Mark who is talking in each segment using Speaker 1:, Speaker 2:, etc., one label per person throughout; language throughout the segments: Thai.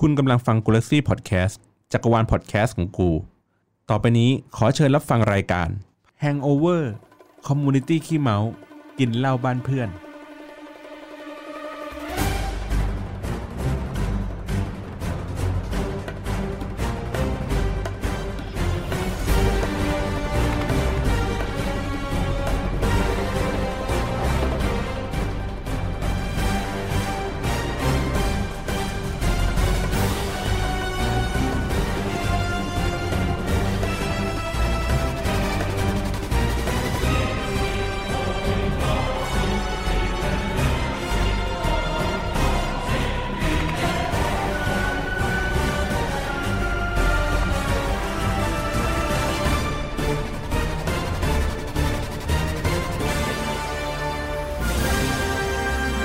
Speaker 1: คุณกำลังฟังกูลักซี่พอดแคสต์จักรวาลพอดแคสต์ของกู ต่อไปนี้ขอเชิญรับฟังรายการ Hangover Community ขี้เมา กินเหล้าบ้านเพื่อน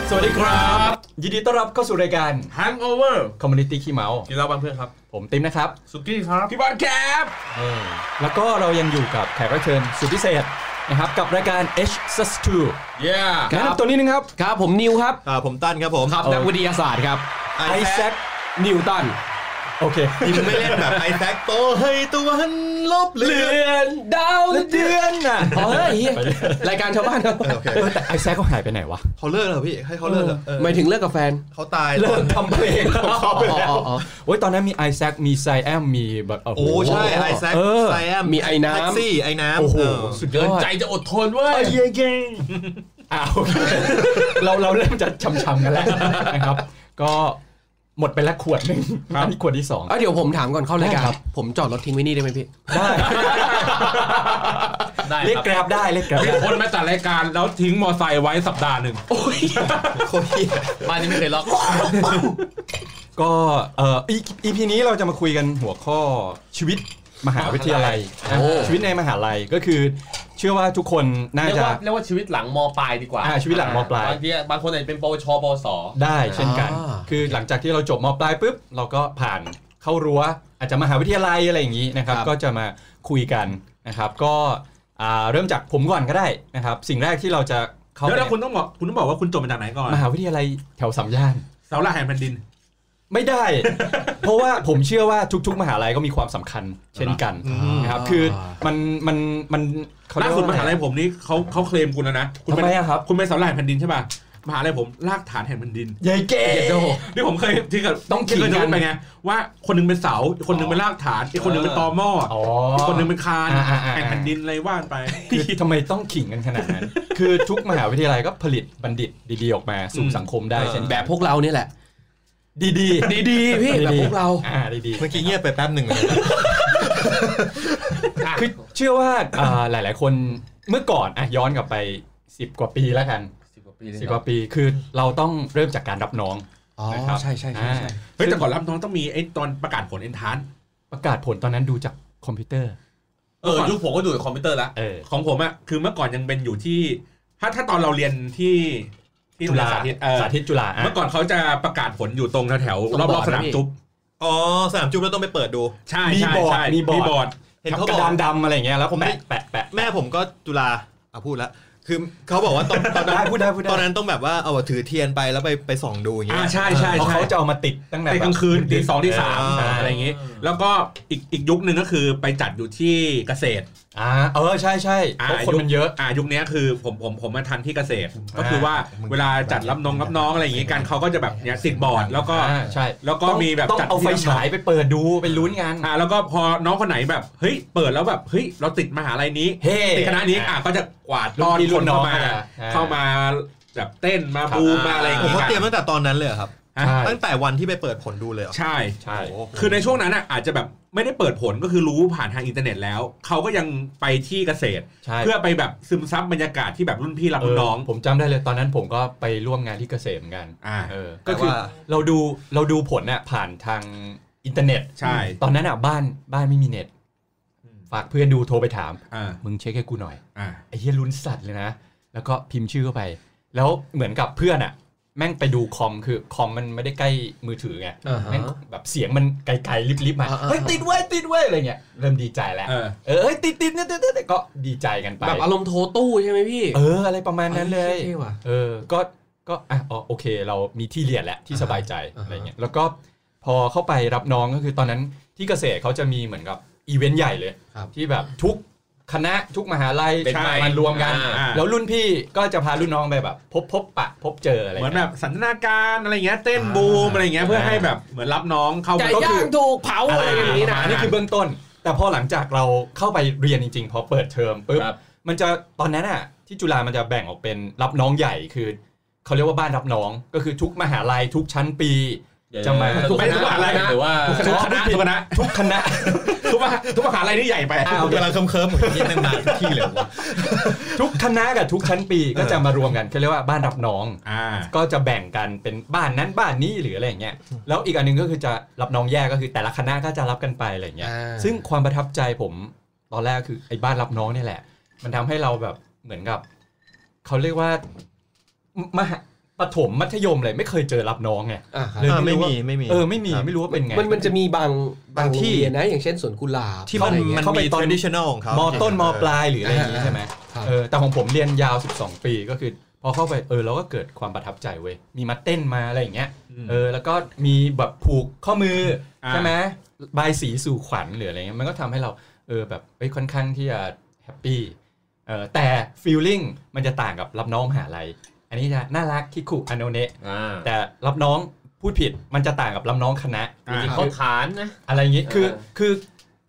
Speaker 2: สวัสดีครับ ยินดีต้อนรับเข้าสู่รายการ
Speaker 3: Hangover
Speaker 2: Community ขี้เมา
Speaker 3: กินเหล้าบ้านเพื่อนครับ
Speaker 2: ผมติ๊มนะครับ
Speaker 3: สุกี้ครับ
Speaker 2: พี่บอลแคปแล้วก็เรายังอยู่กับแขกรับเชิญสุดพิเศษนะครับ กับรายการ H s u s 2
Speaker 3: yeah
Speaker 2: แนะนำตัวนี้นึงครับ
Speaker 4: ครับผมนิวครับ
Speaker 3: อ่าผมตั้นครับผม
Speaker 4: ครับนักวิทยาศาสตร์ครับ
Speaker 3: ไอ
Speaker 2: ไอ
Speaker 3: แซ
Speaker 2: แซค
Speaker 3: ค
Speaker 4: นิวตัน
Speaker 2: โอเค
Speaker 3: ยิงไม่เล่น แบบไอแซคโตให้ตัวหันลบเลือด
Speaker 2: อนดาวเดือนน่ะ
Speaker 4: เฮ้ยรายการชาวบ้านครับ
Speaker 3: โอเค
Speaker 2: เออแต่ไอแซคเขาหายไปไหนวะ
Speaker 3: เขาเลิกแล้วพี่ ให้เขาเลิกแล้ว
Speaker 4: หมายถึงเลิกกับแฟน
Speaker 3: เขาตาย
Speaker 2: เลิกทำเพลงของเขาไปแล้ว
Speaker 4: อ๋ออ๋อ
Speaker 2: โอ้ยตอนนั้นมีไอแซคมีไซแอมมีแบบ
Speaker 3: โอ้ใช่ไอแซค
Speaker 2: เออ
Speaker 3: ไซแอม
Speaker 4: มีไอน้ำ
Speaker 3: แท็กซี่ไอ้น้ำ
Speaker 2: โอ้โห
Speaker 3: เ
Speaker 2: สุดย
Speaker 4: เกิ
Speaker 2: อน ด
Speaker 4: ใจจะอดทนเว้ย
Speaker 2: เย้เย้อ้าว เราเราเริ่มจะช้ำๆกันแล้วนะครับ ก็หมดไปแล้วขวดหนึ่งอันนี้ขวดที่สอง
Speaker 4: เอ้ยเดี๋ยวผมถามก่อนเข้ารายการ
Speaker 2: ได้ครับ
Speaker 4: ผมจอดรถทิ้งไว้นี่ได้ไหมพี่
Speaker 2: ได้
Speaker 5: ได้
Speaker 2: เรียก
Speaker 5: ครับ
Speaker 2: แกร็บได้เรียกแกร็บ
Speaker 5: มี
Speaker 2: ได้
Speaker 5: คนมาจัดรายการแล้วทิ้งมอไซค์ไว้สัปดาห์หนึ่ง
Speaker 3: ออโคตรเหี้ย
Speaker 5: บ้านนี้ไม่เคยล็อก
Speaker 2: ก็เอ่ออีพีนี้เราจะมาคุยกันหัวข้อชีวิตมหาวิทยาลัยนะ
Speaker 4: โอ้
Speaker 2: ชีวิตในมหาลัยก็คือ เชื่อว่าทุกคนน่า
Speaker 5: เรียก
Speaker 2: จะ
Speaker 5: ว่าเรียกว่าชีวิตหลังมปลายดีกว่า
Speaker 2: อ่าชีวิตหลังมปลาย
Speaker 5: บางทีบางคนอาจจะเป็นปวชปวส
Speaker 2: ได้เช่นกัน
Speaker 4: อ่า
Speaker 2: คือหลังจากที่เราจบมปลายปุ๊บ เราก็ผ่านเข้ารั้ว อาจจะมหาวิทยาลัยอะไรอย่างนี้นะครับ ก็จะมาคุยกันนะครับ ก็อ่าเริ่มจากผมก่อนก็ได้นะครับ สิ่งแรกที่เราจะเข้า
Speaker 5: เดี๋ยวเดี๋ยวคุณต้องบอกคุณต้องบอกว่าคุณจบมาจากไหนก่อน
Speaker 2: มหาวิทยาลัยแถวสามย่าน
Speaker 5: เสาหลักแห่งแผ่นดิน
Speaker 2: ไม่ ได้ เพราะว่าผมเชื่อว่าทุก ๆ มหาลัยก็มีความสำคัญเช่นกันนะครับ คือมันมันมันเขเรี
Speaker 5: ล่าก
Speaker 2: ว่
Speaker 5: สุดมหา
Speaker 2: อะไร
Speaker 5: ลัยผมนี่เขาเขาเคลมคุณแล้วนะณเป็น
Speaker 2: ทำไมอะครับ
Speaker 5: คุณเป็นเสาหลักแห่งแผ่นดินใช่ป่ะ มหาลัยผมรากฐานแห่งแผ่นดิน
Speaker 2: ยายเก๋
Speaker 5: นี่ผมเคยที่กับ
Speaker 4: ต้องขิง
Speaker 5: ที่เค
Speaker 4: กัน
Speaker 5: ยจะไปไงว่าคนหนึงเป็นเสาอีกคนหนึงเป็นรากฐานอีกคนหนึงเป็นตอหม้อ
Speaker 2: อ๋อ
Speaker 5: อีกคนหนึงเป็นคาน
Speaker 2: อ่าอ่าอ่า
Speaker 5: แห่งแผ่นดินอะไรว่านไป
Speaker 2: คือทำไมต้องขิงกันขนาดนั้น คือทุกมหาวิทยาลัยก็ผลิตบัณฑิตดีๆ ออกมาสู่
Speaker 5: อืม
Speaker 2: สังคมได้เช่น
Speaker 4: แบ
Speaker 2: แบบ
Speaker 4: บพวกเราเนี่ยแหละ
Speaker 2: ดีๆ
Speaker 4: ดีดีๆพี่
Speaker 2: ดีๆ
Speaker 4: แบบพวกเรา
Speaker 2: อ่าดี
Speaker 3: เมื่อกี้เงียบไปแป๊บหนึ่งเลย
Speaker 2: ๆคือเชื่อว่าอ่าหลาย ๆ คนเมื่อก่อนอ่ะย้อนกลับไป 10 กว่าปีแล้วกัน
Speaker 5: สิบกว่าปีเลย
Speaker 2: สิบกว่าปีคือเราต้องเริ่มจากการรับน้อง
Speaker 4: อ๋อ
Speaker 2: นะครับ
Speaker 4: ใช่ใช่ใช่ใช่
Speaker 2: อ่า
Speaker 5: เฮ้ยแต่ก่อนรับน้องต้องมีไอ้ตอนประกาศผลเอนทาน
Speaker 2: ประกาศผลตอนนั้นดูจากคอมพิวเตอร์
Speaker 5: เออยุคผมก็ดูแต่คอมพิวเตอร์ละ
Speaker 2: เออ
Speaker 5: ของผมอะคือเมื่อก่อนยังเป็นอยู่ที่ ถ้าถ้าตอนเราเรียนที่ที่
Speaker 2: จุฬา
Speaker 5: สาธิตเออ
Speaker 2: สาธิตจุฬาอ่ะ
Speaker 5: เมื่อก่อนเขาจะประกาศผลอยู่ตรงแถวๆร
Speaker 4: ตรงบ
Speaker 5: อ
Speaker 4: อบ ร์ด
Speaker 5: ๆสนาม
Speaker 4: นี่
Speaker 5: จุ๊บ
Speaker 3: อ๋อสนามจุ๊บแล้วต้องไปเปิดดู
Speaker 5: ใช่
Speaker 2: มี
Speaker 5: ใช่
Speaker 2: บอร์ด
Speaker 5: ใช่
Speaker 2: มีบ
Speaker 5: มีบ
Speaker 2: อ
Speaker 5: อ
Speaker 2: ร์
Speaker 5: ร์
Speaker 2: ด
Speaker 5: ด
Speaker 3: เห็นเขา
Speaker 2: ก
Speaker 3: บ
Speaker 2: ระ
Speaker 3: อก
Speaker 2: ดานดำอะไรอย่างเงี้ยแล้วผม
Speaker 3: แปะ
Speaker 2: แปะแปะแปะ
Speaker 3: แม่ผมก็จุฬาอ่ะพูดแล้วคือเขาบอกว่าตอนตอนนั้น
Speaker 2: ได้พูดได้พูดได้
Speaker 3: ตอนนั้นต้องแบบว่าเอาถือเทียนไปแล้วไปไปส่องดูอย่างเงี้
Speaker 5: อ่าย ใช่ใช่
Speaker 2: เพราะ
Speaker 5: ใช่
Speaker 2: เขาจะเอามาติดตั้งแต่
Speaker 5: ในกลางคืนตีสองตีสาม
Speaker 3: อ่า
Speaker 5: อะไรอย่างงี้ แล้วก็อีกอีกยุคหนึ่งก็คือไปจัดอยู่ที่เกษตร
Speaker 2: อ่าเออใช่ใช่
Speaker 5: อ่า
Speaker 2: เพราะคน
Speaker 5: ยุค
Speaker 2: มันเยอะ
Speaker 5: อ่ายุคเนี้ยคือผมผมผมมาทันที่เกษตร ก็คือว่าเวลาจัดรับน้องรับน้องอะไรอย่างงี้กันเขาก็จะแบบเนี่ยติดบอร์ดแล้วก็
Speaker 2: อ่าใช่
Speaker 5: แล้วก็
Speaker 2: ต้อง
Speaker 5: มีแบบ
Speaker 2: ต้อง
Speaker 5: จัด
Speaker 2: เอาไฟ
Speaker 5: ที่รับ
Speaker 2: ฉายไปเปิดดูไปลุ้นกัน
Speaker 5: อ่าแล้วก็พอน้องคนไหนแบบเฮ้ยเปิดแล้วแบบเฮ้ยเราติดมหาลัยนี้
Speaker 2: เฮ้
Speaker 5: ติดคณะนี้อ่ะก็จะกวาด
Speaker 2: รุ่
Speaker 5: ต้อน น
Speaker 2: พี่
Speaker 5: คน
Speaker 2: รุ่นน้อ
Speaker 5: เข้าง มา
Speaker 2: อ่ะอ่า
Speaker 5: เข้ามาแบบเต้นมา
Speaker 2: ครับ
Speaker 5: บูมมาอะไรอย่าง
Speaker 3: ผม
Speaker 5: เงี้
Speaker 3: ก็เตรียม
Speaker 5: ย
Speaker 3: ตั้งแต่ตอนนั้นเลยเหรอครับ
Speaker 2: ใช่
Speaker 3: ตั้งแต่วันที่ไปเปิดผลดูเลยเหรอ
Speaker 5: ใช่
Speaker 2: ใช่
Speaker 3: โอ้โห
Speaker 5: คือในช่วงนั้นอ่ะอาจจะแบบไม่ได้เปิดผลก็คือรู้ผ่านทางอินเทอร์เน็ตแล้ว เขาก็ยังไปที่เกษตร
Speaker 2: ใช่
Speaker 5: เพื่อไปแบบซึมซับบรรยากาศที่แบบรุ่นพี่รับรุ่นน้อง
Speaker 2: เผมจำได้เลยตอนนั้นผมก็ไปร่วมงานที่เกษมกัน
Speaker 5: อ่า
Speaker 2: เออ
Speaker 3: แต่
Speaker 2: ก็คือ
Speaker 3: ว่า
Speaker 2: เราดูเราดูผลน่ะผ่านทางอินเทอร์เน็ต
Speaker 5: ใช่
Speaker 2: ตอนนั้นอ่ะบ้านบ้านไม่มีเน็ต ฝากเพื่อนดูโทรไปถาม
Speaker 5: อ่า
Speaker 2: มึงเช็คให้กูหน่อย
Speaker 5: อ่า
Speaker 2: ไอ้เฮียลุ้นสัตว์เลยนะ แล้วก็พิมพ์ชื่อเข้าไป แล้วเหมือนกับเพื่อนอ่ะ แม่งไปดูคอมคือคอมมันไม่ได้ใกล้มือถือไง
Speaker 4: อ่าฮะ
Speaker 2: แม่งแบบเสียงมันไกลๆลิบๆมา
Speaker 4: อ่าๆ
Speaker 2: เฮ้ยติดเว้ยติดเว้ยอะไรเงี้ยเริ่มดีใจแล้ว
Speaker 5: เออ
Speaker 2: เออเฮ้ยติดติดเนี่ยติดติดก็ดีใจกันไป
Speaker 4: แบบอารมณ์โทรตู้ใช่ไหมพี่
Speaker 2: เออ อะไรประมาณนั้นเลย
Speaker 4: เออเท่ว่ะ
Speaker 2: เออ ก็ ก็ อ่ะ อ๋อ โอเค เรามีที่เรียนแหละ ที่
Speaker 4: อ่าฮะ
Speaker 2: สบายใจ
Speaker 4: อ่าฮะ
Speaker 2: อะไรเงี้ย แล้วก็ พ พอเข้าไปรับน้องก็คือตอนนั้นที่เกษตรเขาจะมีเหมือนกับอีเวนต์ใหญ่เลย
Speaker 3: ครับ
Speaker 2: ที่แบบทุกคณะทุกมหาลัย
Speaker 5: เป็นไป
Speaker 2: มันรวมกัน
Speaker 5: อ่า
Speaker 2: แล้วรุ่นพี่ก็จะพารุ่นน้องไปแบบ พบพบปะ พบเจออะไร
Speaker 5: เหมือน
Speaker 2: งี้ย
Speaker 5: แบบสันทนาการอะไรเงี้ยเต้นบูมอะไรเงี้ยเพื่อให้แบบเหมือนรับน้องเข้า
Speaker 4: ไก่
Speaker 5: มาก็
Speaker 4: ย่า
Speaker 5: คือง
Speaker 4: ถูกเผาอะไรอย่างนี้นะ
Speaker 2: อันนี้คือเบื้องต้น แต่พอหลังจากเราเข้าไปเรียนจริงๆ พอเปิดเทอมปุ๊บ
Speaker 6: ครับ
Speaker 2: มันจะตอนนั้นอ่ะที่จุฬามันจะแบ่งออกเป็นรับน้องใหญ่คือเขาเรียกว่าบ้านรับน้อง ก็คือทุกมหาลัยทุกชั้นปี จะมา
Speaker 6: ทุกคณะอะไรหรือว่า
Speaker 5: ทุกคณะทุกคณะ
Speaker 2: ทุกคณะ
Speaker 5: ทุกมหาทุกมหาลัยนี่ใหญ่ไป
Speaker 2: อ้าว
Speaker 3: กำลังเคิมๆเหมือนที่นั่งมาทุกที่เลยวะ
Speaker 2: ทุกคณะกับทุกชั้นปีก็จะมารวมกันเขาเรียกว่าบ้านรับน้อง
Speaker 5: อ่า
Speaker 2: ก็จะแบ่งกันเป็นบ้านนั้นบ้านนี้หรืออะไรอย่างเงี้ยแล้วอีกอันหนึงก็คือจะรับน้องแยกก็คือแต่ละคณะก็จะรับกันไปอะไรอย่างเงี้ย
Speaker 4: อ่า
Speaker 2: ซึ่งความประทับใจผมตอนแรกคือไอ้บ้านรับน้องเนี่ยแหละ มันทำให้เราแบบเหมือนกับเขาเรียกว่ามมหาปฐมมัธยมเลยไม่เคยเจอรับน้องไง
Speaker 4: อ่าครับ
Speaker 2: เลย
Speaker 3: ไม่
Speaker 2: รู้ว่า
Speaker 3: มีไม่มี
Speaker 2: เออไม่มี
Speaker 3: ครับ
Speaker 2: ไม่รู้ว่าเป็นไง
Speaker 4: มันมันจะมีบาง
Speaker 3: บางที่
Speaker 4: โรเรียนนะ อย่างเช่นสวนกุหลาบ
Speaker 2: ที่มัน
Speaker 4: อะไรอย่างเงี้ย
Speaker 3: มัน
Speaker 2: เข้าไป
Speaker 3: มี
Speaker 2: ตอน
Speaker 3: traditional ของเขา
Speaker 2: ม
Speaker 3: ม
Speaker 2: ต้นมปลายหรืออะไรอย่างงี้ใช่ไหม
Speaker 4: ครับ
Speaker 2: เออแต่ของผมเรียนยาว 12 ปีก็คือพอเข้าไปเออเราก็เกิดความประทับใจเว้ยมีมาเต้นมาอะไรอย่างเงี้ยเออแล้วก็มีแบบผูกข้อมืออา ใช่ไหมบายสีสู่ขวัญหรืออะไรเงี้ยมันก็ทำให้เราเออแบบเอ้ยค่อนข้างที่จะแฮปปี้เออแต่ฟีลลิ่งมันจะต่างกับรับน้องมหาลัยอันนี้จะน่ารักคิคุอโนเนะแต่รับน้องพูดผิดมันจะต่างกับรับน้องคณะ
Speaker 5: อ่า
Speaker 6: เขาขานนะ
Speaker 2: อะไรอย่างงี้
Speaker 6: เออ
Speaker 2: คือ คือ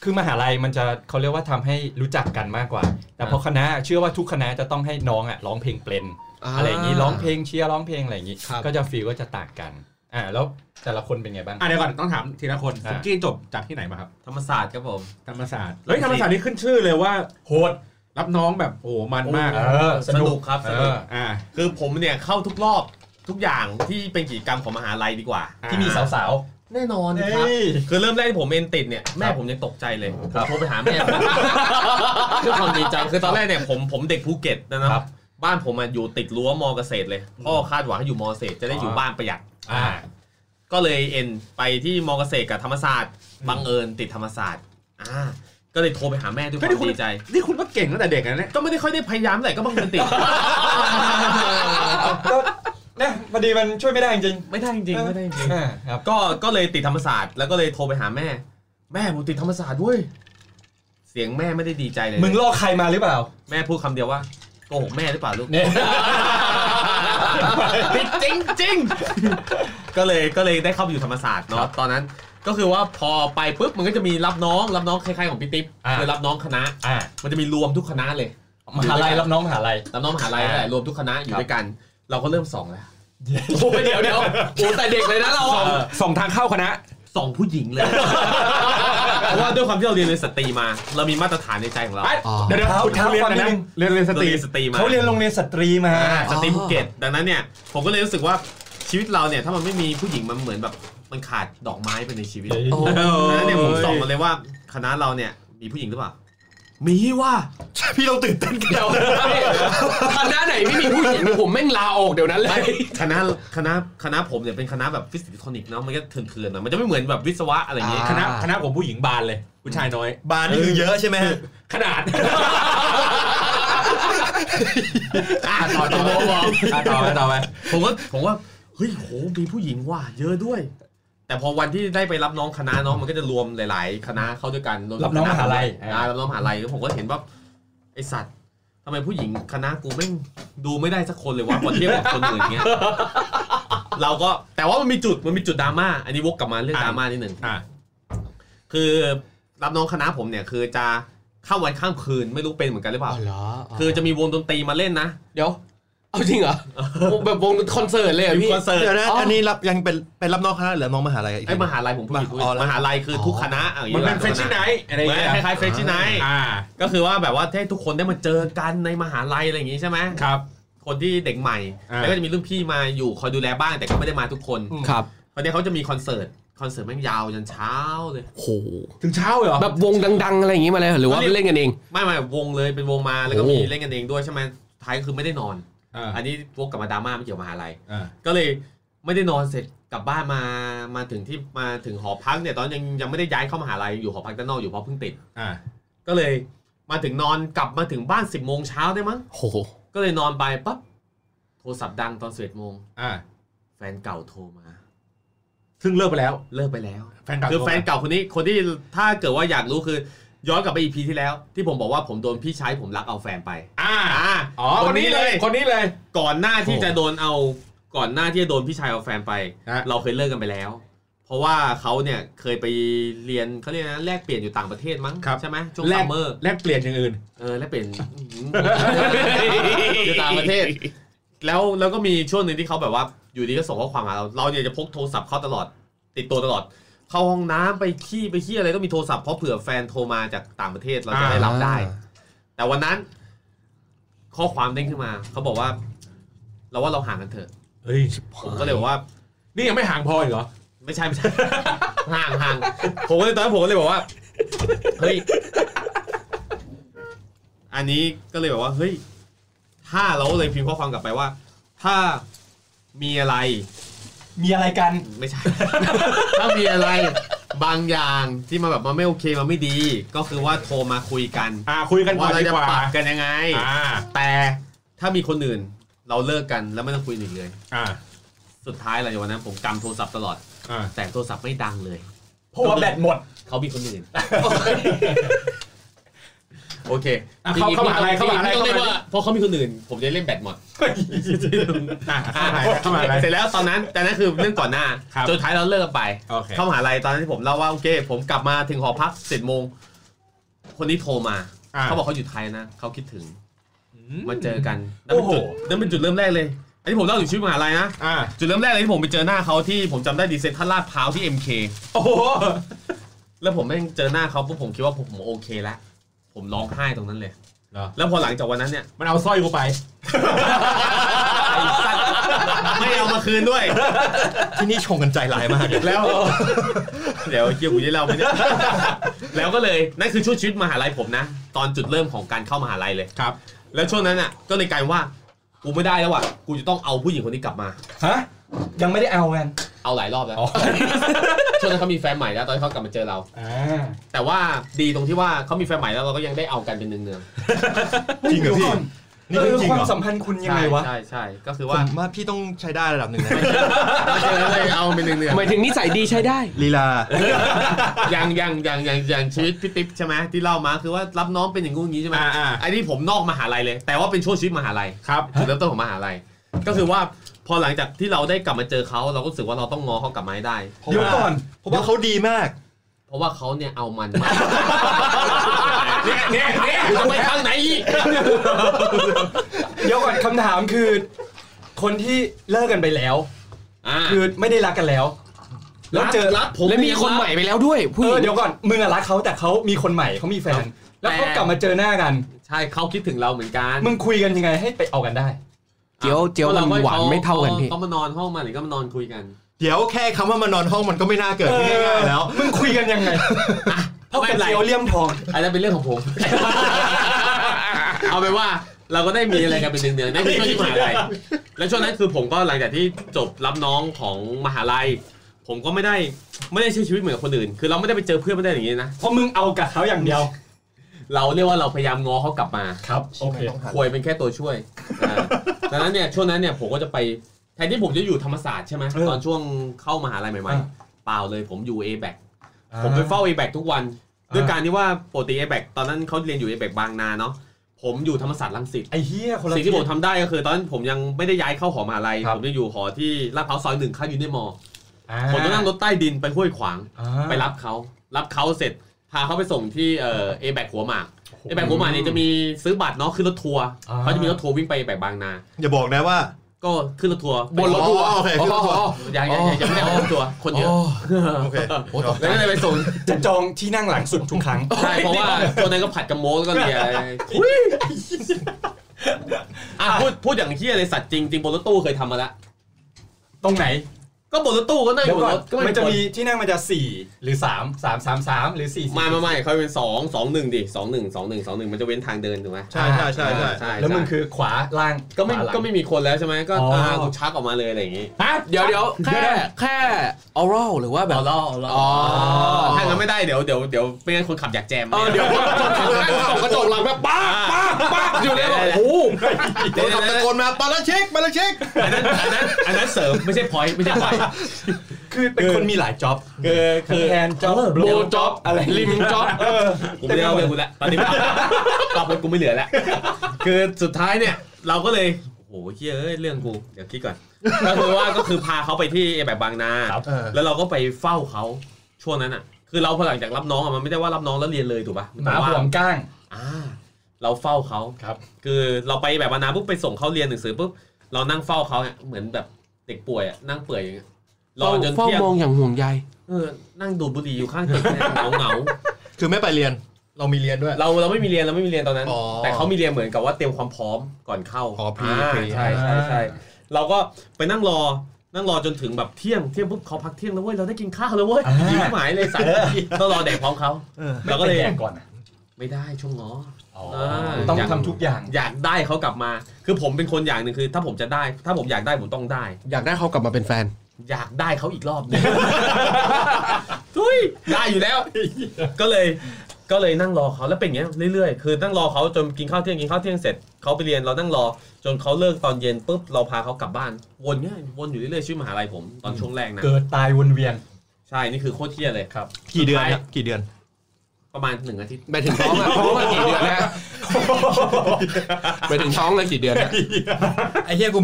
Speaker 2: คือมหาลัยมันจะเขาเรียกว่าทำให้รู้จักกันมากกว่า แต่พอคณะเชื่อว่าทุกคณะจะต้องให้น้องอ่ะร้องเพลงเป็นอะไรอย่างงี้ร้องเพลงเชียร์ร้องเพลงอะไรอย่างงี้
Speaker 4: ครับ
Speaker 2: ก็จะฟีลก็จะต่างกัน อ่า แล้วแต่ละคนเป็นไงบ้าง
Speaker 5: อ่ะเดี๋ยวก่อนต้องถามทีละคน
Speaker 2: อ่า
Speaker 5: สุกี้จบจากที่ไหนมาครับ
Speaker 6: ธรรมศาสตร์ครับผม
Speaker 5: ธรรมศาสตร์ เฮ้ยธรรมศาสตร์นี่ขึ้นชื่อเลยว่าโหดรับน้องแบบโอ้โหมันมาก
Speaker 2: เออ
Speaker 6: สนุกครับ
Speaker 2: เอ
Speaker 6: สนุก
Speaker 2: อ
Speaker 5: อ่า
Speaker 6: คือผมเนี่ยเข้าทุกรอบทุกอย่างที่เป็นกิจกรรมของมหาลัยดีกว่า
Speaker 5: อ่า
Speaker 6: ที่มีสาวๆ แน่นอนครับ คือเริ่มแรกที่ผมเอนติดเนี่ยแม่ผมยังตกใจเลยผมโทรไปหาแม่ผมด้วยความดีใจคือตอนแรกเนี่ยผมผมเด็กภูเก็ตนะเนาะ
Speaker 2: ครับ
Speaker 6: บ้านผมอะอยู่ติดรั้วมอเกษตรเลยพ่อคาดหวังให้อยู่มอเกษตรจะได้อยู่
Speaker 2: อ๋อ
Speaker 6: บ้านประหยัด
Speaker 2: อ่า
Speaker 6: ก็เลยเอ็นไปที่มอเกษตรกับธรรมศาสตร์บังเอิญติดธรรมศาสตร์อ่าก็เลยโทรไปหาแม่ด้วยค
Speaker 5: เฮ้ยว
Speaker 6: าม
Speaker 5: นี่คุณ
Speaker 6: ดีใจ
Speaker 5: นี่คุณก็เก่งตั้งแต่เด็กนะเนี่ย
Speaker 6: ก็ไม่ได้ค่อยได้พยายามแต่ก็บังเอิญติด
Speaker 2: ก็เนี่ยพอดีมันช่วยไม่ได้จริง
Speaker 6: ไม่ได้จริงๆไม่ได้จริง
Speaker 2: ๆอ่าครับ
Speaker 6: ๆก็ก็เลยติดธรรมศาสตร์แล้วก็เลยโทรไปหาแม่ แม่ผมติดธรรมศาสตร์ด้วยเสียงแม่ไม่ได้ดีใจเลย
Speaker 2: มึงลอกใครมาหรือเปล่า
Speaker 6: แม่พูดคำเดียวว่าโกหกแม่หรือเปล่าลูก
Speaker 2: เนี่ย
Speaker 6: ติดจริงจริงๆ ก็เลยก็เลยได้เข้าไปอยู่ธรรมศาสตร์เนาะตอนนั้น ก็คือว่าพอไปปุ๊บมันก็จะมีรับน้องรับน้องคล้ายๆของพี่ติ๊บ
Speaker 2: อ่า
Speaker 6: คือรับน้องคณะ
Speaker 2: อ่า
Speaker 6: มันจะมีรวมทุกคณะเลย
Speaker 2: มหาลัยรับน้องมหาลัย
Speaker 6: รับน้องมหาลัยนั่นแหละรวมทุกคณะอยู่ด้วยกัน เราก็เริ่มส่องแล้ว
Speaker 4: โอ้ยเดี๋ยวเดี๋ยว โอ้แต่เด็กเลยนะเราอะ
Speaker 5: ส่งทางเข้าคณะ
Speaker 6: ส่องผู้หญิงเลย เพราะว่าด้วยความที่เราเรียนเป็นสตรีมา เรามีมาตรฐานในใจของเรา
Speaker 4: อ๋อ
Speaker 5: เดี๋ยวเดี๋ยว
Speaker 2: เท้า
Speaker 5: คุณ
Speaker 2: เท้า
Speaker 5: เรียน
Speaker 2: ความ
Speaker 5: อะไร
Speaker 2: นิด
Speaker 5: นะ
Speaker 2: นึง
Speaker 5: เรียนเรียนสตรี
Speaker 6: เรียนสตรีมา
Speaker 2: เขาเรียนโรงเรียนสตรีมา
Speaker 6: อ่าสตรีภูเก็ตดังนั้นเนี่ยผมก็เลยรู้สึกว่าชีวิตเราเนี่ยถ้ามันไม่มีผู้หญิงมันเหมือนแบบมันขาดดอกไม้ไปในชีวิต
Speaker 4: โอ้
Speaker 6: ดังนั้นเนี่ยผมส่องมาเลยว่าคณะเราเนี่ยมีผู้หญิงหรือเปล่า มีว่า
Speaker 3: พี่เราตื่นเต้นกัน
Speaker 4: คณะไหนไม่มีผู้หญิงผมแม่งลาออกเดี๋ยวนั้นเลย
Speaker 6: คณะคณะคณะผมเนี่ยเป็นคณะแบบฟิสิกส์อิเล็กทรอนิกส์เนาะมันก็เถื่อนๆหน่อยมันจะไม่เหมือนแบบวิศวะอะไรอย่างงี้
Speaker 4: อ่า
Speaker 5: คณะคณะผมผู้หญิงบานเลยผู้ชายน้อย
Speaker 3: บาร์นี่คือเยอะใช่ไหมฮะ
Speaker 5: ขนาด
Speaker 6: อ่ะต่อต่อต่อ
Speaker 5: อ่ะต่อไปต่อไป
Speaker 6: ผมก็ผมว่าเฮ้ยโหมีผู้หญิงว่ะเยอะด้วย แต่พอวันที่ได้ไปรับน้องคณะเน้องมันก็จะรวมหลาย ๆ คณะเข้าด้วยกันวถึ
Speaker 2: รับน้อง
Speaker 6: คณะ
Speaker 2: มหาลัย
Speaker 6: อ่ารับน้องมหาลัยแล้วผมก็เห็นว่าไอสัตว์ทำไมผู้หญิงคณะกูแม่งดูไม่ได้สักคนเลยว่ะพอเทียบกับคนอื่นเงี้ยเราก็แต่ว่ามันมีจุดมันมีจุดดราม่าอันนี้วกกลับมาเรื่อง
Speaker 5: อ่ะ
Speaker 6: ดราม่านิดหนึ่ง
Speaker 5: อ่ะ
Speaker 6: คือรับน้องคณะผมเนี่ยคือจะข้ามวันข้ามคืนไม่รู้เป็นเหมือนกันหรือเป
Speaker 4: อ๋
Speaker 6: ล่า
Speaker 4: อเหรอ
Speaker 6: คือจะมีวงดนตรีมาเล่นนะ
Speaker 4: เดี๋ยว เอาจริงเหรอแบบวงคอนเสิร์ตเลยเหรอพี่
Speaker 6: คอนเสิร์ต
Speaker 3: เดี๋ยวนะ
Speaker 4: อ๋ออั
Speaker 3: อันนี้รับยังเป็นเป็นรับน้องคณะหรือน้องมหาลัยอีก
Speaker 6: ไอ้
Speaker 3: ที
Speaker 6: มหาลัยผมพูดผิด
Speaker 3: อ๋อแล้ว
Speaker 6: มหาลัยคือทุกคณะอะไรอย่าง
Speaker 5: มัน
Speaker 6: เงี้ย
Speaker 5: เป็นเฟชชี่ไนท์อะไรอ
Speaker 6: เห
Speaker 5: ย่าง
Speaker 6: มือน
Speaker 5: เงี้ย
Speaker 6: คล้ายๆเฟชชี่ไนท์
Speaker 5: อ่า
Speaker 6: ก็คือว่าแบบว่าให้ทุกคนได้มาเจอกันในมหาลัยอะไรอย่างงี้ใช่ไหม
Speaker 5: ครับ
Speaker 6: คนที่เด็กใหม่
Speaker 5: อ่า
Speaker 6: แล้วก็จะมีรุ่นพี่มาอยู่คอยดูแลบ้างแต่ก็ไม่ได้มาทุกคน
Speaker 4: ครับ
Speaker 6: คราวนี้เขาจะมีคอนเสิร์ตคอนเสิร์ตแม่งยาวจนเช้าเลย
Speaker 4: โห
Speaker 5: ถึงเช้าเหรอ
Speaker 4: แบบวงดัง ๆ อะไรอย่างงี้มาเลยเหรอหรือว่า
Speaker 6: เขาเรียก
Speaker 4: เล่นกันเอง
Speaker 6: ไม่ไม่วงเลยเป็นวงมาแล้วก็มี
Speaker 4: โอ้
Speaker 6: เล่นกันเองด้วยใช่ไหมท้ายก็คือไม่ได้นอน
Speaker 5: อ่า
Speaker 6: อันนี้วกกลับมาดราม่าไม่เกี่ยวกับมหาลัย
Speaker 5: อ่า
Speaker 6: ก็เลยไม่ได้นอนเสร็จกลับบ้านมามาถึงที่มาถึงหอพักเนี่ยตอนยังยังไม่ได้ย้ายเข้ามหาลัยอยู่หอพักด้านนอกอยู่เพราะเพิ่งติด
Speaker 5: อ่า
Speaker 6: ก็เลยมาถึงนอนกลับมาถึงบ้าน 10บโมงเช้าได้มั้ง
Speaker 4: โห
Speaker 6: ก็เลยนอนไปปั๊บโทรศัพท์ดังตอนสิบเอ็ดโมง
Speaker 5: อ่า
Speaker 6: แฟนเก่าโทรมา
Speaker 5: ซึ่งเลิกไปแล้ว
Speaker 6: เลิกไปแล้ว
Speaker 5: แฟนเก่า
Speaker 6: คือแฟนเก่าคนนี้คนที่ถ้าเกิดว่าอยากรู้คือ ย้อนกลับไปอีพีที่แล้ว ที่ผมบอกว่าผมโดนพี่ชายผมรักเอาแฟนไป
Speaker 5: อ่า
Speaker 6: อ่า
Speaker 5: อ๋อคนนี้เลยคนนี้เลย
Speaker 6: ก่อนหน้าที่จะโดนเอาก่อนหน้าที่จะโดนพี่ชายเอาแฟนไป
Speaker 5: ฮะ
Speaker 6: เราเคยเลิกกันไปแล้ว เพราะว่าเขาเนี่ยเคยไปเรียนเขาเรียกนะแลกเปลี่ยนอยู่ต่างประเทศมั้งใช่ไหมช่วงซัมเมอร์
Speaker 5: แลกเปลี่ยนอย่างอื่น
Speaker 6: เออแลกเปลี่ยน อยู่ต่างประเทศ แล้วแล้วก็มีช่วงหนึ่งที่เขาแบบว่าอยู่ดีก็ส่งข้อความมาเราเราเนี่ยจะพกโทรศัพท์เข้าตลอด ติดตัวตลอด เข้าห้องน้ำไปขี้ไปขี้อะไรต้องมีโทรศัพท์เพราะเผื่อแฟนโทรมาจากต่างประเทศเราจะได้รับได้ แต่วันนั้น ข้อความเด้งขึ้นมา เขาบอกว่า เราว่าเราห่างกันเถอะ
Speaker 5: เฮ้ย
Speaker 6: ผมก็เลยบอกว่า
Speaker 5: นี่ยังไม่ห่างพออีกเหรอ
Speaker 6: ไม่ใช่ไม่ใช่ ห่างห่างผมก็เลยตอนนั้นผมก็เลยบอกว่าเฮ้ยอันนี้ก็เลยแบบว่าเฮ้ยถ้าเราเลยพิมพ์ข้อความกลับไปว่า ถ้ามีอะไร
Speaker 2: มีอะไรกัน
Speaker 6: ไม่ใช่ ถ้ามีอะไรบางอย่างที่มาแบบมาไม่โอเคมาไม่ดี ก็คือว่าโทรมาคุยกัน
Speaker 5: อ่าคุยกันก่อ
Speaker 6: ว่าน เรา
Speaker 5: ดี
Speaker 6: จะ
Speaker 5: กว่า
Speaker 6: ปรับกันยังไง
Speaker 5: อ่า
Speaker 6: แต่ถ้ามีคนอื่น เราเลิกกันแล้วไม่ต้องคุยอีกเลย
Speaker 5: อ่า
Speaker 6: สุดท้ายหลังจากวันนั้นผมกำโทรศัพท์ตลอด
Speaker 5: อ่า
Speaker 6: แต่โทรศัพท์ไม่ดังเลย
Speaker 2: เพราะว่าแบตหมด
Speaker 6: เขามีคนอื่น โอเค
Speaker 5: อ่ะเข้าเข้ามาอะไรเข้ามาอะไร
Speaker 6: ต้
Speaker 5: เข้าง
Speaker 6: อเรียก
Speaker 5: มา
Speaker 6: ว่าเพราะเขามีคนอื่น ผมจะเล่นแบตหมด
Speaker 5: อ่ะเข้ามาอะไรเข้ามาอะไร
Speaker 6: เสร็จแล้วตอนนั้นแต่นั่นคือเรื่องก่อนหน้า
Speaker 5: ครับ
Speaker 6: จนท้ายเราเลิกกันไป
Speaker 5: โอเค
Speaker 6: เข้ามหาลัยตอนนั้นที่ผมเล่าว่าโอเค ผมกลับมาถึงหอพักเจ็ดโมง คนนี้โทรมา
Speaker 5: อ่า
Speaker 6: เขาบอกเขาอยู่ไทยนะเขาคิดถึงมาเจอกันนั่น
Speaker 2: โอ้
Speaker 6: เป็น
Speaker 2: โห
Speaker 6: จุดนั่นเป็นจุดเริ่มแรกเลยอันนี้ผมเล่าถึงชีวิตมหาลัยนะ
Speaker 5: อ่า
Speaker 6: จุดเริ่มแรกเลยที่ผมไปเจอหน้าเขาที่ผมจำได้ดีเซนทรัลลาดพร้าวที่ MK
Speaker 5: โอ้โห
Speaker 6: แล้วผมแม่งเจอหน้าเขาปุ๊บผมคิดว่าผมโอเคแล้วผมร้องไห้ตรงนั้นเลย แล้วพอหลังจากวันนั้นเนี่ย
Speaker 5: มันเอาสร้อยกูไป
Speaker 6: ไม่เอามาคืนด้วย
Speaker 3: ที่นี่ชงกันใจร้ายมาก
Speaker 6: แล้ว เดี๋ยวเกี่ยวกูจะเล่าไหมเนี่ยแล้วก็เลยนั่นคือช่วงชีวิตมหาลัยผมนะ ตอนจุดเริ่มของการเข้ามหาลัยเลย
Speaker 5: ครับ
Speaker 6: แล้วช่วงนั้นอ่ะ ก็เลยกลายว่ากูไม่ได้แล้วอ่ะกูจะต้องเอาผู้หญิงคนนี้กลับมา
Speaker 2: ฮะ ยังไม่ได้เอากัน
Speaker 6: เอาหลายรอบแล้ว
Speaker 2: อ๋อ
Speaker 6: ช่วงนั้นเขามีแฟนใหม่แล้วตอนที่เขากลับมาเจอเรา
Speaker 2: อ่า
Speaker 6: แต่ว่าดีตรงที่ว่าเขามีแฟนใหม่แล้วเราก็ยังได้เอากันเป็นเนือง
Speaker 3: จริงเหรอพี่ นี่
Speaker 2: เอ
Speaker 3: เรื่อ
Speaker 2: อง
Speaker 3: จริง
Speaker 2: ควา
Speaker 3: เห
Speaker 2: ร ม
Speaker 3: อ
Speaker 2: สัมพันธ์คุณ
Speaker 6: ๆ
Speaker 2: ยังไงวะ
Speaker 6: ใช่ใช่ก็คือ
Speaker 3: ผ
Speaker 6: ว่าม
Speaker 3: ว่าพี่ต้องใช้ได้ระดับหนึ่งนะ
Speaker 6: เราเลยเอาเป็นเนืองๆ
Speaker 4: หมายถึงนิสัยดีใช้ได้
Speaker 3: ลีลา
Speaker 6: อย่างอย่างอย่างอย่างอย่างชีวิตพี่ติ๊บใช่ไหมที่เล่ามาคือว่ารับน้องเป็นอย่างงู้อย่างงี้ใช่ไหม
Speaker 5: อ่าอ่า
Speaker 6: ไอ้นี่ผมนอกมหาลัยเลย แต่ว่าเป็นช่วงชีวิตมหาลัย
Speaker 5: ครับ
Speaker 6: จุดเริ่มต้นของมหาลัย ก็คือว่าพอหลังจากที่เราได้กลับมาเจอเขาเราก็รู้สึกว่าเราต้องงอเขากลับมาให้ได้ เพราะ
Speaker 2: เดี๋ยว
Speaker 6: ว่า
Speaker 2: ก่อน
Speaker 3: เพราะว่าเขาดีมาก
Speaker 6: เพราะว่าเขาเนี่ยเอามันมาก
Speaker 5: เนี่ยเนี่ยเนี่ย
Speaker 6: จะไปทางไหนอีก
Speaker 2: เดี๋ยวก่อนคำถามคือ คนที่เลิกกันไปแล้ว
Speaker 6: อ่า
Speaker 2: คือไม่ได้รักกันแล้ว แล้วเจอ
Speaker 6: รักผม
Speaker 4: และมีคนใหม่ไปแล้วด้วยผู้
Speaker 2: เอ
Speaker 4: หญิ
Speaker 2: อง เดี๋ยวก่อนมึงอะรักเขาแต่เขามีคนใหม่เขามีแฟน แล้วเขากลับมาเจอหน้ากัน
Speaker 6: ใช่เขาคิดถึงเราเหมือนกัน
Speaker 2: มึงคุยกันยังไงให้ไปเอากันได้
Speaker 4: เจียวเจียวมันหวานไม่เท่ากันพี่
Speaker 6: ก็มานอนห้องมาหรือก็มานอนคุยกัน
Speaker 3: เดี๋ยวแค่คำว่ามานอนห้องมันก็ไม่น่าเกิดขึ้นง่ายๆแล้ว
Speaker 2: มึงคุยกันยังไงเท่ากับเจียวเลี่ยมทอง
Speaker 6: อันนั้นเป็นเรื่องของผม เอาเป็นว่าเราก็ได้มีอะไรกันเป็นเดือนๆนั่นคือช่วงที่มหาลัยและช่วงนั้นคือผมก็หลังจากที่จบรับน้องของมหาลัย ผมก็ไม่ได้ไม่ได้ใช้ชีวิตเหมือนกับคนอื่น คือเราไม่ได้ไปเจอเพื่อนไม่ได้อย่างนี้นะ
Speaker 2: เพราะมึงเอากับเขาอย่างเดียว
Speaker 6: เราเรียกว่าเราพยายามง้อเขากลับมา
Speaker 2: ครับ โอเค
Speaker 6: ควยเป็นแค่ตัวช่วยอ่าดังนั้นเนี่ยช่วงนั้นเนี่ยผมก็จะไปแทนที่ผมจะอยู่ธรรมศาสตร์ใช่ไหม
Speaker 2: เออ
Speaker 6: ตอนช่วงเข้ามหาลัยใหม่
Speaker 2: อ่า
Speaker 6: ๆ เปล่าเลยผมอยู่ A b a c ผมไปเฝ้า a b a c ทุกวัน ด้วยการที่ว่าปกติ a b a c ตอนนั้นเขาเรียนอยู่ a b a c บางนาเนาะผมอยู่ธรรมศาสตร์รังสิต
Speaker 2: ไอ้เฮียคนละ
Speaker 6: สิ่งที่ผมทำได้ก็คือตอนนั้นผมยังไม่ได้ย้ายเข้าหอมหาลัย
Speaker 2: ครับ
Speaker 6: ผมจะอยู่หอที่ลาดพร้าวซอยหนึ่งข้างยูเนียนมอลล์
Speaker 2: อ่า
Speaker 6: ผมต้องนั่งรถใต้ดินไปห้วยขวาง
Speaker 2: อ่า
Speaker 6: ไปรับเขารับเขาเสร็จพาเขาไปส่งที่เอ่อเอแบกหัวหมากเอแบกหัวหมากเนี่ยจะมีซื้อบัตรเนาะขึ้นรถทัวร์
Speaker 2: อ่า
Speaker 6: เขาจะมีรถทัวร์วิ่งไปแบกบางนา
Speaker 3: อย่าบอกนะว่า
Speaker 6: ก็ขึ้นรถทัวร์
Speaker 4: บนรถทัวร์
Speaker 3: อ๋อโอเค
Speaker 4: อ๋ออ๋อ
Speaker 6: ยังยังยังยังไม่ได้เอารถทัวร์คนเยอะ
Speaker 4: อ๋
Speaker 3: โอเค
Speaker 6: แล้วก็เลยไปส่ง
Speaker 2: จะจองที่นั่งหลังสุดทุกครั้ง
Speaker 6: ใช่เพราะว่าคนนั้นก็ผัดกับโม้แล้วก็เรียอ่ะพูดพูดอย่างที่อะไรสัตว์จริงจริงบนรถตู้เคยทำมาแล้ว
Speaker 2: ตรงไหน
Speaker 6: ก็บนรถตู้ก็นั่งอ
Speaker 2: เดี๋ยว
Speaker 6: ยู่
Speaker 2: ก่อน
Speaker 6: รถก็ไ
Speaker 2: มันจะ
Speaker 6: ค
Speaker 2: มีที่นั่งมันจะ 4 หรือ 3 3 3 3 หรือ4
Speaker 6: ไม่ไม่ไม่เขาเป็นสองสองหนึ่งดิสองหนึ่งสองหนึ่งสองหนึ่งมันจะเว้นทางเดินถูกไหม
Speaker 3: ใช่ใช่ใช่ใช่
Speaker 6: ใช่
Speaker 2: แล้วมึงคือขวาล่าง
Speaker 6: ก็ไม่
Speaker 2: ขวาหลัง
Speaker 6: ก็ไม่มีคนแล้วใช่ไหมก็
Speaker 2: อ๋ออ่
Speaker 6: อ่ากูชักออกมาเลยอะไรอย่างงี้
Speaker 5: ฮะ
Speaker 4: เดี๋ยวเดี๋ยวแค่แค่ออรัลหรือว่าแบบ
Speaker 6: เอาล่อเอาล่อถ้างั้นไม่ได้เดี๋ยวเดี๋ยวเดี๋ยวไม่งั้นคนขับอยากแจม
Speaker 4: เออเดี๋ยวกระจกหลังกระจกหลังแบบป้าป้า ปักอยู่เลยแบบโอ้โห
Speaker 3: โทรศัพท์ตะโกนมาปาราเช็คปาราเช็ค
Speaker 6: อันนั้นอันนั้นอันนั้นเสริมไม่ใช่พอยไม่ใช่พอย
Speaker 2: คือเป็นคนมีหลายจ็อบคือคือแทนจ็อบ
Speaker 4: โบจ็อบอะไรลิมจ็อบ
Speaker 6: กูไม่ได้เอาเงินกูละตอนนี้ตอบรถกูไม่เหลือแล้วคือสุดท้ายเนี่ย เราก็เลยโอ้โหเฮ้ยเอ้ยเรื่องกูเดี๋ยวคิดก่อนก็คือว่าก็คือพาเขาไปที่แบบบางนา
Speaker 3: ครับ
Speaker 6: แล้วเราก็ไปเฝ้าเขาช่วงนั้นอ่ะ คือเราพอหลังจากรับน้องอ่ะมันไม่ได้ว่ารับน้องแล้วเรียนเลยถูกปะ
Speaker 2: หมาห่วงก้าง
Speaker 6: อ่าเราเฝ้าเขา
Speaker 2: ครับ
Speaker 6: คือเราไปแบบบางนาปุ๊บไปส่งเขาเรียนหนังสือปุ๊บเรานั่งเฝ้าเขาเนี่ยเหมือนแบบเด็กป่วยอ่ะนั่งเปื่อยอย่างเงี้ยรอจน
Speaker 4: เฝ้า
Speaker 6: เที่ยง
Speaker 4: มองอย่างห่วงใย
Speaker 6: เออ นั่งดูดบุหรี่อยู่ข้างตึกเนี่ยเหงาเหงา
Speaker 3: คือไม่ไปเรียนเรามีเรียนด้วย
Speaker 6: ๆเราเราไม่มีเรียนเราไม่มีเรียนตอนนั้น
Speaker 3: อ๋อ
Speaker 6: แต่เขามีเรียนเหมือนกับว่าเตรียมความพร้อมก่อนเข้า
Speaker 3: อ๋อ pre-
Speaker 6: า
Speaker 3: pre
Speaker 6: ใช่ใช่ใช่เราก็ไปนั่งรอ นั่งรอจนถึงแบบเที่ยง เที่ยงปุ๊บเขาพักเที่ยงแล้วเว้ย เราได้กินข้าวแล้วเว้ยยิ้มหมายเลยสายต้องรอแดกพร้อมเขา เราก็เลย
Speaker 2: แดกก่อนอะ
Speaker 6: ไม่ได้ช่วงง้อ
Speaker 2: ต้อง
Speaker 6: อยาก
Speaker 2: ทำทุกอย่าง
Speaker 6: อยากได้เขากลับมา คือผมเป็นคนอย่างหนึ่งคือ ถ้าผมจะได้ ถ้าผมอยากได้ผมต้องได้
Speaker 3: อยากได้เขากลับมาเป็นแฟน
Speaker 6: อยากได้เขาอีกรอบหนึง ทุยได้อยู่แล้ว ก็เลยก็เลยนั่งรอเขาแล้วเป็นอย่างเงี้ยเรื่อยๆ คือนั่งรอเขาจนกินข้าวเที่ยงกินข้าวเที่ยงเสร็จเขาไปเรียนเรานั่งรอ จนเขาเลิกตอนเย็นปุ๊บเราพาเขากลับบ้านวนเงี้ยวนอยู่เรื่อยๆชีวิตมหาลัยผมตอนช่วงแรกนะ
Speaker 2: เกิดตายวนเวียน
Speaker 6: ใช่นี่คือโคตรเที่ยเลยครับ
Speaker 3: กี่เดือน
Speaker 6: สุดท้าย
Speaker 3: ครับกี่เดือน
Speaker 6: ประมาณหนึ่ง อาทิตย์
Speaker 4: ไปถึงท้องอะท้องอะกี่เดือนนะไปถึงท้องเลยกี่เดือนนะ
Speaker 3: ไอ้เหี้ยกู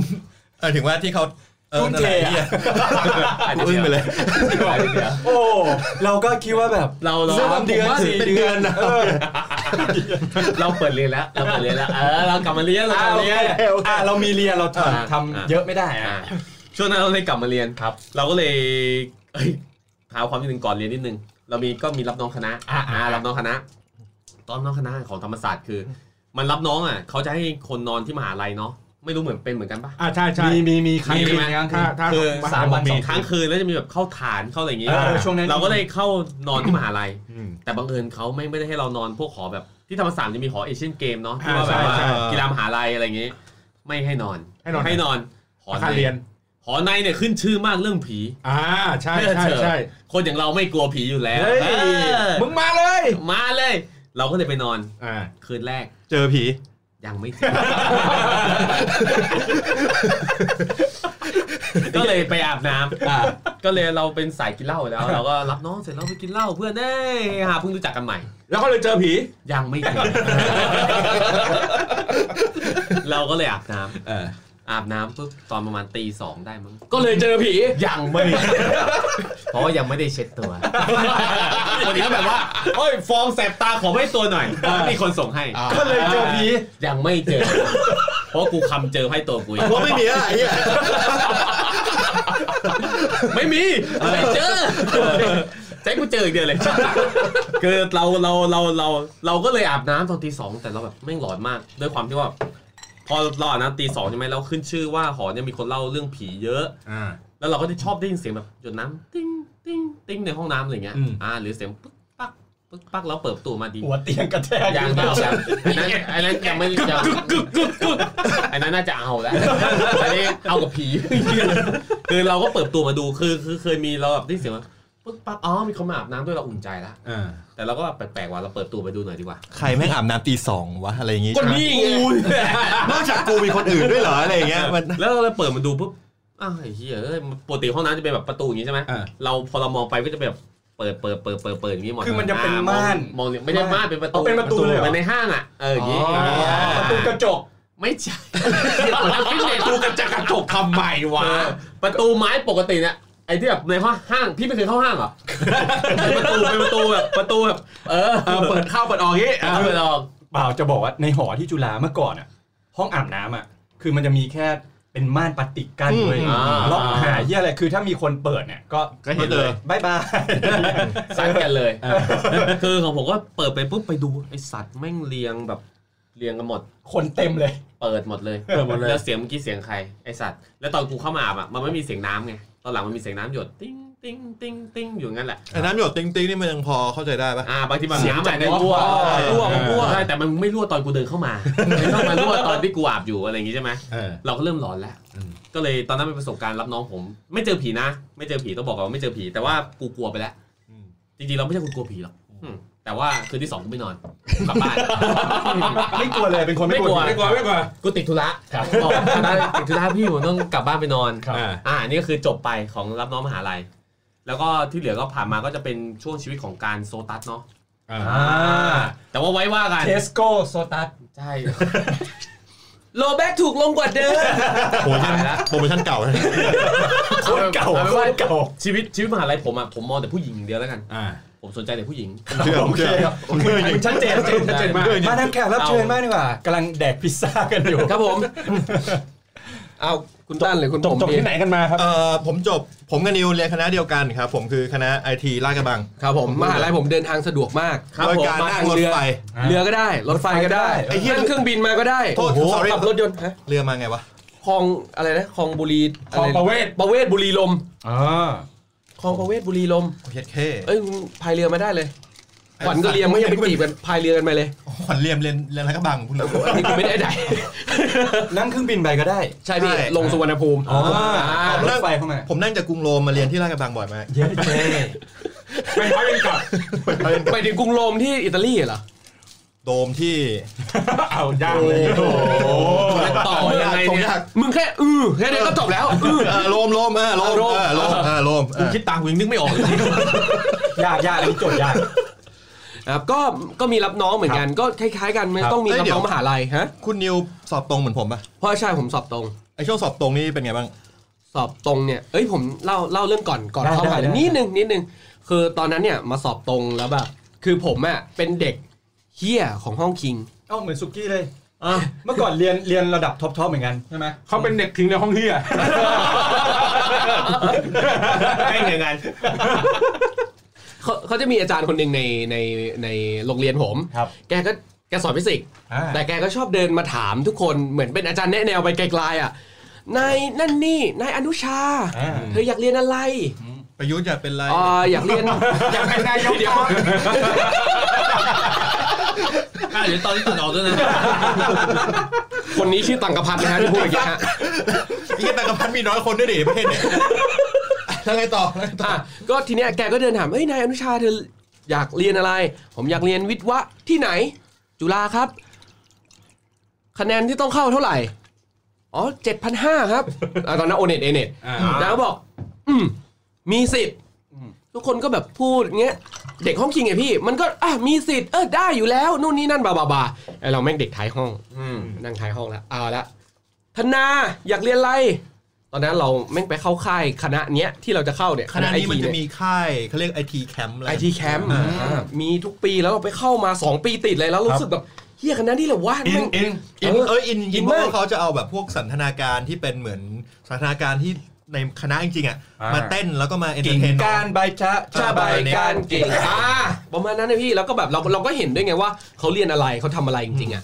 Speaker 3: เออถึงว่าที่เขาเออนั่นแหละไอ้เหี้ยกูอึ้งไปเลย
Speaker 2: โอ้ เราก็คิดว่าแบบ
Speaker 6: เราเรา
Speaker 3: สามเดือน
Speaker 6: ผมว่า
Speaker 3: ถึงเป็นเดือนนะ
Speaker 6: เราเปิดเรียนแล้วเราเปิดเรียนแล้วเออเรากลับมาเรียนเรา
Speaker 2: อ่าก
Speaker 6: ลั
Speaker 2: โอ
Speaker 6: บมา
Speaker 2: เค
Speaker 6: เรียน
Speaker 2: อ่าเรามีเรียนเราทำท
Speaker 6: อ่า
Speaker 2: ำเยอะไม่ได้
Speaker 6: อ่ะ
Speaker 2: อ่ะ
Speaker 6: ช่วงนั้นเราเลยกลับมาเรียนครับ เราก็เลยเอ้ยท้าความนิดนึงก่อนเรียนนิดนึง เรามีก็มีรับน้องคณะ
Speaker 2: อ่ะอ่ะ
Speaker 6: รับน้องคณะ ตอนรับน้องคณะของธรรมศาสตร์คือ มันรับน้องอ่ะเขาจะให้คนนอนที่มหาลัยเนาะไม่รู้เหมือนเป็นเหมือนกันปะ
Speaker 5: อ่าใช่ใช่
Speaker 2: มีมีมีครั้ง
Speaker 6: มี
Speaker 2: หนึ่ง
Speaker 6: ไหม
Speaker 2: ครั้งห
Speaker 5: ถ้า
Speaker 2: นึ่ง
Speaker 5: ถ้า
Speaker 6: คือ
Speaker 5: มห
Speaker 6: สามวัน
Speaker 5: ลัย
Speaker 6: สองครั้งคืนแล้วจะมีแบบเข้าฐานเข้าอะไรอย่างงี้
Speaker 2: เออช่วงนั้น
Speaker 6: เราก็เลยเข้านอนที่มหาลัย แต่บังเอิญเขาไม่ไม่ได้ให้เรานอนพวกหอแบบที่ธรรมศาสตร์จะมีหอเอเชียนเกมเนาะที่ว่าแบบว่า
Speaker 3: อ่าใช่ใช่
Speaker 6: กีฬามหาลัยอะไรอย่างงี้ ไม่ให้นอน
Speaker 5: ให้นอน
Speaker 6: ให้นอนหอ
Speaker 5: อา
Speaker 6: ใน
Speaker 5: คารเรียน
Speaker 6: หอในเนี่ยขึ้นชื่อมากเรื่องผี
Speaker 5: อ่าใช่
Speaker 6: เพื่อ
Speaker 5: ใช่
Speaker 6: เถอะ
Speaker 5: ใช่
Speaker 6: คนอย่างเราไม่กลัวผีอยู่แล้ว
Speaker 5: เฮ้ย
Speaker 6: เออ
Speaker 5: มึงมาเลย
Speaker 6: มาเลย เราก็เลยไปนอน
Speaker 5: อ่า
Speaker 6: คืนแรก
Speaker 3: เจอผี
Speaker 6: ยัง ไม่ถึง ก็เลยไปอาบน้
Speaker 2: อ่า
Speaker 6: ำก็เลยเราเป็นสายกินเหล้าอยู่แล้ว เราก็รับน้องเสร็จเราไปกินเหล้าเพื่อนเอ้ยหาเพิ่งรู้จักกันใหม่
Speaker 5: แล้วก็เลยเจอผี
Speaker 6: ยังไม่ ถึง เราก็เลยอาบน้
Speaker 5: เออ
Speaker 6: ำอาบน้ำปุ๊บตอนประมาณตีสองได้มั้ง
Speaker 4: ก็เลยเจอผี
Speaker 6: ยังไม่ เพราะว่ายังไม่ได้เช็ดตัวคนนี้ แบบว่าโอ้ยฟองแสบตาขอไม่ตัวหน่อยมีคนส่งให้
Speaker 2: ก็เลยเจอผี
Speaker 6: ยังไม่เจอ เพราะกูคำเจอให้ตัวกูอีก
Speaker 3: ว่าไม่มีอะไรเหี้ย
Speaker 6: ไม่มีไม่เจอใจกูเจออีกเดียวเลย คือเราเราเราเราเราก็เลยอาบน้ำตอนตีสองแต่เราแบบไม่งหลอนมาก ด้วยความที่ว่า พอเราอาบน้ำตีสองใช่ไหมเราขึ้นชื่อว่าหอเนี่ยมีคนเล่าเรื่องผีเยอะ
Speaker 5: อ่า
Speaker 6: แล้วเราก็ได้ชอบได้ยินเสียงแบบหยดน้ำติ้งติ้งติ้งในห้องน้ำอะไรเงี้ย
Speaker 5: อืม
Speaker 6: อ่า หรือเสียงปึ๊กปักปึ๊กปักแล้วเปิดประตูมาดี
Speaker 2: หัวเตียงกระแทก
Speaker 6: ยังเปล่ายังอันนั้นอันนั้นยังไม่ยังอันนั้นน่าจะเอาแล้วอันนี้เอากับผีคือเราก็เปิดตัวมาดูคือคือเคยมีเราแบบได้เสียงว่าปึ๊บปั๊บอ๋อมีคนมาอาบน้ำด้วยเราอุ่นใจละ
Speaker 5: อ่า
Speaker 6: แต่เราก็แบบแปลกๆว่าเราเปิดตัวไปดูหน่อยดีกว่า
Speaker 3: ใครแม่งอาบน้ำตีสองวะอะไรอย่างงี้
Speaker 4: ก็นี่ไง
Speaker 3: นอกจากกูมีคนอื่นด้วยเหรออะไรอย่างเงี้ยมัน
Speaker 6: แล้วเราเลยเปิดมาดูปุ๊บอ้าวไอ้เหี้ยเอ้ยปกติห้องน้ำจะเป็นแบบประตูอย่างงี้ใช่ไหม
Speaker 5: อ่า
Speaker 6: เราพอเรามองไปก็จะเป็นแบบเปิดเปิดเปิดเปิดเปิดอย่างงี้หมด
Speaker 2: คือมันจะเป็น
Speaker 6: อ่
Speaker 2: ม่าน
Speaker 6: มองไม่ใช่ม่านเป็นประตู
Speaker 2: อ๋อเป็นประตูเลยเหรอ
Speaker 6: หมือนในห้างอ่ะเอออย่างงี้
Speaker 3: อ๋อ
Speaker 2: ประตูกระจก
Speaker 6: ไม่ใช่ฟิตเนสตูกระจกกระจก
Speaker 5: ทำไมวะ
Speaker 6: เออประตูไม้ปกติเนี่ยไอ้ที่แบบในห้างพี่ไม่เคยเข้าห้างเห รอ เป็นประตูเป็นประตูแบบประตูแบบเออ
Speaker 5: เออ เปิดเข้าเปิดออกงี้อ่า
Speaker 6: เอาไปลอง
Speaker 2: เปล่าจะบอกว่าในหอที่จุฬาเมื่อก่อนอ่ะ ห้องอาบน้ำอ่ะ คือมันจะมีแค่เป็นม่านปฏิกกั้น
Speaker 3: อืม
Speaker 2: เลย
Speaker 3: อ่า
Speaker 2: ล็อกหาเยี่ยอะไรคือถ้ามีคนเปิดเนี่ย ก็
Speaker 3: ก็เห็นเลย
Speaker 2: บายบาย
Speaker 6: ซัดกันเลยคือของผมก็เปิดไปปุ๊บไปดูไอสัตว์แม่งเรียงแบบเรียงกันหมด
Speaker 2: คนเต็มเลย
Speaker 6: เปิดหมดเลย
Speaker 5: เปิดหมดเลย
Speaker 6: แล้วเสียงเมื่อกี้เสียงใครไอสัตว์แล้วตอนกูเข้ามาอาบอ่ะมันไม่มีเสียงน้ำไงตอนหลังมันมีเสียงน้ำหยดติ้งติ้งติ้งติ้งอยู่งั้นแหละ
Speaker 3: ไอ้น้ำหยดติ๊งติ๊งนี่มันยังพอเข้าใจได้ปะ
Speaker 6: อ่าบางทีมัน
Speaker 2: เสียง
Speaker 6: น้ำอาจ
Speaker 2: จาก
Speaker 6: จะ
Speaker 2: นอก
Speaker 6: รั่ว
Speaker 2: อ๋อ
Speaker 6: รั่วรั่วใช่แต่มันไม่รั่วตอนกูเดินเข้ามามันเข้ามารั่วตอนที่กูอาบอยู่อะไรอย่างงี้ใช่ไหม
Speaker 5: เออ
Speaker 6: เราก็เริ่มหลอนแล้ว
Speaker 5: อืม
Speaker 6: ก็เลยตอนนั้นเป็นประสบการณ์รับน้องผม ไม่เจอผีนะ ไม่เจอผีต้องบอกก่อนว่าไม่เจอผี แต่ว่ากูกลัวไปแล้ว
Speaker 3: อืม
Speaker 6: จริงๆเราไม่ใช่คนกลัวผีหรอกอืม แต่ว่าคืนที่สองกูไม่ นอนกูกลับบ้าน
Speaker 2: ไม่กลัวเลยเป็นคนไม่กลัว
Speaker 6: ไม่
Speaker 5: ไม่กลัวไม่กลัว
Speaker 6: กูติดธุระ
Speaker 2: ครับ
Speaker 6: บอกคณะติดธุระพี่ผมต้องกลับบ้านไปนอน
Speaker 2: ครับ
Speaker 5: อ่า
Speaker 6: อ่าอันนี่ก็คือจบไปของรับน้องมหาลัย แล้วก็ที่เหลือก็ผ่านมาก็จะเป็นช่วงชีวิตของการโซตัสเนาะ
Speaker 2: อ่า
Speaker 6: แต่ว่าไว้ว่ากัน
Speaker 2: เทสโก้โซตัส
Speaker 6: ใช่
Speaker 4: โลแบกถูกลงกว่าเดิม
Speaker 3: โปรโมชั่นโปรโมชั่นเก่า
Speaker 6: โคตรเก่าโคตรเก่า ชีวิตชีวิตมหาลัยผมอ่ะผมมองแต่ผู้หญิงอย่างเดียวแล้วกัน
Speaker 5: อ่า
Speaker 6: ผมสนใจแต่ผู้หญิง
Speaker 3: เชื่อผมเชื่อผมเชื่อจริง
Speaker 2: ชัดเจนชัดเจนชัดเจนมาก
Speaker 3: เออเนี่ย
Speaker 2: มาทางแขกรับเชิญมากดีกว่ากำลังแดกพิซซ่ากันอยู่
Speaker 4: ครับผม เอาคุณตั้นหรือคุณผม
Speaker 1: จบ
Speaker 4: ดี
Speaker 1: ที่ไหนกันมาครับ
Speaker 3: เอ่อผมจบผมกับนิวเรียนคณะเดียวกันครับ ผมคือคณะไอทีลาดกระบัง
Speaker 4: ครับผมมหาลัยผมเดินทางสะดวกมาก
Speaker 3: โดยการ
Speaker 4: ผม
Speaker 3: นั่งรถไฟ
Speaker 4: เรือก็ได้ รถไฟก็ได้
Speaker 3: ไอ้เหี้ย
Speaker 4: นั่งเครื่องบินมาก็ได้
Speaker 3: โทษ sorry
Speaker 4: ขับรถยนต์ฮะ
Speaker 3: เรือมาไงวะ
Speaker 4: คลองอะไรนะคลองบุรี
Speaker 1: คลองประเวศ
Speaker 4: ประเวศบุรีลมย์
Speaker 2: อ่า
Speaker 4: คลองประเวศบุรีลมย์
Speaker 3: โอ้เฮ็ดเท่
Speaker 4: เอ้ยคุณพายเรือมาได้เลยขวัญก็เรียมก็ยังไปจีบกันพายเรือกันไปเลย
Speaker 3: ขวัญเรียมเรียนเรียนลาดกระบังคุณ
Speaker 4: อันนี้กูไม่ได้ไหน
Speaker 2: นั่งเครื่องบินไปก็ได้
Speaker 4: ใช่พี่
Speaker 3: ใช่
Speaker 4: ลงสุวรรณภูมิ
Speaker 2: อ๋อ
Speaker 4: าร
Speaker 2: ถไฟเข้ามา
Speaker 3: ผมนั่งจากกรุงโรมมาเรียนที่ลาดกระบังบ่อยมาก
Speaker 2: เย้เจ๊
Speaker 5: ไม่เขาเป็นกลับ
Speaker 4: ไปถึงกรุงโรมที่อิตาลีเหรอ
Speaker 3: โดมที่
Speaker 5: เอาย่างเลยโอ้โห
Speaker 4: ต่อยังไง
Speaker 3: ผม
Speaker 4: เนี่
Speaker 3: อย ยาก
Speaker 4: มึงแค่อือแค่นี้ก็จบแล้วอือ
Speaker 3: เออโรมโรมเออโรม
Speaker 4: โรม
Speaker 3: เออโรมเออโรมเอ
Speaker 6: กู
Speaker 3: อ
Speaker 6: คิดตามกูยังนึกไม่ออกเลย
Speaker 2: ยากยากอันนี้โจทย์ยาก
Speaker 4: นะครับก็ก็มีรับน้องเหมือนกันก็คล้ายๆกันมันต้องมีรับน้องมหาลัยฮะ
Speaker 3: คุณนิวสอบตรงเหมือนผมป่ะ
Speaker 4: เพราะว่าใช่ผมสอบตรง
Speaker 3: ไอช่วงสอบตรงนี่เป็นไงบ้าง
Speaker 4: สอบตรงเนี่ย เอ้ยผมเล่าเล่าเรื่องก่อนก่อน
Speaker 2: ได้
Speaker 4: เข้าม
Speaker 2: ได้
Speaker 4: หาลัย
Speaker 2: ได้
Speaker 4: นิดนึงนิดนึงคือตอนนั้นเนี่ยมาสอบตรงแล้วแบบคือผมอ่ะเป็นเด็กเฮี้ยของห้องคิง
Speaker 2: เอ้าเหมือนสุกี้เลยเมื่อก่อนเรียนเรียนระดับท็อปทอปเหมือนกันใช่ไหม
Speaker 5: เขาเป็นเด็กทิ้งในห้องเฮีย
Speaker 6: ไม่เหมือนกัน
Speaker 4: เขาเขาจะมีอาจารย์คนหนึ่งในในในโรงเรียนผม
Speaker 2: ครับ
Speaker 4: แกก็แกสอนฟิสิกส์
Speaker 2: อ่า
Speaker 4: แต่แกก็ชอบเดินมาถามทุกคนเหมือนเป็นอาจารย์แนะแนวไปไกลๆอ่ะนายนั่นนี่นายอนุชา
Speaker 2: อ่า
Speaker 4: เธออยากเรียนอะไร
Speaker 3: ประยุทธ์อยากเป็นไร
Speaker 4: อ่าอยากเรียน
Speaker 5: อยากเป็นนายกเดียว
Speaker 6: อ่ะเดี๋ยวตอนนี้ตัดออกด้วยนะ
Speaker 4: คนนี้ชื่อตังกพัฒน์นะฮะที่พูดเมื่อกี้ฮะ
Speaker 3: ไอ้เหี้ยแต่กำพันมีน้อยคนด้วยดิประเทศเนี่ยแล้วไงต่อแล้วไงต่อ
Speaker 4: อ่ะก็ทีเนี้ยแกก็เดินถามเอ้ยนายอนุชาเธออยากเรียนอะไร ผมอยากเรียนวิทย์วะที่ไหน จุฬาครับ คะแนนที่ต้องเข้าเท่าไหร่ อ๋อเจ็ดพันห้าครับอ่ะตอนนั้นโอเน็ตเอเน็ต
Speaker 5: อ่า
Speaker 4: แล้วก็บอก อืม มีสิทธิ์ทุกคนก็แบบพูดอย่างเงี้ย เด็กห้องคิงไงพี่ มันก็อ่ะมีสิทธิ์เออได้อยู่แล้วนู่นนี่นั่นบาบาบาไอเราแม่งเด็กท้ายห้อง
Speaker 6: อืม
Speaker 4: นั่งท้ายห้องแล้วเอาละธนาอยากเรียนอะไร ตอนนั้นเราแม่งไปเข้าค่ายคณะเนี้ยที่เราจะเข้าเนี่ย
Speaker 3: ขณะนี้มันจะ
Speaker 4: ไอที
Speaker 3: มีค่ายเขาเรียกไอทีแคมป์อะไร
Speaker 4: ไอทีแคมป์มีทุกปีแล้วเราไปเข้ามา 2 ปีติดเลยแล้วรู้สึกแบบเฮียคณะนี่แหละว่า
Speaker 5: อิ
Speaker 4: แม่
Speaker 5: น
Speaker 4: ง
Speaker 5: อิน
Speaker 3: อินเอ้ยอิน
Speaker 4: อิ
Speaker 3: อิ
Speaker 4: น
Speaker 3: นเพราะ
Speaker 4: มาก
Speaker 3: ว่าเขาจะเอาแบบพวกสันทนาการที่เป็นเหมือนสันทนาการที่ในคณะจริงๆอ่ะมาเต้นแล้วก็มาเอนเตอ
Speaker 2: กิ่ง
Speaker 3: ร์เทน
Speaker 2: การใบชะชา
Speaker 4: ชา
Speaker 2: ใบ
Speaker 4: บายการเก่งอ่าประมาณนั้นนะพี่แล้วก็แบบเราเราก็เห็นด้วยไงว่าเขาเรียนอะไรเขาทำอะไรจริงๆอ่ะ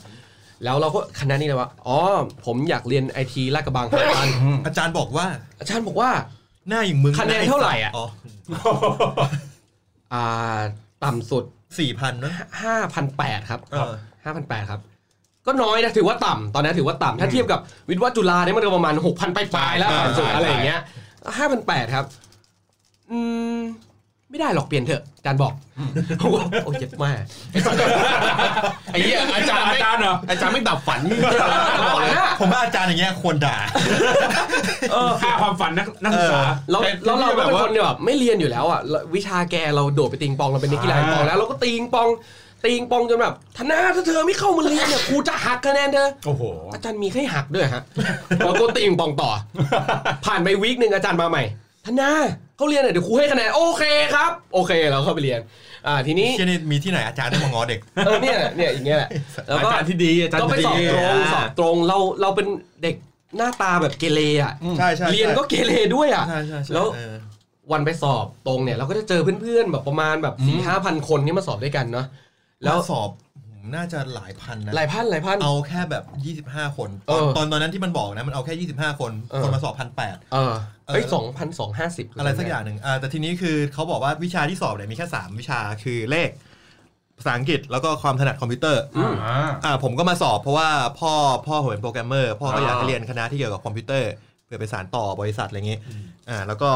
Speaker 4: แล้วเราก็คณะนี่เลยว่าอ๋อผมอยากเรียนไอทีลาดกระบังครับ อาจารย์
Speaker 3: อาจารย์บอกว่า
Speaker 4: อาจารย์บอกว่า
Speaker 3: หน้าอย่างมึง
Speaker 4: คะแนนเท่าไหร่อะ
Speaker 3: อ๋อ
Speaker 4: อ่าต่ำสุด
Speaker 3: สี่พันนะ
Speaker 4: 5,800 ครับ
Speaker 3: เออ
Speaker 4: ห้าพันแปดครับ ก็น้อยนะ ถือว่าต่ำตอนนั้นถือว่าต่ำถ้าเทียบกับวิทย์ว่าจุฬาเนี่ยมันก็ประมาณหกพันปลายๆแล้วสูงอะไรอย่างเงี้ยห้าพันแปดครับ อืม ไม่ได้หรอกเปลี่ยนเถอะอาจารย์บอกผมว่าโอ้ยเจ็บมาก
Speaker 6: ไอ้เหี้ยอาจารย์
Speaker 5: อา
Speaker 6: ไม่
Speaker 5: จารย์เหรอ
Speaker 6: อาจารย์ไม่ดับฝันนี่
Speaker 4: ก่อนนะ
Speaker 3: ผมว่าอาจารย์อย่างเงี้ยควรด่า
Speaker 5: ค่าความฝันนักนักศึกษา
Speaker 4: เราเราเราก็
Speaker 3: แบบ
Speaker 4: เป็น
Speaker 3: ว่า
Speaker 4: คนเนี่ยแบบไม่เรียนอยู่แล้วอ่ะแล้ววิชาแกเราโดดไปตีงปองเราเป็นนักกีฬาปิงปองแล้วเราก็ตีงปอง ตีงปองจนแบบธนาถ้าเธอไม่เข้ามาเรียนเนี่ยครูจะหักคะแนนเธอ
Speaker 2: โอ้โห
Speaker 4: อาจารย์มีไข้หักด้วยฮะ แล้วก็ตีปิงปองต่อ ผ่านไปวีคหนึ่งอาจารย์มาใหม่ทนาเขาเรียนหน่อยเดี๋ยวครูให้คะแนนโอเคครับ โอเคเราเข้าไปเรียน อ่าทีนี้
Speaker 3: เชี่ยนี่มีที่ไหนอาจารย์ได้มางอเด็ก
Speaker 4: เออเนี่ยเนี่ยอย่างเงี้ยแหละแล้ว
Speaker 6: อา
Speaker 4: ก็
Speaker 6: จารย์ที่ดีอาจารย์
Speaker 4: ก็ไปสอบ
Speaker 6: ที่ดี
Speaker 4: ตรง
Speaker 6: ะ
Speaker 4: สอบตรงเราเราเป็นเด็กหน้าตาแบบเกเรอ่ะ
Speaker 3: ใช่ใช่
Speaker 4: เรียนก็เกเรด้วยอ่ะ
Speaker 3: ใช่ใช่ใช่
Speaker 4: แล้ว
Speaker 3: เออ
Speaker 4: วันไปสอบตรงเนี่ยเราก็จะเจอเพื่อนๆแบบประมาณแบบสี่ห้าพันคนนี่มาสอบด้วยกันเนาะแล้ว
Speaker 3: สอบผมน่าจะหลายพันนะ
Speaker 4: หลายพันหลายพัน
Speaker 3: เอาแค่แบบ 25 คน
Speaker 4: เออ
Speaker 3: ตอนตอนนั้นที่มันบอกนะมันเอาแค่ 25 คน
Speaker 4: เออ
Speaker 3: คนมาสอบพันแปด
Speaker 4: เออเอ้ย
Speaker 3: เออ
Speaker 4: สองพันสองห้าสิบ
Speaker 3: อะไรสักอย่างหนึ่งอ่าแต่ทีนี้คือเขาบอกว่าวิชาที่สอบเนี่ยมีแค่ 3 วิชาคือเลข ภาษาอังกฤษแล้วก็ความถนัดคอมพิวเตอร์ อ่าผมก็มาสอบเพราะว่าพ่อพ่อผมเป็นโปรแกรมเมอร์ พ่อก็อยากให้เรียนคณะที่เกี่ยวกับคอมพิวเตอร์เพื่อไปสานต่อบริษัทอะไรเงี้ยอ่าแล้วก็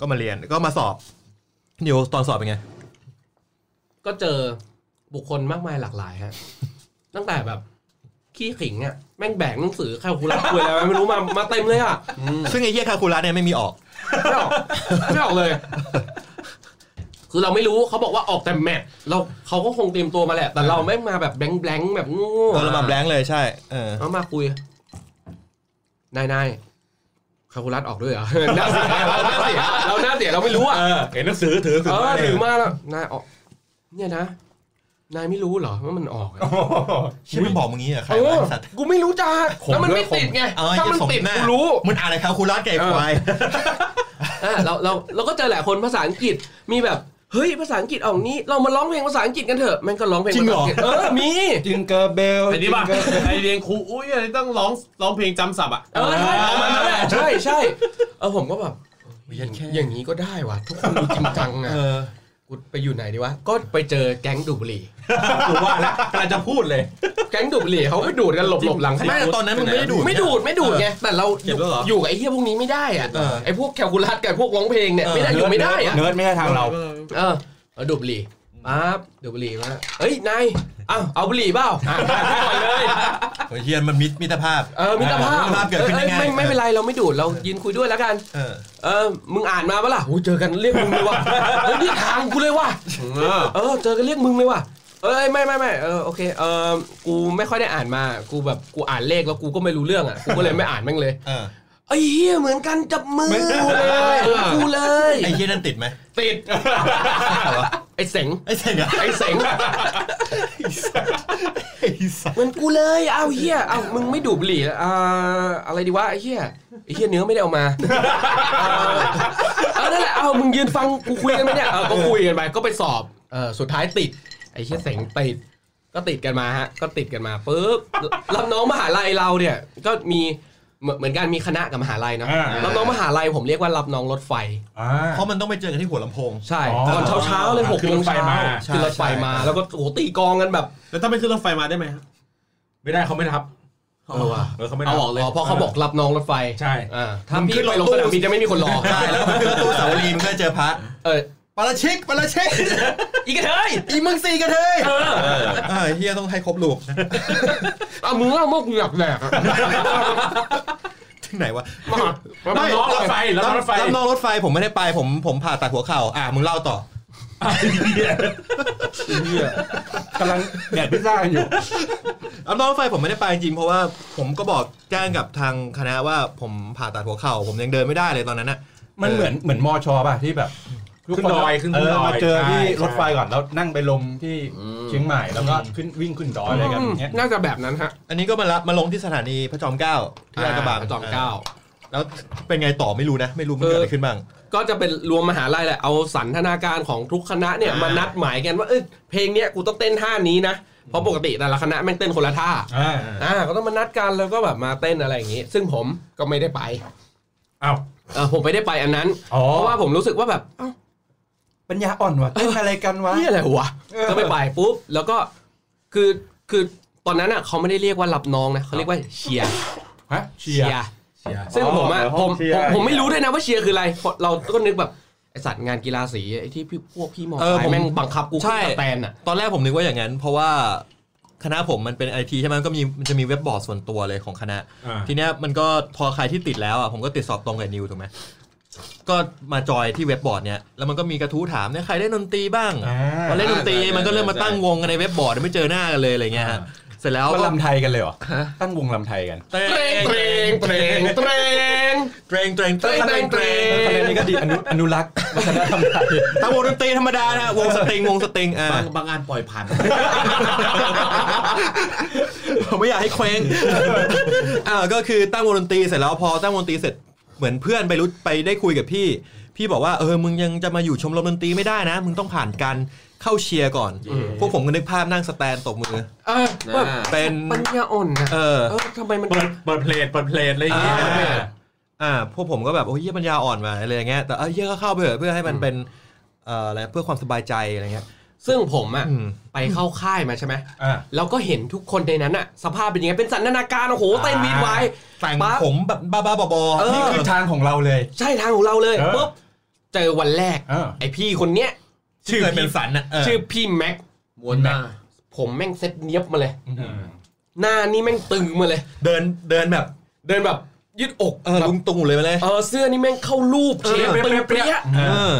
Speaker 3: ก็มาเรียนก็มาสอบนิวตอนสอบเป็นไง
Speaker 4: ก็เจอ บุคคลมากมายหลากหลายฮะ ตั้งแต่แบบ ขี้ขิงอ่ะแม่งแบกหนังสือแค่คุรักคุยอะไรไม่รู้มามาเต็มเลยอ่ะ
Speaker 3: ซึ่งไอ้เหี้ยคาคูลัสเนี่ยไม่มีออก
Speaker 4: ไม่ออกไม่ออกเลย คือเราไม่รู้เขาบอกว่าออกแต่แมทเราเขาก็คงเตรียมตัวมาแหละ แต่เราแม่งมาแบบแบงค์แบงค์แบบงู้
Speaker 3: เออเรามาแบงค์เลยใช่เออ
Speaker 4: เอามาคุยนายนายคาคุรัสออกด้วยเหรอ หน้าเสียเราหน้าเสียเราหน้าเสียเราไม่รู้อ่ะ
Speaker 5: เห็นหนังสือถือถื
Speaker 4: เอ
Speaker 5: อ
Speaker 4: อ
Speaker 5: มาเลย
Speaker 4: ถือมาแล้วนายออก เนี่ยนะนายไม่รู้เหรอว่ามันออกอะ
Speaker 3: เชื่อมันบอกมึงงี้เหรอะใคร
Speaker 4: เอ
Speaker 3: วะ
Speaker 4: อ
Speaker 3: ไอ้สัตว์
Speaker 4: กูไม่รู้จักแล้วมันไม่ติดไง
Speaker 3: เออ
Speaker 4: ถ้ามัน
Speaker 3: อย่าสม
Speaker 4: ติด
Speaker 3: หน้า
Speaker 4: กูรู้
Speaker 3: มึงอ่านอะไรคาคูลัสไก่ควาย
Speaker 4: เออเราเราเราก็เจอหลายคนภาษาอังกฤษมีแบบเฮ้ยภาษาอังกฤษออกนี้ เรามาร้องเพลงภาษาอังกฤษกันเถอะแม่งก็ร้องเพลงภาษาอังกฤษเออมี
Speaker 1: จิงเกอร์เบล
Speaker 6: ไอ้นี่ป่ะไอเรียนครูอุ้ยอะไรต้องร้องร้องเพลงจำศัพท์อ่ะ
Speaker 4: เออใช่ประมาณนั้นแหละใช่ใช่เออผมก็แบบอย่างนี้ก็ได้ว่ะทุกคนดูจริงจังอะ
Speaker 3: เออ
Speaker 4: กูไปอยู่ไหนดีวะก็ไปเจอแก๊งดูดบุหรี่
Speaker 5: ถือว่าแล้วกำลังจะพูดเลย
Speaker 4: แก๊งดูดบุหรี่เขาไปดูดกันหลบหลบๆหลัง
Speaker 3: ไม่แต่ตอนนั้นมึงไม่ได้ดูด
Speaker 4: ไม่ดูดไม่ดูดไงแต่เรา
Speaker 6: เก็บแล้วเหรอ
Speaker 4: อยู่กับไอ้เหี้ยพวกนี้ไม่ได้อะ
Speaker 3: เออ
Speaker 4: ไอ้พวกแคลคูลัสกับพวกร้องเพลงเนี่ย
Speaker 6: เออ
Speaker 4: ไม่ได้อยู่ไม่ได้อะ
Speaker 1: เนิร์ดไม่ใช่ทางเรา
Speaker 4: เออเอาดูดบุหรี่ปั๊บดูดบุหรี่มาเฮ้ยนายอ้าวเอาบุหรี่เปล่าอ่ะก่อนเลย
Speaker 3: เฮ้ยเฮียมันมิตรมิตรภาพ
Speaker 4: เออมิตรภาพ
Speaker 3: มิตรภาพเกิดขึ้นได้
Speaker 4: อ้ย
Speaker 3: ง่าย
Speaker 4: ไม่ไม่เป็นไรเราไม่ดูดเรายืนคุยด้วยแล้วกัน
Speaker 3: เออ
Speaker 4: เออมึงอ่านมาปะล่ะโหเจอกันเรียกมึงเลยว่ะเฮ้ยเรียกทางกูเลยว่ะเออเจอกันเรียกมึงเลยว่ะเอ้ยไม่ไม่ไม่เออโอเคเออกูไม่ค่อยได้อ่านมากูแบบกูอ่านเลขแล้วกูก็ไม่รู้เรื่องอ่ะกูก็เลยไม่อ่านแม่งเลย
Speaker 3: เออ
Speaker 4: ไอ้เหี้ยเหมือนกันจับมือกูเลย
Speaker 6: เหมือนกัน
Speaker 4: กูเลย
Speaker 3: ไอ้เฮียนั่นติดไหม
Speaker 4: ติดไอ้เสง
Speaker 3: ไอ้เสียง อะ
Speaker 4: ไอ้เสง
Speaker 3: ไอ้สัตว์
Speaker 4: เหมือนกูเลยเอาเหี้ยเอามึงไม่ดูดบุหรี่อ่าอะไรดีวะไอ้เหี้ยไอ้เหี้ยเนื้อไม่ได้เอามาเออเอานั่นแหละเอามึงยืนฟังกูคุยกันไหมเนี่ยเออก็คุยกันไปก็ไปสอบเออสุดท้ายติดไอ้เหี้ยเสงติดก็ติดกันมาฮะก็ติดกันมาปุ๊บรับน้องมหาลัยเราเนี่ยก็มีเหมือนเหมือนกันมีคณะกับมหาลัยเนาะ
Speaker 1: อ่า
Speaker 4: รับน้องมหาลัยผมเรียกว่ารับน้องรถไฟ
Speaker 1: อ่า
Speaker 3: เพราะมันต้องไปเจอกันที่หัวลำโพง
Speaker 4: ใช่
Speaker 1: อ๋อ
Speaker 4: ตอนเช้าเช้าๆเลยหก
Speaker 1: ขึ้น
Speaker 4: โม
Speaker 1: รง ถไฟ
Speaker 4: เช้า
Speaker 1: มา
Speaker 4: ขึ้นรถไฟมา
Speaker 3: ใช่
Speaker 4: แล้วก็โอ้โหตีกองกันแบบ
Speaker 6: แล้วถ้าไม่ขึ้นรถไฟมาได้ไหมฮะ
Speaker 5: ไม่ได้เขาไม่รับ
Speaker 4: เออว่ะ
Speaker 5: เออเขาไม่รั
Speaker 4: เอา
Speaker 5: บ
Speaker 4: ออกเลยเพราะเขาบอกรับน้องรถไฟ
Speaker 5: ใช่
Speaker 4: อ่าถ้าพี่ไปลงสนามบินจะไม่มีคนรอ
Speaker 3: ใช่แล้วมันคือตู้สาวรีมันก็เจอพระ
Speaker 4: เออ
Speaker 3: ปาราชิกปาราชิก
Speaker 4: อีกระเทย
Speaker 3: อีมึงสี่กันเลยเออเฮียต้องให้ครบลูก
Speaker 4: เอามึงเล่าเมื่อกูอยากแหลกอะ
Speaker 3: ที่ไหนวะ
Speaker 4: มา
Speaker 5: ไม่
Speaker 4: น้อง
Speaker 5: รถไฟแล้วรถไฟ
Speaker 3: รับน้องรถไฟผมไม่ได้ไปผมผมผ่าตัดหัวเข่าอ่ะมึงเล่าต่อ
Speaker 1: เหี้ยกำลังแดดพิซซ่ากันอยู่
Speaker 3: อัพน้องรถไฟผมไม่ได้ไปจริงๆเพราะว่าผมก็บอกแจ้งกับทางคณะว่าผมผ่าตัดหัวเข่าผมยังเดินไม่ได้เลยตอนนั้นน่ะ
Speaker 7: มันเหมือนเหมือนมอชอป่ะที่แบบทุก
Speaker 5: ขึ้น
Speaker 7: ค
Speaker 5: ดอยขึ้น
Speaker 7: เอ
Speaker 5: ขึ้
Speaker 7: อ
Speaker 5: นดอย
Speaker 7: มาเจอที่
Speaker 5: ใช่
Speaker 7: รถไฟก่อนแล้วนั่งไปลงที่เชียงใหม่แล้วก็ขึ้นวิ่งขึ้นดอยอะไรกันอย่างเงี้ย
Speaker 4: น่าจะแบบนั้นฮะ
Speaker 3: อันนี้ก็มารับมาลงที่สถานีพระจอมเกล้าที่ลาดกระบัง
Speaker 4: จอมเกล้า
Speaker 3: แล้วเป็นไงต่อไม่รู้นะ ไม่รู้มันเกิดอะไรขึ้นบ้าง
Speaker 4: ก็จะเป็นรวมมหาลัยแหละเอาสันทนาการของทุกคณะเนี่ย
Speaker 3: อ่าม
Speaker 4: มานัดหมายกันว่าเอยเพลงเนี้ยกูต้องเต้นท่านี้นะเพราะปกติแต่ละคณะแม่งเต้นคนละท่า
Speaker 7: อ่า
Speaker 4: อ่าก็ต้องมานัดกันแล้วก็แบบมาเต้นอะไรอย่างงี้ ซึ่งผมก็ไม่ได้ไป
Speaker 5: อ้าว
Speaker 4: เออผมไม่ได้ไปอันนั้น
Speaker 7: อ๋อ
Speaker 4: เพราะว่าผมรู้สึกว่าแบบเอ้า
Speaker 7: ปัญญาอ่อนว่ะเต้นอะไรกันวะ
Speaker 4: นี่อะไรวะ
Speaker 7: เออ
Speaker 4: ก็ไม่ไปปุ๊บแล้วก็คือคือตอนนั้นอ่ะเขาไม่ได้เรียกว่ารับน้องนะเขาเรียกว่าเชียร์
Speaker 7: ฮะเชียร์
Speaker 4: ร์ซึ่งผมอ่ะ
Speaker 7: อ๋อ
Speaker 4: ผม
Speaker 7: เชียร์
Speaker 4: ผมผมไม่รู้ด้วยนะว่าเชียร์คืออะไรเพราะเราก็นึกแบบไอสัตว์งานกีฬาสีไอที่พี่พวกพี่มอ
Speaker 3: เออ
Speaker 4: สา
Speaker 3: ผม
Speaker 4: ยแม่งบังคับกู
Speaker 3: ใช่
Speaker 4: ขึ้นสแตนอ่ะ
Speaker 3: ตอนแรกผมนึกว่าอย่างนั้น เพราะว่าคณะผมมันเป็นไอทีใช่ไหมมันก็มีมันจะมีเว็บบอร์ดส่วนตัวเลยของคณะ
Speaker 5: อ่า
Speaker 3: ทีเนี้ยมันก็พอใครที่ติดแล้วอ่ะผมก็ติดสอบตรงกับนิวถูกไหมก็มาจอยที่เว็บบอร์ดเนี่ยแล้วมันก็มีกระทู้ถามเนี่ยใครเล่นดนตรีบ้างพอเล่นดนตรี
Speaker 6: อ่า
Speaker 3: มันก็เริ่มมา
Speaker 6: ใช่
Speaker 3: ตั้งวงกันในเว็บบอร์ดไม่เจอหน้ากันเลยอะไรเงี้ยฮะเสร็จแล้ว
Speaker 7: มัน
Speaker 3: ก็
Speaker 7: ลำไทยกันเลยเหรอ
Speaker 3: ฮะ
Speaker 7: ตั้งวงลำไทยกัน
Speaker 3: เตรง
Speaker 4: เตรงเตรงเตรงเตรง
Speaker 3: เตรงเตรงเต
Speaker 4: เต
Speaker 3: ร
Speaker 4: รง
Speaker 3: ง
Speaker 4: เตรงเตร
Speaker 7: เออประเด็น
Speaker 4: ง
Speaker 7: นี้ก็ดีอนุอนุรักษ์วัฒนธรรมไทย
Speaker 3: ตั้งวงดนตรีธรรมดานะฮะวงสตริงวงสตริงอ่า
Speaker 6: บางบางงานปล่อยผ่าน
Speaker 3: ผมไม่อยากให้เคว้ง อ่าก็คือตั้งวงดนตรีเสร็จแล้วพอตั้งวงดนตรีเสร็จเหมือนเพื่อนไปรู้ไปได้คุยกับพี่ พี่บอกว่าเออมึงยังจะมาอยู่ชมรมดนตรีไม่ได้นะ มึงต้องผ่านการเข้าเชียร์ก่อน พวกผมก็นึกภาพนั่งสแตนตบมือ
Speaker 4: เออแบบ
Speaker 3: เป็น
Speaker 4: ปัญญาอ่อนนะ
Speaker 3: เออ
Speaker 4: เออทำไมมัน
Speaker 5: เปิดเปิดเพลงเปิดเพลงอะไรอย่างเงี้ย
Speaker 3: อ่า อ่าพวกผมก็แบบโอ้ยเหี้ยปัญญาอ่อนมาอะไรอย่างเงี้ยแต่เอ้ยเหี้ยก็เข้าไปเถอะเพื่อให้มันเป็นเอ่ออะไรเพื่อความสบายใจอะไรเงี้ย
Speaker 4: ซึ่งผมอ่ะ
Speaker 3: อืม
Speaker 4: ไปเข้าค่ายมาใช่ไหม
Speaker 7: อ่า
Speaker 4: แล้วก็เห็นทุกคนในนั้นอ่ะ สภาพเป็นยังไง เป็นสันทนาการ โอ้โหเต้นวีดไว้
Speaker 3: แต่ง
Speaker 4: ปั๊บ
Speaker 3: ผมแบบบ้าๆบอ
Speaker 4: เอ
Speaker 3: ๆนี่
Speaker 7: นี่
Speaker 3: คือ
Speaker 7: คือทางของเราเลย
Speaker 4: ใช่ทางของเราเลย
Speaker 7: เออ
Speaker 4: ปุ๊บเจอวันแรก
Speaker 7: เออ
Speaker 4: ไอพี่คนเนี้ย ชื่อ
Speaker 3: เคยเป็น
Speaker 4: พี่
Speaker 3: สันน่ะเออ
Speaker 4: ชื่อพี่แม็ก
Speaker 6: ม้วนหน้า
Speaker 4: ผมแม่งเซ็ตเนี้ยบมาเลย หน้านี่แม่งตึงมาเลย
Speaker 3: เดินเดินแบบ
Speaker 4: เดินแบบยืดอก
Speaker 3: เออ
Speaker 4: แบบ
Speaker 3: ลุงตุงเลยมาเลย
Speaker 4: เออเสื้อนี่แม่งเข้ารูปเชฟ
Speaker 5: เออเปรี้
Speaker 4: ตึง
Speaker 5: ยๆ
Speaker 4: เปรี้ย
Speaker 3: เออ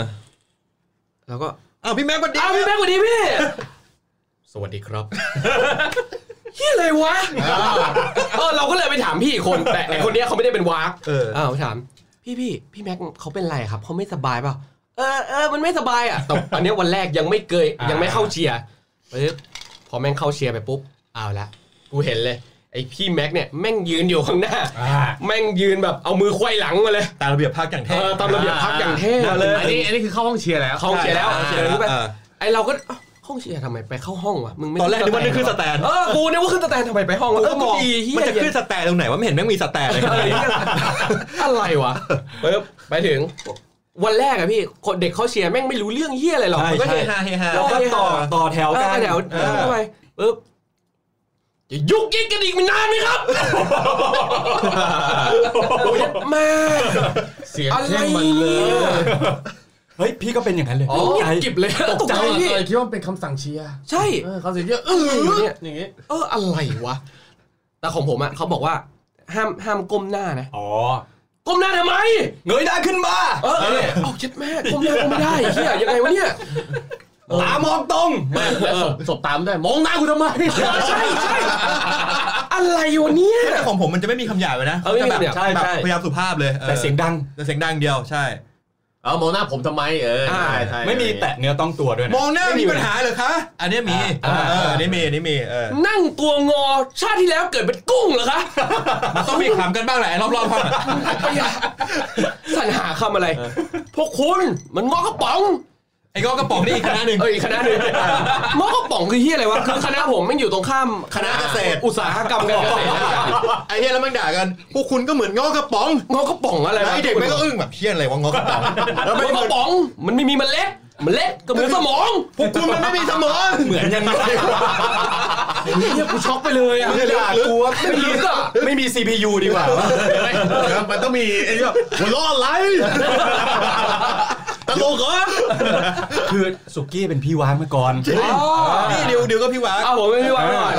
Speaker 4: แล้วก็
Speaker 3: อ้าวพี่แม็กซ์สวันดี
Speaker 4: อ้าวพี่แม่งกว่านี้พี่
Speaker 6: สวัสดีครับ
Speaker 4: เฮียอะไรวะเออเราก็เลยไปถามพี่อีกคนแต่ไอคนเนี้ยเขาไม่ได้เป็นวาก
Speaker 3: เออ
Speaker 4: เออไปถาม พี่พี่พี่แม็กเขาเป็นไรครับเขาไม่สบายเปล่าเออเออมันไม่สบายอ่ะแต่อันเนี้ยวันแรกยังไม่เกยยังไม่เข้าเชียร์ปึ๊บพอแม่งเข้าเชียร์ไปปุ๊บเอาละกูเห็นเลย ไอพี่แม็กเนี่ยแม่งยืนอยู่ข้างหน้า แม่งยืนแบบเอามือไขว้หลังมาเลย
Speaker 3: ตามระเบียบภาคอย่าง
Speaker 4: เอ
Speaker 3: แท้
Speaker 4: อตามระเบียบพักอย่างเท่
Speaker 6: อัน
Speaker 4: เลย
Speaker 6: นี้อันนี้คือเข้าห้องเชียร์แล้ว
Speaker 4: เข้าเชียร์แล้ว
Speaker 3: อ่า
Speaker 4: เดินขึ้นไป
Speaker 3: อ่า
Speaker 4: ไอเราก็เอ้าห้องเชียร์ทำไมไปเข้าห้องวะมึงไม่
Speaker 3: ตอนแรกนึกว่านี่คือสแตน
Speaker 4: เออกูนึกว่าขึ้นสแตนทำไมไปห้องวะเออมองเหี้ย
Speaker 3: มันจะขึ้นสแตนตรงไหนวะไม่เห็นแม่งมีสแตนเลย
Speaker 4: อะไรเนี่ยอะไรวะปึ๊บไปถึง วันแรกอะพี่คนเด็กเขาเชียร์แม่งไม่รู้เรื่องเฮี้ยอะไรหรอก
Speaker 3: ใช่
Speaker 4: มันก็
Speaker 3: ใช่
Speaker 4: เฮ
Speaker 3: ฮาเฮฮา
Speaker 4: แล้วก็ต่อ
Speaker 2: ต่อแถว
Speaker 4: เออ
Speaker 2: กัน
Speaker 4: แถว
Speaker 2: เอ
Speaker 4: เดิ
Speaker 2: อ
Speaker 4: นเข้าไปปึ๊บจะยุกยิกกันอีกมันนานไหมครับแม่
Speaker 6: เสียง
Speaker 4: อะไร
Speaker 6: เพ่งมันเล
Speaker 4: เนี่ย ย
Speaker 2: เฮ้ยพี่ก็เป็นอย่างนั้นเลย
Speaker 4: เงียบกริบเลยตกใจพี่
Speaker 6: เลยคิดว่ามันเป็นคำสั่งเชียร์
Speaker 4: ใช่
Speaker 6: เออเขาเสียงเชียร์เออ
Speaker 4: เนี่ย
Speaker 6: อย่างงี้
Speaker 4: เอออะไรวะ แต่ของผมอะเขาบอกว่า ห้ามห้ามก้มหน้านะ
Speaker 2: อ๋อ
Speaker 4: ก้มหน้าทำไม
Speaker 2: เงยหน้าขึ้นมา
Speaker 4: เออเออเอาเช็ดแม่ก้มหน้าก้มไม่ได้เฮียยังไงวะเนี่ย
Speaker 2: ตามองตรง
Speaker 6: ไม่แล้วศพศพตามได้วยมองหน้ากูทำไม
Speaker 4: ใช่ใช่อะไรวะเนี่ย
Speaker 3: แต่ของผมมันจะไม่มีคำหยาบเลยนะ
Speaker 4: เออไม่มีคำหยาบ
Speaker 3: จะแบบ
Speaker 4: ใช่ใช่
Speaker 3: แบบพยายามสุภาพเลยออ
Speaker 2: แต่เสียงดัง
Speaker 3: แต่เสียงดังเดียวใช่
Speaker 6: เออมองหน้าผมทำไมเออ
Speaker 4: อ่า
Speaker 6: ใช่ใช่
Speaker 2: ไม่มีแตะเนื้อต้องตัวด้วยนะ
Speaker 3: มองหน้ามีปัญหาเหรอคะอันเนี้ยมี
Speaker 2: อ่า
Speaker 3: เอออันนี้มีอันนี้มีเออ
Speaker 4: นั่งตัวงอชาติที่แล้วเกิดเป็นกุ้งเหรอคะ
Speaker 3: มันต้องมีขำกันบ้างแหละรอบๆห้องอะ
Speaker 4: สรรหาคำอะไร พวกคุณมันงอกระป๋อง
Speaker 3: ไอ้ก็กระป๋องนี่อีกคณะหนึ่ง
Speaker 4: เอ้ยคณะหนึ่งงอกระป๋องคือเฮียอะไรวะคือคณะผมมันอยู่ตรงข้าม
Speaker 3: คณะเกษตร
Speaker 4: อุตสาหกรรมการเกษตร
Speaker 3: ไอ้เฮียแล้วมันด่ากัน พวกคุณก็เหมือนงอกระป๋อง
Speaker 4: งอกระป๋องอะไร
Speaker 3: แล้ว
Speaker 4: วะ
Speaker 3: ไอ้เด็กไม่งก็อึ้งแบบเฮียอะไรวะงอกระป๋อง
Speaker 4: งอกระป๋อง มันไม่มีเมล็ดเมล็ดก็เหมือนสมอง
Speaker 3: พวกคุณมันไม่มีสมองเหมือนยังไงวะ
Speaker 4: เฮียกูช็อกไปเลยอะ
Speaker 3: ไม่ด่ากูว่า
Speaker 4: ไม่รู้ก็
Speaker 3: ไม่มี CPU ดีกว่า
Speaker 6: มันต้องมีไอ้ที่แบบหัวล้ออะไร
Speaker 3: ตลกเหรอ
Speaker 2: คือสุกี้เป็นพี่วานมาก่อน
Speaker 4: อ๋อ
Speaker 3: นี่ดิวดิวก็พี่หวา
Speaker 4: เอาผมไม่พี่วางก่อน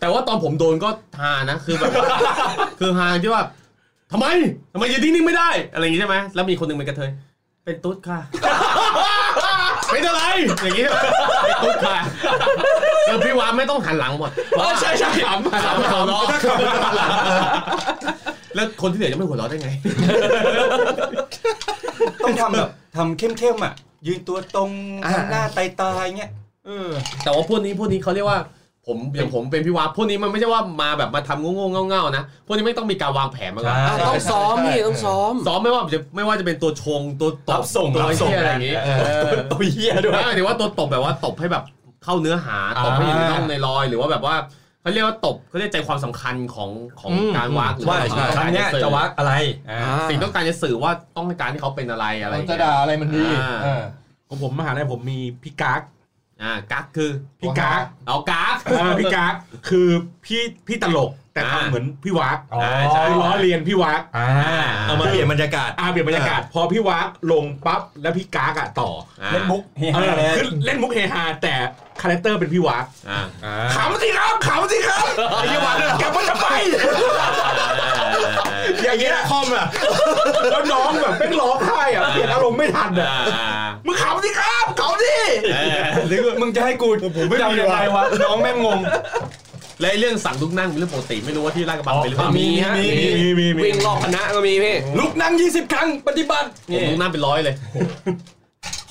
Speaker 6: แต่ว่าตอนผมโดนก็ฮานะคือแบบ ว่าคือฮาที่ว่าทำไมทำไมยืนนิ่งๆไม่ได้ อะไรอย่างงี้ใช่ไหมแล้วมีคนหนึ่งเป็นกระเทยเป็นตุ๊ดค่ะ เป็นอะไรอย่างงี้ใช่ไหมเป็นตุ๊ด ค่ะเออพี่วานไม่ต้องหันหลังหมด
Speaker 4: เออใช่ใช่
Speaker 6: ขำขำขำล้อ แล้วคนที่เหลือจะไม่หัวเราะได้ไง
Speaker 2: ต้องทำแบบทำเข้มๆอ่ะ ยืนตัวตรงทำหน้าตายตายๆเงี้ยเออ
Speaker 6: แต่ว่าพวกนี้พวกนี้เขาเรียกว่าผมอย่างผมเป็นพี่วาพวกนี้มันไม่ใช่ว่ามาแบบมาทำงงๆเง่าๆนะพวกนี้ไม่ต้องมีการวางแผนมาก่อน
Speaker 2: ใช่
Speaker 4: ต้องซ้อมพี่ต้องซ้อม
Speaker 6: ซ้อมไม่ว่าจะไม่ว่าจะเป็นตัวชงตัวต
Speaker 2: รั
Speaker 6: บบ
Speaker 2: ส่ง
Speaker 6: ตัว
Speaker 2: รับส่ง
Speaker 6: เหี้ยอะไรอย่างงี้
Speaker 2: เออตัวเหี้ยด้วย
Speaker 6: ไม่หมายถึงว่าตัวตบแบบว่าตบให้แบบเข้าเนื้อหาตบให้อยู่ในร่องในรอยหรือว่าแบบว่าเขาเรียกว่าตบเขาเรียกใจความสำคัญของของการวากหรือ
Speaker 2: ว่า
Speaker 6: ว่าของ
Speaker 2: ค
Speaker 6: กา
Speaker 2: รั้
Speaker 6: รง
Speaker 2: เนี้ย
Speaker 6: สื่อ
Speaker 2: จะวักอะไรอ่า
Speaker 6: สิ่งต้องการจะสื่อว่าต้องการที่เขาเป็นอะไรอะไรอย่าง
Speaker 3: จะ
Speaker 6: เงี้ย
Speaker 3: ด่าอะไรมันดี
Speaker 6: อ่า
Speaker 3: เออ
Speaker 5: ของผมมหาลัยผมมีพี่กาก
Speaker 6: อ่ากั๊กคือ
Speaker 5: พี่กาก
Speaker 6: เอากั๊ก
Speaker 5: เออพี่กากคือพี่พี่ตลกแต่
Speaker 6: อ่า
Speaker 5: ทำเหมือนพี่วัก
Speaker 2: อ๋อ
Speaker 5: คือล้อเลียนพี่วัก
Speaker 2: อ่า
Speaker 3: เอามาเปลี่ยนบรรยากาศ
Speaker 5: อาเปลี่ยนบรรยากาศ พอพี่วักลงปั๊บแล้วพี่กากอะต่อ
Speaker 6: อ่า
Speaker 2: เล่นมุกเฮ
Speaker 5: เออ
Speaker 2: ฮาเลย
Speaker 5: คือเล่นมุกเฮฮาแต่คาแรคเตอร์เป็นพี่วัก
Speaker 6: อ่า
Speaker 2: อ่า
Speaker 5: ขำสิครับขำสิครับไอ้เหี้ยวักเนี่ยกลับมาทำไม อย่างเงี้ยคอมอ่ะแล้วน้องแบบเป็นร้องไห้อ่ะเปลี่ยนอารมณ์ไม่ทันอ่ะ
Speaker 6: อ่าอ่า
Speaker 5: มึงขำสิครับขำสิ
Speaker 6: เออ
Speaker 2: หรือมึงจะให้กูจำยังไงวะน้องแม่งงง
Speaker 6: และไอ้เรื่องสั่งทุกนั่งเป็นเรื่องปกติไม่รู้ว่าที่ราชกระบังเป็นหรือเปล่า
Speaker 4: มีฮะ
Speaker 2: มี
Speaker 5: มีมีมี
Speaker 4: วิ่งรอบคณะก็มีพี่
Speaker 2: ลุกนั่ง 20 ครั้งปฏิบัติ
Speaker 6: ผมทุกนั่งเป็นร้อยเลย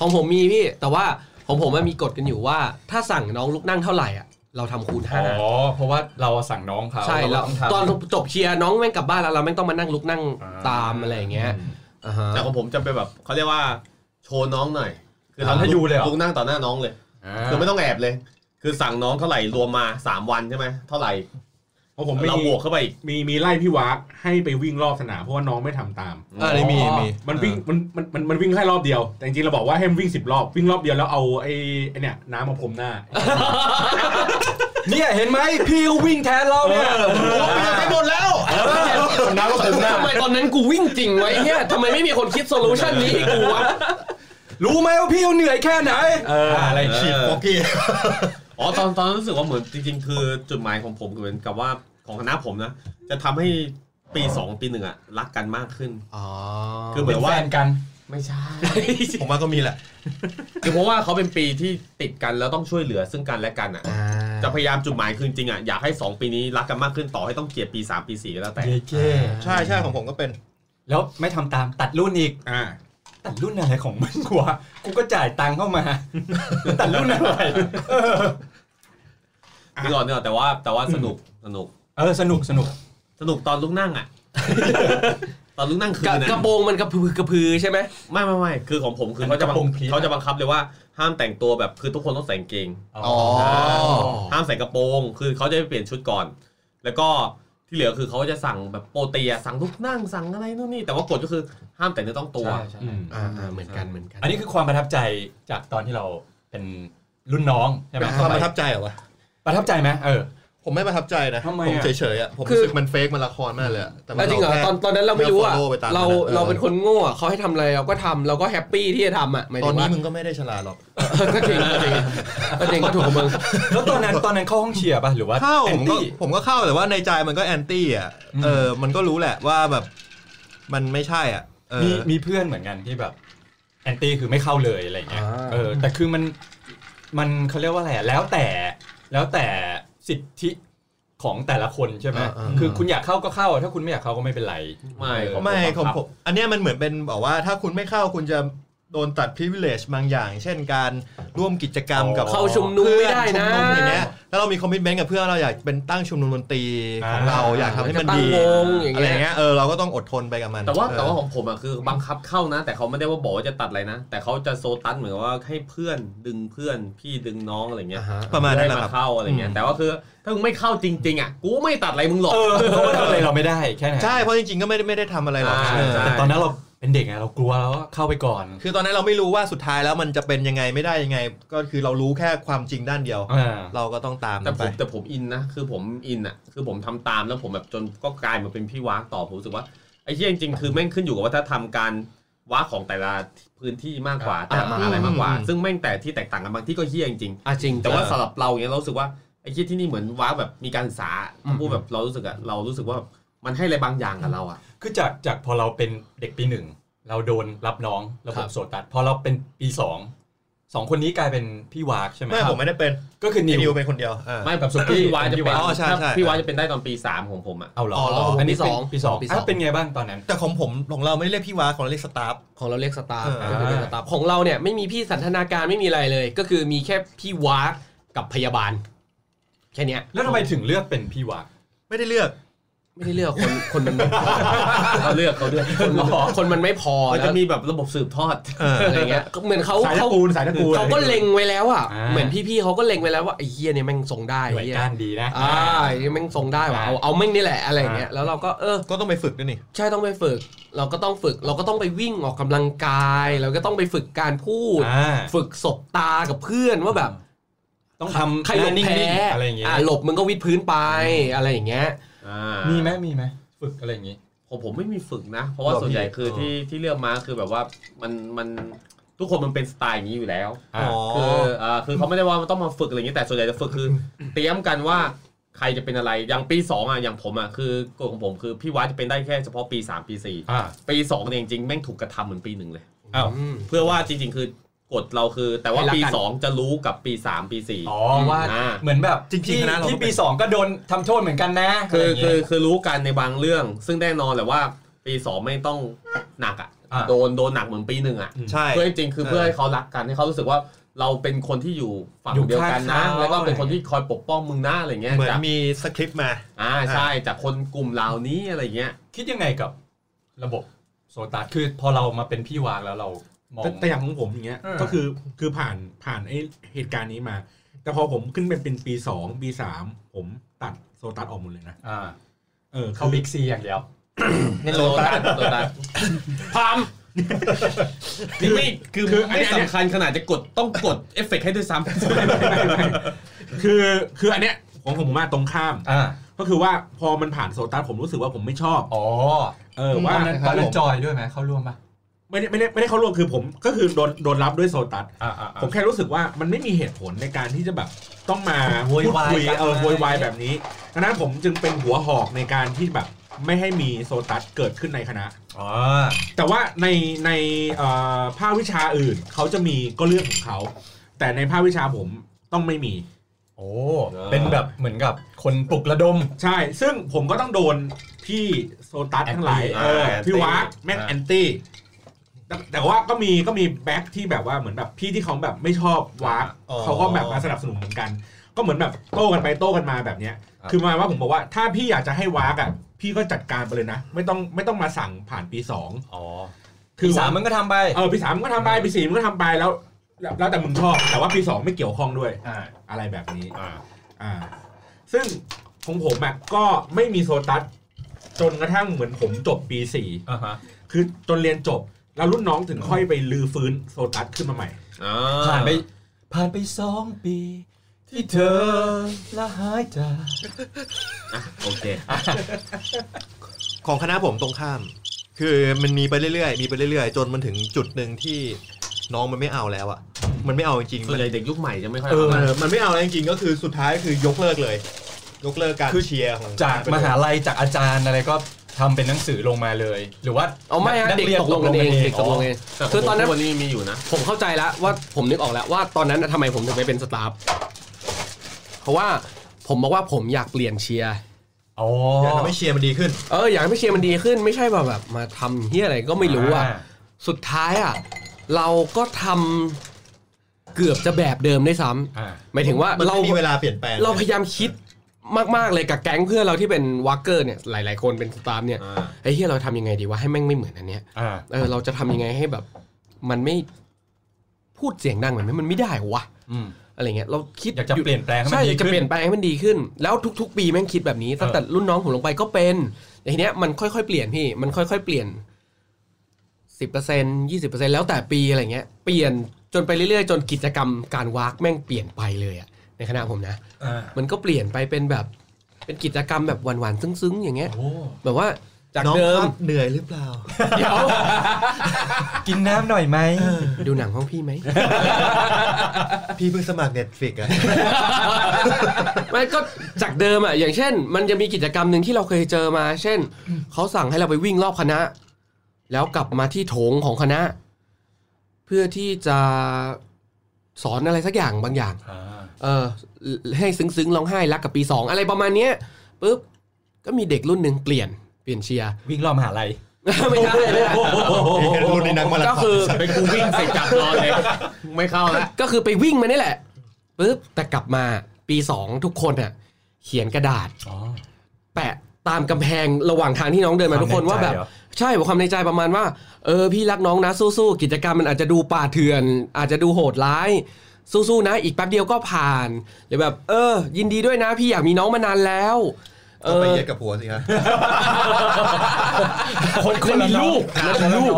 Speaker 4: ของผมมีพี่ แต่ว่าของผมมันมีกฎกันอยู่ว่า ถ้าสั่งน้องลุกนั่งเท่าไหร่อ่ะเราทำคูณห้า
Speaker 2: อ๋อ เพราะว่าเราสั่งน้องเขา
Speaker 4: ใช่แล้ว
Speaker 2: ก็งทำ
Speaker 4: ตอนจบเชียร์น้องแม่งกลับบ้านแล้วเราแม่งต้องมานั่งลุกนั่ง
Speaker 2: อ่า
Speaker 4: ตามอะไรอย่างเงี้ยอ่าฮะ
Speaker 6: แต่ของผมจะเป็นแบบเขาเรียกว่าโชว์น้องหน่อย คือเรา
Speaker 2: ทำให้ดูเลยเหรอ
Speaker 6: ลุกนั่งต่อหน้าน้องเลย คือไม่ต้องแอบเลย คือสั่งน้องเท่าไหร่รวมมา 3 วันใช่ไหมเท่าไหร่
Speaker 5: เพราะผมมี
Speaker 6: เราบวกเข้าไปอีก
Speaker 5: มีมีไล่พี่วากให้ไปวิ่งรอบสนามเพราะว่าน้องไม่ทำตาม
Speaker 3: อ่านี่มีมี
Speaker 5: มันวิ่งมันมันมันมันวิ่งแค่รอบเดียว แต่จริงๆเราบอกว่าให้มันวิ่งสิบรอบวิ่งรอบเดียวแล้วเอาไอ้ไอ้เนี่ยน้ำมาพรมหน้า
Speaker 2: เนี่ยเห็นไหมพี่ก็วิ่งแทนเราเนี่ย
Speaker 3: ผมไปไปหมดแล้ว
Speaker 2: น้ำก็เติมหน้า
Speaker 4: ทำไมตอนนั้นกูวิ่งจริงไวะไอ้เนี่ยทำไมไม่มีคนคิดโซลูชันนี้ให้กูวะ
Speaker 2: รู้ไหมว่าพี่เขาเหนื่อยแค่ไหน
Speaker 5: เออ
Speaker 2: อ่าอะไร
Speaker 3: ฉีดโปกกี้
Speaker 6: อ๋อตอนตอนนั้นรู้สึกว่าเหมือนจริงๆ คือจุดหมายของผมคือเหมือนกับว่าของคณะผมนะ จะทำให้ปีสองปีหนึ่งอะรักกันมากขึ้น
Speaker 4: อ๋อ
Speaker 6: คือเหมื
Speaker 2: เป็
Speaker 6: อนน
Speaker 2: แฟ
Speaker 6: ว่า
Speaker 2: นกัน
Speaker 6: ไม่ใช่
Speaker 3: ผมว่าก็มีแหละ
Speaker 6: คือเพราะว่าเขาเป็นปีที่ติดกันแล้วต้องช่วยเหลือซึ่งกันและกันอะ
Speaker 4: อ่า
Speaker 6: จะพยายามจุดหมายคือจริงๆอะอยากให้ 2 ปีนี้รักกันมากขึ้นต่อให้ต้องเกลียดปี 3 ปี4ก็แล้วแต่
Speaker 2: เย้
Speaker 3: ใช่ใช่ของผมก็เป็น
Speaker 2: แล้วไม่ทำตามตัดรุ่นอีก
Speaker 5: อ่า
Speaker 2: ตัดรุ่นอะไรของมึงวะกูก็จ่ายตังค์เข้า มา ตัดรุ่นอะไรเออ
Speaker 6: คือก่อนเนี่ยแต่ว่าแต่ว่าสนุกสนุก
Speaker 2: เออสนุกสนุก
Speaker 6: สนุกตอนลุกนั่งอะ ตอนลุกนั่งคื
Speaker 4: กระ
Speaker 6: นอะ
Speaker 4: กระโปรงมันกระพือกระพือใช่ไหม
Speaker 6: ไม่ไม่ไม่คือของผมคือ
Speaker 2: อันนี้
Speaker 6: เขาจะ
Speaker 2: กระ
Speaker 6: บัง
Speaker 2: โปรงพีช
Speaker 6: เขาจะบังคับเลยว่าห้ามแต่งตัวแบบคือทุกคนต้องใส่กางเกง
Speaker 3: อ๋อ
Speaker 6: ห้ามใส่กระโปรง คือเขาจะไปเปลี่ยนชุดก่อน แล้วก็ที่เหลือคือเขาจะสั่งแบบโปรตีอะสั่งทุกนั่งสั่งอะไรนู่นนี่ แต่ว่ากฎก็คือห้ามแต่งเนื้อต้องตัว
Speaker 2: ใช่ใช่
Speaker 5: อืม
Speaker 4: อ่าอ่าเหมือนกันเหมือนกัน
Speaker 2: อันนี้คือความประทับใจจากตอนที่เราเป็นรุ่นน้องใช่ไหม
Speaker 3: ความประทับใจเหรอวะ
Speaker 2: ประทับใจไหมเออ
Speaker 3: ผมไม่ประทับใจนะ
Speaker 2: ทำไมอะ
Speaker 3: ผมเฉยๆอ่ะ ผม
Speaker 4: คือ
Speaker 3: รู้สึกมันเฟกมันละครมากเลยอะแต่มั
Speaker 4: แล้วจริงเหรอตอนตอนนั้นเราไม่รู้อะเราเราเป็นคนโง่อะเขาให้ทำอะไรเราก็ทำเราก็แฮปปี้ที่จะทำอะหมาย
Speaker 3: ต
Speaker 4: ถึ
Speaker 3: อน
Speaker 4: ง
Speaker 3: นี้
Speaker 4: ว่า
Speaker 3: มึงก็ไม่ได้ฉลาดหรอก
Speaker 4: เออก็จริงก็จริงก็จริงก็ถูกกับมึง
Speaker 2: แล้วตอนนั้นตอนนั้นเข้าห้องเชียร์ป่ะหรือว่า
Speaker 3: เข้า
Speaker 2: แอ
Speaker 3: ผ
Speaker 2: น
Speaker 3: มก็
Speaker 2: ตี้
Speaker 3: ผมก็เข้าแต่ว่าในใจมันก็แอนตี้อ่ะ
Speaker 2: อืม
Speaker 3: เออ มันก็รู้แหละว่าแบบมันไม่ใช่อ่ะ เอ
Speaker 2: มี
Speaker 3: อ
Speaker 2: มีเพื่อนเหมือนกันที่แบบแอนตี้คือไม่เข้าเลยอะไรอย่างเงี้ย
Speaker 4: อ่า
Speaker 2: เออแต่คือมันมันเขาเรียกว่าอะไรอะแล้วแต่แล้วแต่สิทธิของแต่ละคนใช่ไหม
Speaker 3: อ่าอ่า
Speaker 2: คือคุณอยากเข้าก็เข้า ถ้าคุณไม่อยากเข้าก็ไม่เป็นไร
Speaker 6: ไม่
Speaker 2: เออ
Speaker 3: ไม่
Speaker 2: ผ
Speaker 3: ของ
Speaker 2: บัง
Speaker 3: ผ
Speaker 2: คับ
Speaker 3: มอันเนี้ยมันเหมือนเป็นบอกว่าถ้าคุณไม่เข้าคุณจะโดนตัด privilege บางอย่าง เช่นการร่วมกิจกรรมกับ
Speaker 4: เข้าชุมนุมไม่ได้นะ
Speaker 3: เพื่อชุมมอย่างเงี้ยแล้วเรามีคอมมิชเมนต์กับเพื่อนเราอยากเป็นตั้งชุมนุมดนตรีของเรา
Speaker 2: อ่า
Speaker 3: อยากทำให้มัน
Speaker 4: จะตั้ง
Speaker 3: ดี
Speaker 4: วงอย่าง
Speaker 3: อะไรอ
Speaker 4: เงี้ย
Speaker 3: ย่างเงี้ยเออเราก็ต้องอดทนไปกับมัน
Speaker 6: แต่ว่า
Speaker 3: เออ
Speaker 6: แต่ว่าของผมอะคือบังคับเข้านะ แต่เขาไม่ได้ว่าบอกว่าจะตัดอะไรนะ แต่เขาจะโซตันเหมือนว่าให้เพื่อนดึงเพื่อนพี่ดึงน้องอะไรเงี้ย
Speaker 3: ประมาณนั้นแห
Speaker 6: ได้
Speaker 3: ละค
Speaker 6: มา
Speaker 3: รับ
Speaker 6: เข้าอะไรเงี้ย แต่ว่าคือถ้ามึงไม่เข้าจริง ๆอะกูไม่ตัดอะไรมึงหรอก
Speaker 2: เออเขาก็ทำอะไรเราไม่ได้แค่นั้น
Speaker 3: ใช่เพราะจริงๆก็ไม่ได้ไม่ได้ทำอะไรหรอก
Speaker 6: อ่า
Speaker 3: เออ
Speaker 6: ใช่
Speaker 2: แต่ตอนนั้นเราเป็นเด็กไงเรากลัวแล้วก็เข้าไปก่อน
Speaker 3: คือตอนนั้นเราไม่รู้ว่าสุดท้ายแล้วมันจะเป็นยังไงไม่ได้ยังไง ก็คือเรารู้แค่ความจริงด้านเดียว
Speaker 2: อ่า
Speaker 3: เราก็ต้องตาม
Speaker 6: แต่
Speaker 3: มัน
Speaker 6: ผ
Speaker 3: ไป
Speaker 6: มแต่ผมอินนะ คือผมอินอ่ะ คือผมทำตามแล้วผมแบบจนก็กลายมาเป็นพี่ว้างต่อผมรู้สึกว่าไอ้ที่จริงๆคือแม่งขึ้นอยู่กับวัฒนธรรมการว้าของแต่ละพื้นที่มากกว่าแต่ละ
Speaker 4: อ่า
Speaker 6: อะไรมากกว่า
Speaker 3: อืม
Speaker 6: ซึ่งแม่งแต่ที่แตกต่างกันบางที่ก็เฮี้ยจริง
Speaker 4: อ่ะจริง
Speaker 6: ๆแต่ว่าสำหรับเราอย่างเงี้ยเรารู้สึกว่าไอ้ที่ที่นี่เหมือนว้าแบบมีการศึกษา
Speaker 4: อืม
Speaker 6: พูดแบบเรารู้สึกอ่ะเรารู้สึกว่ามันให้อะไรบางอย่างกับเราอ่ะ
Speaker 2: คือจากจากพอเราเป็นเด็กปีหนึ่งเราโดนรับน้องระบ
Speaker 6: ครับ บ
Speaker 2: โสตัสพอเราเป็นปีสองสองคนนี้กลายเป็นพี่วากใช่ไหม
Speaker 3: ไม่ผมไม่ได้เป็น
Speaker 2: ก็คือ
Speaker 3: ไอ้นิ
Speaker 2: นิ
Speaker 3: ว
Speaker 2: ว
Speaker 3: เป็นคนเดียวเออ
Speaker 6: ไม่
Speaker 2: กับสุกี้
Speaker 6: พี่ว้างจะเป็น
Speaker 3: อ๋อใช่ใช่
Speaker 6: พี่ว้างจะเป็นได้ตอนปีสามของผมอ่ะ
Speaker 2: เอาเหรอ
Speaker 3: อ๋อเหรอ
Speaker 2: อันนี้เป็น
Speaker 4: ปีสอง
Speaker 2: ปีสอง
Speaker 4: ปีสอง
Speaker 2: อ่ะเป็นไงบ้างตอนนั้น
Speaker 3: แต่ของผมของเราไม่เรียกพี่ว้าของเราเรียกสตาฟ
Speaker 4: ของเราเรียกสตาร์
Speaker 3: เออ
Speaker 4: ก็คือเรียกสตาร์ของเราเนี่ยไม่มีพี่สันทนาการไม่มีอะไรเลย ก็คือมีแค่พี่วากกับพยาบาล แค่เนี้ย
Speaker 2: แล้วทำไมถึงเลือกเป็นพี่วาก
Speaker 3: ไม่ได้เลือก
Speaker 4: ไม่ได้เลือกคนคนมันไม่พอ
Speaker 6: เขาเลือกเขาเลือก
Speaker 4: คนมันคนมันไม่พอ
Speaker 6: มัน
Speaker 4: แล้ว
Speaker 6: จะมีแบบระบบสืบทอด
Speaker 4: อะไรเงี้ยเหมือนเขา
Speaker 5: สายตระ
Speaker 4: เขา
Speaker 5: กูลสายตระกูล
Speaker 4: เขาก็เล็งไว้แล้วอ่ะ
Speaker 2: อ่า
Speaker 4: เหมือนพี่ๆเขาก็เล็งไว้แล้วว่าไอ้เฮียเนี่ยแม่งทรงได้
Speaker 2: หน่วย
Speaker 4: เฮีย
Speaker 2: การดีนะ
Speaker 4: อ่าไอ้เหี้ยแม่งทรงได้ว่ะเอาเอาแม่งนี่แหละอะไรเงี้ยแล้วเราก็เออ
Speaker 3: ก็ต้องไปฝึกด้วยนี่
Speaker 4: ใช่ต้องไปฝึก เราก็ต้องฝึก เราก็ต้องไปวิ่งออกกำลังกาย เราก็ต้องไปฝึกการพูด
Speaker 2: อ่า
Speaker 4: ฝึกสบตากับเพื่อนว่าแบบ
Speaker 2: ต้องทำ
Speaker 4: ใครหลบ
Speaker 2: น้า
Speaker 4: แพ้
Speaker 2: นิ่งๆอะไรอย่างเงี้ย
Speaker 4: หลบมันก็วิดพื้นไปอะไรอย่างเงี้ย
Speaker 2: มีไหมมีไหมฝึกอะไรอย่างงี้
Speaker 6: ผมผมไม่มีฝึกนะ เพราะว่า
Speaker 3: หรอ
Speaker 6: ส่วนใหญ่
Speaker 3: พี่
Speaker 6: คือที่ที่เลือกมาคือแบบว่ามันมันทุกคนมันเป็นสไตล์อย่างนี้อยู่แล้ว
Speaker 2: อ่ะ
Speaker 6: คือเอ่อคือเขาไม่ได้ว่ามันต้องมาฝึกอะไรอย่างนี้แต่ส่วนใหญ่จะฝึกคือ เตรียมกันว่าใครจะเป็นอะไรอย่างปีสองอ่ะอย่างผมอ่ะคือกฎของผมคือพี่วัดจะเป็นได้แค่เฉพาะปีสามปีสี่
Speaker 2: อ่า
Speaker 6: ปีสองเนี่ยจริงๆแม่งถูกกระทำเหมือนปีหนึ่งเลย
Speaker 2: อ้าว
Speaker 6: เพื่อว่าจริง ๆ คือกฎเราคือ แต่ว่า
Speaker 4: ให้รัก
Speaker 6: ปี
Speaker 4: กัน
Speaker 6: สองจะรู้กับปีสามปีสี่
Speaker 2: อ๋อว่า
Speaker 6: อ่า
Speaker 2: เหมือนแบบ
Speaker 3: จริงๆ
Speaker 2: ที่
Speaker 3: คณะเราก็
Speaker 2: ที่ปีสองก็โดนทำโทษเหมือนกันนะ
Speaker 6: คื
Speaker 2: ะไร
Speaker 6: อคือย่าง
Speaker 2: เงี้ย
Speaker 6: คือรู้กันในบางเรื่อง ซึ่งแน่นอนแหละว่าปีสองไม่ต้องหนักอ่ะ
Speaker 2: อ่า
Speaker 6: โดนโดนหนักเหมือนปีหนึ่งอ่ะ
Speaker 3: ใช่
Speaker 6: เพื่อจริงๆคือ
Speaker 3: เออ
Speaker 6: เพื่อให้เขารักกันให้เขารู้สึกว่าเราเป็นคนที่อยู่ฝั่ง
Speaker 2: อยู่
Speaker 6: เดียวกันนะ
Speaker 2: ข้างๆ
Speaker 6: แล้วก็เป็น
Speaker 2: อะไร
Speaker 6: คนที่คอยปกป้องมึงหน้าอะไรเงี้ย
Speaker 3: เหมือน
Speaker 6: จาก
Speaker 3: มีสคริปต์มา
Speaker 6: อ่าใช่จากคนกลุ่มเหล่านี้อะไรเงี้ย
Speaker 2: คิดยังไงกับระบบโซตัสคือพอเรามาเป็นพี่วากแล้วเรามอง
Speaker 5: แต่แต่อย่างของผมอย่างเงี้ย
Speaker 2: อ่า
Speaker 5: ก็คือคือผ่านผ่านไอเหตุการณ์นี้มา แต่พอผมขึ้นเป็นเป็นปีสองปีสามผมตัดโซตัสออกหมดเลยนะ
Speaker 2: อ่า
Speaker 5: เออ
Speaker 2: เข้า
Speaker 5: คือ
Speaker 2: บิ๊กซีอย่างเดียว
Speaker 6: โลตัสโลตัสพามนี่ไม่คือไม่สำคัญขนาดจะกดต้องกดเอฟเฟกต์ให้ด้วยซ้
Speaker 5: คือคืออันเนี้ยของผมมาตรงข้าม
Speaker 2: อ่า
Speaker 5: ก็คือว่าพอมันผ่านโซตัสผมรู้สึกว่าผมไม่ชอบ
Speaker 2: อ๋อ
Speaker 5: เออว่า
Speaker 2: ตอนนั้น
Speaker 3: ครับ
Speaker 2: ตอนนั้
Speaker 3: ผ
Speaker 2: น
Speaker 3: ม
Speaker 2: จอยด้วยไหมเข้าร่วมปะ
Speaker 5: ไม่ได้ไม่ได้ไม่ได้เข้าร่วมคือผมก็คือโดนโดนรับด้วยโซตัส
Speaker 7: อ่าอ่า
Speaker 5: ผมแค่รู้สึกว่ามันไม่มีเหตุผลในการที่จะแบบต้องมา
Speaker 2: โวยวาย
Speaker 5: พูดคุ
Speaker 2: กัน
Speaker 5: เออโวยวายแบบนี้ดังนั้นผมจึงเป็นหัวหอกในการที่แบบไม่ให้มีโซตัสเกิดขึ้นในคณะ
Speaker 7: อ๋อ
Speaker 5: แต่ว่าในในเอ่อภาควิชาอื่นเขาจะมีก็เรื่องของเขา แต่ในภาควิชาผมต้องไม่มี
Speaker 7: โอ้เป็นแบบเหมือนกับคนปลุกระดม
Speaker 5: ใช่ ซึ่งผมก็ต้องโดนพี่โซตัสทั้งหลาย
Speaker 6: Anti
Speaker 5: เออ
Speaker 6: อ่า
Speaker 5: พี่
Speaker 6: Anti
Speaker 5: วักแม็ก
Speaker 7: อ่า
Speaker 5: แอนตี้แต่แต่ว่าก็มีก็มีแบ็คที่แบบว่าเหมือนแบบพี่ที่เขาแบบไม่ชอบวัก
Speaker 3: อ๋อ
Speaker 5: เขาก็แบบมาสนับสนุนเหมือนกัน ก็เหมือนแบบโต้กันไปโต้กันมาแบบเนี้ย คือมาว่าผมบอกว่าถ้าพี่อยากจะให้วักอ่ะพี่ก็จัดการไปเลยนะ ไม่ต้องไม่ต้องมาสั่งผ่านปีสอง
Speaker 7: อ๋อ
Speaker 5: คือ
Speaker 2: สาม
Speaker 5: ว่า
Speaker 2: มันก็ทำไป
Speaker 5: เออปีสามมันก็ทำไปปีสี่มันก็ทำไปแล้วแล้ว แล้วแต่มึงชอบ แต่ว่าปีสองไม่เกี่ยวข้องด้วย
Speaker 7: อ่า
Speaker 5: อะไรแบบนี้
Speaker 7: อ่า
Speaker 5: อ่าซึ่งของผมอะก็ไม่มีโซตัสจนกระทั่งเหมือนผมจบปีสี่
Speaker 7: อ่าฮะ
Speaker 5: คือจนเรียนจบ แล้วรุ่นน้องถึงค่อยไปลือฟื้นโซตัสขึ้นมาใหม่
Speaker 6: อ่
Speaker 2: ผ่านไป ผ่านไปสองปี ที่เธอละหายจาก
Speaker 6: โอเค
Speaker 3: ของคณะผมตรงข้าม คือมันมีไปเรื่อยๆ มีไปเรื่อยๆ จนมันถึงจุดหนึ่งที่น้องมันไม่เอาแล้วอะมันไม่เอาจริงๆ
Speaker 6: ส่
Speaker 3: มั
Speaker 6: วน
Speaker 3: น
Speaker 6: ใหญ่เด็กยุคใหม่จะไม่ค่อย
Speaker 3: เออ
Speaker 6: ทำ
Speaker 3: มัน
Speaker 6: นะ
Speaker 3: มันไม่เอาแล้วจริงๆ ก็คือสุดท้ายคือยกเลิกเลย ยกเลิกการ
Speaker 7: คือ
Speaker 3: เชียร์ของ
Speaker 2: จาก
Speaker 3: ไปเลย
Speaker 2: มหาลัยจากอาจารย์อะไรก็ทำเป็นหนังสือลงมาเลย หรือว่า
Speaker 4: เอาไม่ฮะ
Speaker 2: นั
Speaker 4: เด็กตกลงกันเองเด็กตกลงเอง
Speaker 6: แต่ขง
Speaker 4: คือตอนนั้น
Speaker 6: ผมวันนี้มีอยู่นะ
Speaker 4: ผมเข้าใจแล้วว่าผมนึกออกแล้วว่าตอนนั้นน่ะทำไมผมถึงไปเป็นสตาฟเพราะว่าผมบอกว่าผมอยากเปลี่ยนเชียร์
Speaker 2: อ๋ออย
Speaker 3: อากทำให้เชียร์มันดีขึ้น
Speaker 4: เอออยากให้พี่เชียร์มันดีขึ้นไม่ใช่แบบแบบมาทำเฮียอะไรก็ไม่รู้อ่ะ สุดท้ายอ่ะ เราก็ทำเกือบจะแบบเดิมได้วยซ้ำ
Speaker 7: อ่า
Speaker 4: หมายถึงว่า
Speaker 3: มัน
Speaker 4: เรา
Speaker 3: ไม่มีเวลาเปลี่ยนแปลง
Speaker 4: เราพยายามคิดมากๆเลยกับแก๊งเพื่อนเราที่เป็นวักเกอร์เนี่ยหลายๆคนเป็นสตาฟเนี่ย
Speaker 6: อ่า
Speaker 4: ไอ้เฮียเราทำยังไงดีวะให้แม่งไม่เหมือนอันเนี้ย
Speaker 7: อ่า
Speaker 4: เออเราจะทำยังไงให้แบบ มันไม่พูดเสียงดังเหมือนมันไม่ได้วะ
Speaker 7: อืม
Speaker 4: อะไรเงี้ยเราคิด
Speaker 7: อยากจะเปลี่ยนแปลงให้มัน
Speaker 4: ใช่
Speaker 7: ดี
Speaker 4: อยากจะ
Speaker 7: ขึ้น
Speaker 4: เปลี่ยนแปลงให้มันดีขึ้น แล้วทุก ๆ ปีแม่งคิดแบบนี้ตั้งแต่รุ่นน้องผมลงไปก็เป็นแต่ทีเนี้ยมันค่อยๆเปลี่ยนพี่มันค่อยๆเปลี่ยน สิบเปอร์เซ็นยี่สิบเปอร์เซ็นแล้วแต่ปีอะไรเงี้ยเปลี่ยนจนไปเรื่อยๆ จนกิจกรรมการวากแม่งเปลี่ยนไปเลยอะในคณะผมนะ
Speaker 7: อ่า
Speaker 4: มันก็เปลี่ยนไปเป็นแบบเป็นกิจกรรมแบบหวานๆซึ้งๆ อย่างเงี้ย
Speaker 7: โอ้
Speaker 4: แบบว่าจาก
Speaker 3: น้อง
Speaker 4: เดิม
Speaker 3: ครับเหนื่อยหรือเปล่า
Speaker 4: เดี๋ยว
Speaker 2: กินน้ำหน่อยไหม
Speaker 4: ดูหนังห้องพี่ไหม
Speaker 3: พี่เพิ่งสมัครเน็ตฟิกอะ
Speaker 4: ไม่ก็จากเดิมอะอย่างเช่น มันจะมีกิจกรรมหนึ่งที่เราเคยเจอมา เช่นเขาสั่งให้เราไปวิ่งรอบคณะ แล้วกลับมาที่โถงของคณะ เพื่อที่จะสอนอะไรสักอย่างบางอย่าง
Speaker 7: อ่า
Speaker 4: เออให้ซึ้งๆร้องไห้รักกับปีสองอะไรประมาณเนี้ยปุ๊บก็มีเด็กรุ่นหนึ่งเปลี่ยนเปลี่ยนเชียร์
Speaker 2: วิ่งรอบมหาลัย
Speaker 4: ไม่ได้ไม่ได้
Speaker 3: รุ่นในนักมาราธ
Speaker 4: ก็
Speaker 3: อน
Speaker 4: คือ
Speaker 6: ไปกูวิ่งใส่จับรอเลย ไม่เข้าละ
Speaker 4: ก็คือไปวิ่งมานี่แหละปุ๊บแต่กลับมาปีสองทุกคนอ่ะเขียนกระดาษ
Speaker 7: อ๋อ
Speaker 4: แปะตามกำแพงระหว่างทางที่น้องเดินมาทุกคนว่าแบบ ใช่บอกความในใจประมาณว่า เออพี่รักน้องนะสู้ๆกิจกรรมมันอาจจะดูป่าเถื่อน อาจจะดูโหดร้าย สู้ๆนะ อีกแป๊บเดียวก็ผ่านหรือแบบ เออ ยินดีด้วยนะ พี่อยากมีน้องมานานแล้วเอ
Speaker 3: ก็ไป
Speaker 4: อ
Speaker 3: เย็ดกับผัวสิครับ
Speaker 2: คนคนละลูกลูก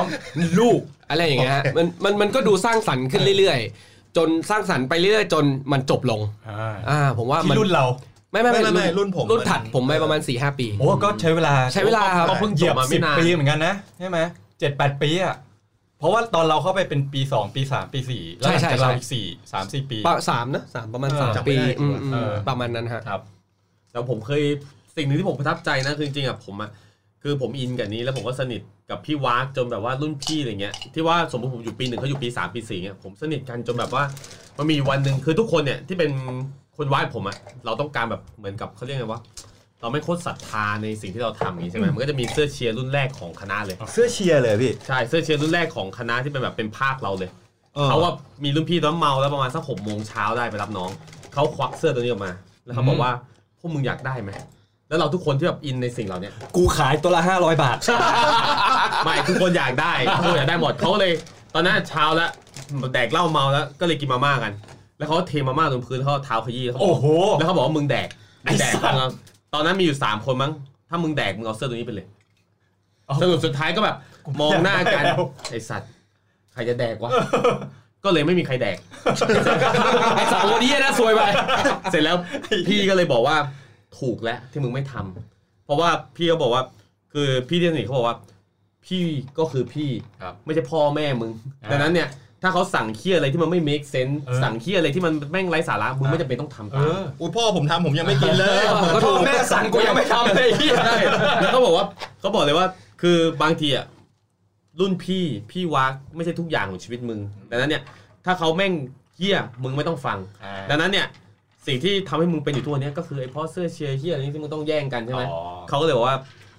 Speaker 2: ลูก
Speaker 4: อะไรอย่างเงี้ยฮะมันมันมันก็ดูสร้างสรรค์ขึ้นเรื่อยๆ จนสร้างสรรค์ไปเรื่อยๆ จนมันจบลง
Speaker 7: อ่า
Speaker 4: อ่า ผมว่ามั
Speaker 2: ที่รุ่นเรา
Speaker 4: ไม่ไม่
Speaker 3: ไม่ไม่ไม่รุ่นผม
Speaker 4: รุ่น
Speaker 3: มัน
Speaker 4: ถัดผมไปประมาณ4ี่ห้าปี
Speaker 2: โอ้ก็ใช้เวลา
Speaker 4: ใช้เวลาครับ
Speaker 2: ก็เพิ่งเหยียบ
Speaker 6: จบมาไม่
Speaker 2: สิบ
Speaker 6: นาน
Speaker 2: ปีเหมือนกันนะใช่ไหมเจ็ดแปดปีอ่ะ เพราะว่าตอนเราเข้าไปเป็นปีสองปีสามปีสี่แล้วหลัง
Speaker 4: ใช่
Speaker 2: จาก
Speaker 4: ใช่
Speaker 2: เราอีกสี่สามสี่ปี
Speaker 4: ปะสามนะสามประมาณ
Speaker 2: เออ
Speaker 4: สาม
Speaker 3: จำไม่
Speaker 4: ปี
Speaker 3: ได้
Speaker 4: อืม
Speaker 3: ดีกว่า
Speaker 4: อืม
Speaker 2: เออ
Speaker 4: ประมาณนั้นฮะ
Speaker 2: ครับ
Speaker 6: แต่ผมเคยสิ่งหนึ่งที่ผมประทับใจนะคือจริงๆอะผมอะคือผมอินกับนี้แล้วผมก็สนิทกับพี่วากจนแบบว่ารุ่นพี่อะไรเงี้ยที่ว่าสมมติผมอยู่ปีหนึ่งเขาอยู่ปีสามปีสี่เงี้ยผมสนิทกันจนแบบว่ามันมีวันหนึ่งคือทุกคนเนี่ยที่เป็นคนวาดผมอะเราต้องการแบบเหมือนกับเขาเรียกไงว่าเราไม่โคตรศรัทธาในสิ่งที่เราทำอย่างนี้ใช่ไหมมันก็จะมีเสื้อเชียร์รุ่นแรกของคณะเลย
Speaker 3: เสื้อเชียร์เลยพี่
Speaker 6: ใช่เสื้อเชียร์รุ่นแรกของคณะที่เป็นแบบเป็นภาคเราเลย
Speaker 3: ออ
Speaker 6: เขาว่ามีรุ่นพี่ตอนเมาแล้วประมาณสักหกโมงเช้าได้ไปรับน้อง เขาควักเสื้อตัวนี้ออกมา แล้วเขาบอกว่าพวกมึงอยากได้ไหมแล้วเราทุกคนที่แบบอินในสิ่งเหล่าเนี้ย
Speaker 2: กูขายตัวละห้าร้อยบาท
Speaker 6: ไม่ทุกคนอยาก ได้ทุกคนอยากได้หมดเขาเลย ตอนนั้นเช้าแล้วแดกเหล้าเมาแล้วก็เลยกินมาม่ากัน แล้วเขาเทมาม่าลงพื้นเขาเอาเท้าขยี้แล้วเขาบ
Speaker 2: โอ้
Speaker 6: อก
Speaker 2: โห
Speaker 6: แล้วเขาบอกว่ามึงแดกมึงแดก
Speaker 2: ไอ้สัตว์
Speaker 6: นะตอนนั้นมีอยู่สามคนมั้งถ้ามึงแดกมึงเอาเสื้อตัวนี้ไปเลยสรุปสุดท้ายก็แบบมองหน้ากันไอสัตว์ใครจะแดก วะก็เลยไม่มีใครแดก
Speaker 4: ไอ้สามคนนี้นะซวยไป
Speaker 6: เสร็จแล้วพี่ก็เลยบอกว่าถูกแล้วที่มึงไม่ทำเพราะว่าพี่เขาบอกว่า คือพี่ที่สนิทเขาบอกว่า พ พี่ก็คือพี่
Speaker 2: ครับ
Speaker 6: ไม่ใช่พ่อแม่มึง
Speaker 2: อ่า
Speaker 6: ดังนั้นเนี่ยถ้าเขาสั่งเคี้ยอะไรที่มันไม่ make sense
Speaker 2: เออ
Speaker 6: สั่งเคี้ยอะไรที่มันแม่งไร้สาระมึงไม่จำเป็นต้องทำ
Speaker 2: เอ
Speaker 6: ตาม
Speaker 2: อ
Speaker 3: อุ้ยพ่อผมทำผมยังไม่กินเลย
Speaker 6: ก็ถูก
Speaker 2: พ่อแม่สั่งกูยังไม่ทำเลย
Speaker 6: ใช่แล้วเขาบอกว่าเขาบอกเลยว่า คือบางทีอ่ะรุ่นพี่พี่วักไม่ใช่ทุกอย่างของชีวิตมึงดังนั้นเนี่ย ถ้าเขาแม่งเฮี้ยมึงไม่ต้องฟัง ดังนั้นเนี่ยสิ่งที่ทำให้มึงเป็นอยู่ทุกวันเนี้ยก็คือไอ้พ่อเสื้อเชียร์เฮี้ยอะไรนี่ที่มึงต้องแย่งกันใช่ไหมเขาก็เลยบอกว่า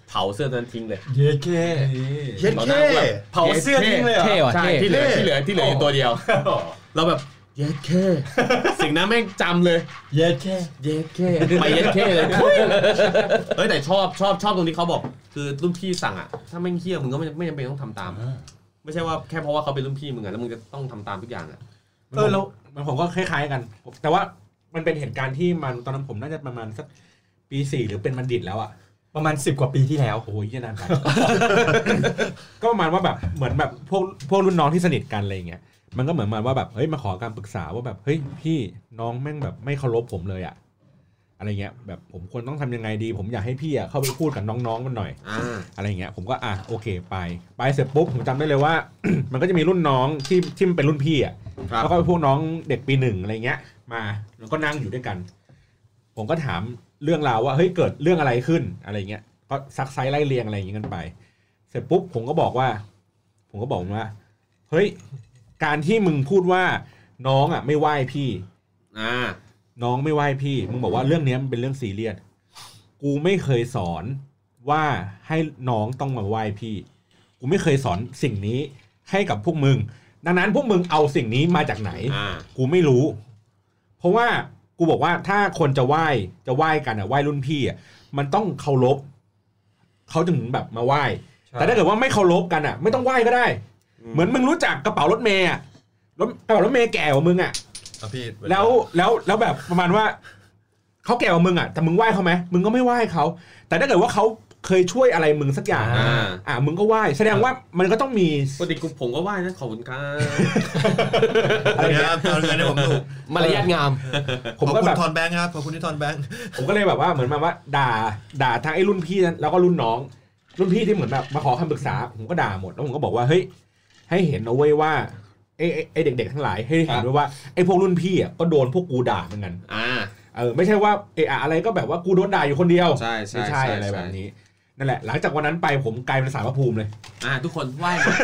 Speaker 6: เผาเสื้อตัวนั้นทิ้งเลย
Speaker 2: เย้เก้
Speaker 3: เย็ดแค่
Speaker 2: เผาเสื้อทิ้งเลยเหรอ
Speaker 4: เท่ว่ะ
Speaker 6: ใช่
Speaker 4: เท่
Speaker 6: ที่เหลือ
Speaker 3: เท่
Speaker 6: ที่เหลือที่เหลืออยู่ตัวเดียว เราแบบเย็ดแค่สิ่งนั้นแม่งจำ เลย
Speaker 2: เย้แค่
Speaker 6: เย็ดแค่ไปเย็ดแค่เลย เฮ้ยแต่ชอบชอบชอบตรงที่เขาบอก คือรุ่นพี่สั่งอ่ะ ถ้าไม่งเคี้ยมึงก็ไม่ไม่จำเป็นต้องทำตาม ไม่ใช่ว่าแค่เพราะว่าเขาเป็นรุ่นพี่มึงอ่ะแล้วมึงจะต้องทำตามทุกอย่างอ่ะ
Speaker 5: เออแล้วมันผมก็คล้ายๆกัน แต่ว่ามันเป็นเหตุการณ์ที่มันตอนนั้นผมน่าจะประมาณสักปีสี่หรือเป็นบัณฑิตแล้วอ่ะ
Speaker 2: ประมาณ 10 กว่าปีที่แล้ว
Speaker 5: โอ้โหยี่นานไป ก็ ประมาณว่าแบบเหมือนแบบพวกพวกรุ่นน้องที่สนิทกันอะไรอย่างเงี้ยมันก็เหมือนประมาณว่าแบบเฮ้ยมาขอการปรึกษาว่าแบบเฮ้ยพี่น้องแม่งแบบไม่เคารพผมเลยอะอะไรเงี้ยแบบผมควรต้องทำยังไงดี ผมอยากให้พี่อะเข้าไปพูดกับน้องๆมันหน่อย
Speaker 6: อ่า
Speaker 5: อะไรเงี้ยผมก็อ่ะโอเคไป ไปเสร็จปุ๊บผมจำได้เลยว่า มันก็จะมีรุ่นน้องที่ที่มันเป็นรุ่นพี่อ่ะ
Speaker 6: ครับ
Speaker 5: แล้วก็พวกน้องเด็กปีหนึ่งอะไรเงี้ย มาแล้วก็นั่งอยู่ด้วยกัน ผมก็ถามเรื่องราวว่าเฮ้ยเกิดเรื่องอะไรขึ้นอะไรเงี้ยก็ซักไซส์ไล่เรียงอะไรอย่างงี้กันไป เสร็จปุ๊บผมก็บอกว่า ผมก็บอกมันว่าเฮ้ยการที่มึงพูดว่าน้องอ่ะ ไม่ไหว้พี่
Speaker 6: อ่า
Speaker 5: น้องไม่ไหว้พี่ มึงบอกว่าเรื่องเนี้ยมันเป็นเรื่องซีเรียส กูไม่เคยสอนว่าให้น้องต้องมาไหว้พี่ กูไม่เคยสอนสิ่งนี้ให้กับพวกมึง ดังนั้นพวกมึงเอาสิ่งนี้มาจากไหน
Speaker 6: อ่า
Speaker 5: กูไม่รู้ เพราะว่ากูบอกว่าถ้าคนจะไหว้จะไหว้กันอะไหว้รุ่นพี่อะมันต้องเคารพเขาถึงแบบมาไหว้
Speaker 2: ใช่
Speaker 5: แต่ถ้าเกิดว่าไม่เคารพกันอะไม่ต้องไหว้ก็ได้ เหมือนมึงรู้จักกระเป๋ารถเมย์อะรถกระเป๋ารถเมย์แก่กว่ามึงอะ
Speaker 3: อ่ะพี่
Speaker 5: แล้วแล้วแล้วแบบประมาณว่าเขาแก่กว่ามึงอ่ะแต่มึงไหว้เขาไหมมึงก็ไม่ไหว้เขาแต่ถ้าเกิดว่าเขาเคยช่วยอะไรมึงสักอย่าง
Speaker 6: อ่า
Speaker 5: อ่ะมึงก็ไหว้แสดงว่ามันก็ต้องมี
Speaker 6: ปกติกูผมก็ไหว้นะขอบคุณครับ
Speaker 3: อะไรเงี้ยครับเอาเงินให้ผมดู
Speaker 4: มารยาทงาม
Speaker 5: ผม
Speaker 3: ขอบ
Speaker 5: ก็
Speaker 3: คุ
Speaker 5: แบ
Speaker 3: ณ
Speaker 5: บ
Speaker 3: ทอนแบงค์ครับขอบคุณที่ทอนแบงค์
Speaker 5: ผมก็เลยแบบว่าเหมือนมาว่า ด่าด่าทั้งไอ้รุ่นพี่นั้นแล้วก็รุ่นน้อง รุ่นพี่ที่เหมือนแบบมาขอคำปรึกษา ผมก็ด่าหมดแล้วผมก็บอกว่าเฮ้ยให้เห็นเอาไว้ยว่าไอ้ไอ้ไอ้เด็ก ๆ ทั้งหลายให้เห็นด้วยว่าไอ้พวกรุ่นพี่อ่ะก็โดนพวกกูด่าเหมือนกัน
Speaker 6: อ่า
Speaker 5: เออไม่ใช่ว่าเอะอะอะไรก็แบบว่ากูโดนด่าอยู่คนเดียว
Speaker 6: ใช่ใช่
Speaker 5: ไม่ใช่อะไรแบบนี้นั่นแหละ หลังจากวันนั้นไปผมกลายเป็นสารพระภูมิเลย
Speaker 6: อ่า ทุกคนไหว้หมด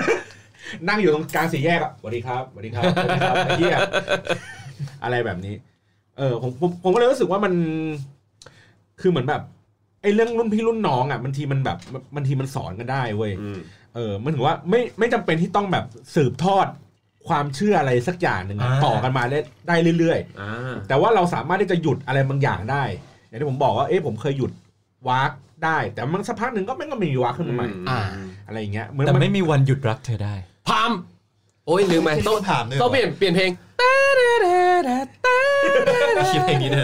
Speaker 5: นั่งอยู่ตรงกลางสี่แยกอะสวัสดีครับสวัสดีครับสวัสดีครับไอ้เหี้ยอะไรแบบนี้ เออผมผมผมก็เลยรู้สึกว่ามัน คือเหมือนแบบไอ้เรื่องรุ่นพี่รุ่นน้องอ่ะบางทีมันแบบบางทีมันสอนกันได้เว้ย
Speaker 6: อืม
Speaker 5: เออมันถือว่าไม่ไม่จำเป็นที่ต้องแบบสืบทอดความเชื่ออะไรสักอย่างหนึ่งอะ
Speaker 2: อ่า
Speaker 5: ต่อกันมาได้ได้เรื่อย ๆ
Speaker 6: อ่า
Speaker 5: แต่ว่าเราสามารถที่จะหยุดอะไรบางอย่างได้ อย่างที่ผมบอกว่าเอ๊ะผมเคยหยุดวากได้ แต่มันสักพักหนึ่งก็แม่งก็มีวากขึ้นมาใหม่
Speaker 4: อ่า
Speaker 5: อะไรอย่างเงี้ยเหมือน
Speaker 2: แต่
Speaker 5: มัน
Speaker 2: ไม่มีวันหยุดรักเธอได้
Speaker 4: พามโอ้ยลืมไป
Speaker 3: ไม่ต้
Speaker 4: ต้
Speaker 3: อ
Speaker 4: อง
Speaker 3: งถามเลย
Speaker 4: ต้องเปลี่ยนเปลี่ยนเพลง
Speaker 3: คิดเพลงนี้เนี่ย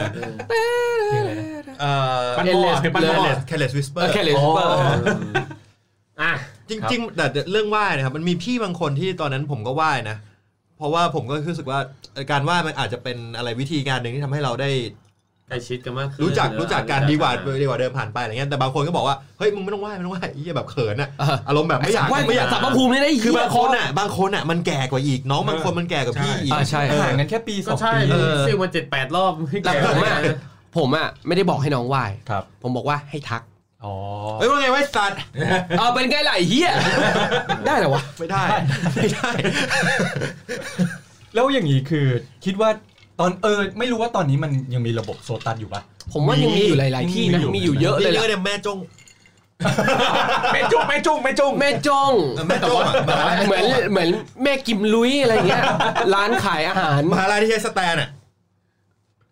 Speaker 3: เอ่อ
Speaker 5: ปันหมอเป็นปันหมอ
Speaker 3: แคลเลสวิสเปอร์
Speaker 4: แค่เลยเปอร์
Speaker 6: อ่า
Speaker 3: จริงๆแต่เรื่องไหว้นะครับมันมีพี่บางคนที่ตอนนั้นผมก็ไหว้นะ เพราะว่าผมก็รู้สึกว่าเอ่อการไหว้มันอาจจะเป็นอะไรวิธีการหนึ่งที่ทำให้เราได้
Speaker 6: ใกล้ชิดกันมากขึ้น
Speaker 3: รู้จักรู้จักกัน
Speaker 6: อ่
Speaker 3: ดีกว่าดีกว่าเดินผ่านไปอะไรเงี้ยแต่บางคนก็บอกว่าเฮ้ยมึงไม่ต้องไหว้ไม่ต้องไหว้ไอ้เหี้ยแบบเขินอะอารมณ์แบบไม่อยาก
Speaker 4: ไหว้ไม่
Speaker 3: ไม่อยาย
Speaker 4: อาก
Speaker 3: ก
Speaker 4: สับพระภูมิเลยได้
Speaker 3: คือบางคนอะบางคนอะมันแก่กว่าอีกน้องบางคนมันแก่กว่าพี่อีก
Speaker 4: อ่าใช่
Speaker 2: ห่างกันแค่ปีส
Speaker 6: ก็
Speaker 2: อง
Speaker 6: ใช่
Speaker 2: ปี
Speaker 3: เออ
Speaker 6: ซิลมาเจ็ดแปดรอบไม่แก่
Speaker 4: แต่ผม
Speaker 6: มา
Speaker 4: อะ
Speaker 6: ก
Speaker 4: ผมอ่ะไม่ได้บอกให้น้องไหว้
Speaker 2: ครับ
Speaker 4: ผมบอกว่าให้ทัก
Speaker 2: อ๋อ
Speaker 3: เฮ้ยว่าไงไว้สัตว์
Speaker 4: เอาเป็นไงล่ะไอ้เฮียได้เหรอวะ
Speaker 3: ไม่ได้ไม่ได้
Speaker 2: แล้วอย่างนี้คือคิดว่าตอนเออ ไม่รู้ว่าตอนนี้มันยังมีระบบโซตัสอยู่ปะ
Speaker 4: ผมว่ายังมีอยู่หลาย ๆ ที่นะ
Speaker 2: มี
Speaker 4: มีอ
Speaker 2: อยู่
Speaker 4: ยู่เยอะ
Speaker 3: เย
Speaker 4: เลย
Speaker 3: อะ
Speaker 4: ล่ะ
Speaker 3: เนี่ยแม่จง
Speaker 5: ไม่จุ้งไม่จุ้งไม่จุ้ง
Speaker 4: แม่จ้อง
Speaker 3: เออแม่จงอะมหาลัย
Speaker 4: เหมือนเหมือนแม่กิมลุยอะไรเงี้ย ร้านขายอาหาร
Speaker 3: มหาลัยที่ใช้สแตนอะ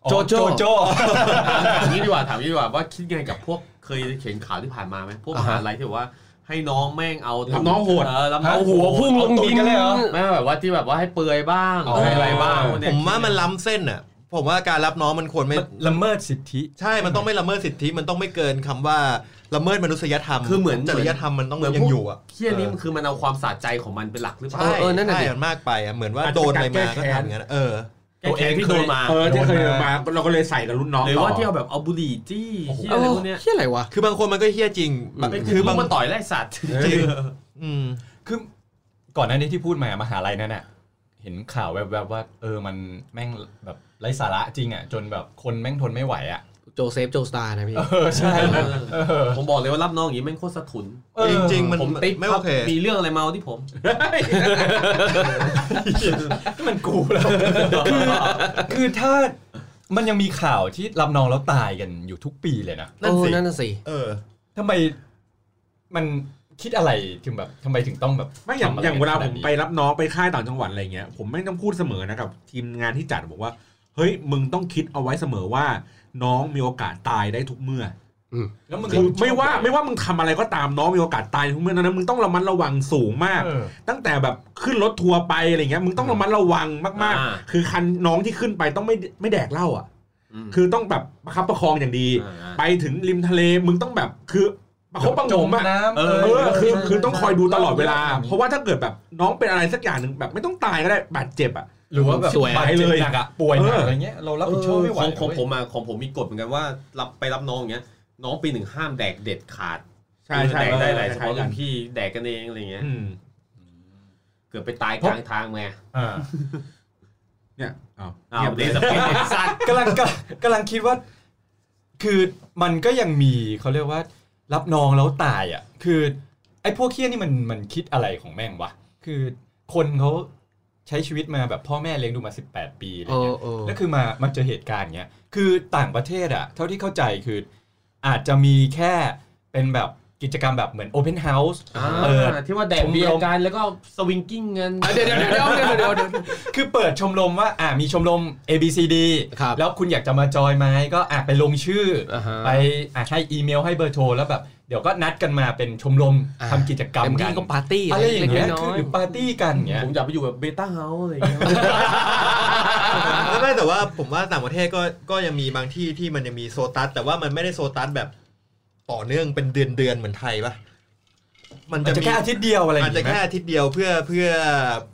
Speaker 4: โจโจ้
Speaker 2: อ๋อโจ
Speaker 6: ถามอย่างนี้ดีกว่าถามอย่างนี้ดีกว่าว่าคิดยังไงกับพวกเคยเขียนข่าวที่ผ่านมาไหมพวกมหาลัยที่แบบว่าให้น้องแม่งเอา
Speaker 5: ทำน้องโหด
Speaker 6: เออแล้ว
Speaker 2: ฮะ
Speaker 6: เอา
Speaker 4: เอา
Speaker 6: หั
Speaker 4: หั
Speaker 6: ว
Speaker 4: วพุ่งลงดิน
Speaker 2: เอาตูดกันเลยเหรอ
Speaker 6: แม่งแบบว่าที่แบบว่าให้เปลือยบ้าง
Speaker 2: อ๋อ
Speaker 6: ให้อะไรบ้างพวก
Speaker 3: ผ
Speaker 6: เนี้ย
Speaker 3: มว่ามันล้ำเส้นอะผมว่าการรับน้องมันควรไม่
Speaker 2: ละเมิดสิทธิ
Speaker 3: ใช่ มันต้องไม่ละเมิดสิทธิ มันต้องไม่เกินคำว่าละเมิดมนุษยธรรม
Speaker 6: คือเหมือน
Speaker 3: จริยธรรมมันต้อง
Speaker 6: เหมืน
Speaker 3: ยั
Speaker 6: พว
Speaker 3: ง
Speaker 6: ก
Speaker 3: อยู่อ่ะ
Speaker 6: เคี้ยนี้มันคือมันเอาความสะใจของมันเป็นหลักหรือเปล่า
Speaker 3: ใช่
Speaker 4: เออนั่นน่ะ
Speaker 3: ใช่
Speaker 4: ดิ
Speaker 3: มันมากไปอ่ะ เหมือนว่าโดนอะไรมาก็ทำอย่างนั้นอะเออ
Speaker 6: ตัวเองที่โดนมา
Speaker 5: เออที่เคยมาเราก็เลยใส่กับรุ่นน้อง
Speaker 6: หรือว่า
Speaker 5: ต่
Speaker 6: ที่เอาแบบเอาบุหรี่จี้เคี้ย
Speaker 4: เอ
Speaker 6: อะไร
Speaker 4: อ
Speaker 6: พวกเนี้ย
Speaker 4: เฮียอะไรวะ
Speaker 3: คือบางคนมันก็เฮี้ยจริง
Speaker 6: เป็นคือ อบ
Speaker 3: คืา
Speaker 6: บาง งมันต่อยไล่สัตว์
Speaker 3: จริง อืม
Speaker 2: คือก่อนหน้านี้ที่พูดมามหาลัยนั่นน่ะเห็นข่าวแวบๆว่า เออมันแม่งแบบไร้สาระจริงอ่ะ จนแบบคนแม่งทนไม่ไหวอ่ะ
Speaker 4: โจเซฟโจสตาร์นะพี่
Speaker 2: เออใช่
Speaker 6: เออผมบอกเลยว่ารับน้องอย่างนี้แม่งโคตรสะทุน
Speaker 3: จริงๆ มัน
Speaker 6: ผมติ๊ก
Speaker 3: ไม่
Speaker 6: ค
Speaker 3: โอ
Speaker 6: รับ
Speaker 3: เค
Speaker 6: มีเรื่องอะไรเมาที่ผม
Speaker 2: มันกูแล้วคือคือถ้ามันยังมีข่าวที่รับน้องแล้วตายกันอยู่ทุกปีเลยนะ
Speaker 3: นั่น
Speaker 4: โอ้
Speaker 3: สิ
Speaker 4: นั่นน่ะสิ
Speaker 3: เออ
Speaker 2: ทำไมมันคิดอะไรถึงแบบทำไมถึงต้องแบบ
Speaker 5: ไม่อย่าง
Speaker 2: ทำะร
Speaker 5: อย่างเวลา
Speaker 2: ขน
Speaker 5: ผ
Speaker 2: ด
Speaker 5: ม
Speaker 2: นี้
Speaker 5: ไปรับน้องไปค่ายต่างจังหวัดอะไรเงี้ยผมไม่ต้องพูดเสมอนะกับ ทีมงานที่จัดบอกว่า เฮ้ยมึงต้องคิดเอาไว้เสมอว่า น้องมีโอกาสตายได้ทุกเมื่อ
Speaker 2: แล้วมึง
Speaker 5: คือไม่ว่าไม่ว่ามึงทำอะไรก็ตามน้องมีโอกาสตายทุกเมื่อดังนั้นมึงต้องระมัดระวังสูงมาก
Speaker 2: เออ
Speaker 5: ตั้งแต่แบบขึ้นรถทัวร์ไปอะไรเงี้ยมึงต้องระมัดระวังมาก
Speaker 6: อ่า
Speaker 5: ๆ คือคันน้องที่ขึ้นไปต้องไม่ไม่แดกเหล้าอ่ะ
Speaker 6: อืม
Speaker 5: คือต้องแบบประคับประคองอย่างดี
Speaker 6: า
Speaker 5: ไปถึงริมทะเลมึงต้องแบบคือประคบประหงมอะ
Speaker 2: เอ
Speaker 5: เออคือคือต้องคอยดูตลอดเวลา เพ
Speaker 2: เพราะ
Speaker 5: ราะว่าถ้าเกิดแบบน้องเป็นอะไรสักอย่างหนึ่งแบบไม่ต้องตายก็ได้บาดเจ็บอ่ะ
Speaker 2: หรือว่าแบบ
Speaker 4: สวย
Speaker 2: บาดจ็บหนักอะป่วยหนัก
Speaker 5: เอออ
Speaker 2: อะไรเงี้ยเรารับผิดชอบไม่ไหว
Speaker 6: ของของ
Speaker 2: เว้ย
Speaker 6: ผมอะของผมมีกฎเหมือนกันว่ารับไปรับน้องอย่างเงี้ย น้องปีหนึ่งห้ามแดกเด็ดขาดแดกได้หลายเฉพาะรุ่นพี่แดกกันเองอะไรเงี้ย
Speaker 5: อืม
Speaker 6: เกิดไปตายกลางทางไง
Speaker 2: อ่า
Speaker 5: เนี่ยอ้าว
Speaker 6: อ้า
Speaker 5: เงียว บเล
Speaker 6: เด็
Speaker 5: ย
Speaker 6: กสเปนสัตว์
Speaker 2: กำลัง กำลังกำลังคิดว่า คือมันก็ยังมีเขาเรียกว่า รับน้องแล้วตายอ่ะ คือไอ้พวกเคี้ยนี่มันมันคิดอะไรของแม่งวะคือคนเขาใช้ชีวิตมาแบบพ่อแม่เลี้ยงดูมา 18 ปีอะไร
Speaker 4: เอ
Speaker 2: เงี้
Speaker 4: อย เออ
Speaker 2: แล้วคือมามาเจอเหตุการณ์เงี้ย คือต่างประเทศอะเท่าที่เข้าใจคือ อาจจะมีแค่เป็นแบบกิจกรรมแบบเหมือน Open House เปิด
Speaker 6: ที่ว่าแดกเบียร์กันแล้วก็สวิงกิ้งกัน
Speaker 4: เดี๋ยวเดี๋ยวเดี๋ยวเดี๋ยวเดี๋ยวเดี๋ยวเดี๋ยว
Speaker 2: คือเปิดชมรมว่าอ่ามีชมรม A B C D
Speaker 4: ครับ
Speaker 2: แล้วคุณอยากจะมาจอยไหมก็อ่ะไปลงชื่ออ
Speaker 4: อ่าฮะ
Speaker 2: ไปอ่ะให้อีเมลให้เบอร์โทรแล้วแบบ เดี๋ยวก็นัดกันมาเป็นชมรม
Speaker 4: อ่า
Speaker 2: ทำกิจกรรม
Speaker 4: เต็ม
Speaker 2: กั
Speaker 4: ที่
Speaker 2: น
Speaker 4: ก็ปาร์ตี้
Speaker 2: อะไรอย่างเงี้ย
Speaker 4: ล็กๆ
Speaker 2: คื
Speaker 4: น้
Speaker 2: อ
Speaker 4: อ
Speaker 2: ห
Speaker 4: ย
Speaker 2: รือปาร์ตี้กันเงี้ย
Speaker 6: ผมอยากไปอยู่แบบเบต้าเฮาส์อะไรเงี้ย
Speaker 3: ไม่ไม่แต่ว่าผมว่าต่างประเทศก็ก็ยังมีบางที่ที่มันยังมีโซตัสแต่ว่ามันไม่ได้โซตัสแบบต่อเนื่องเป็นเดือนเดือนๆเหมือนไทยปะมัน
Speaker 2: อา
Speaker 3: จะ
Speaker 2: จจะ
Speaker 3: มี
Speaker 2: แค่อาทิตย์เดียวอะไรอย่าง
Speaker 3: อาจจะ
Speaker 2: เงี้ย
Speaker 3: แค่อาทิตย์เดียวเพื่อเพื่อ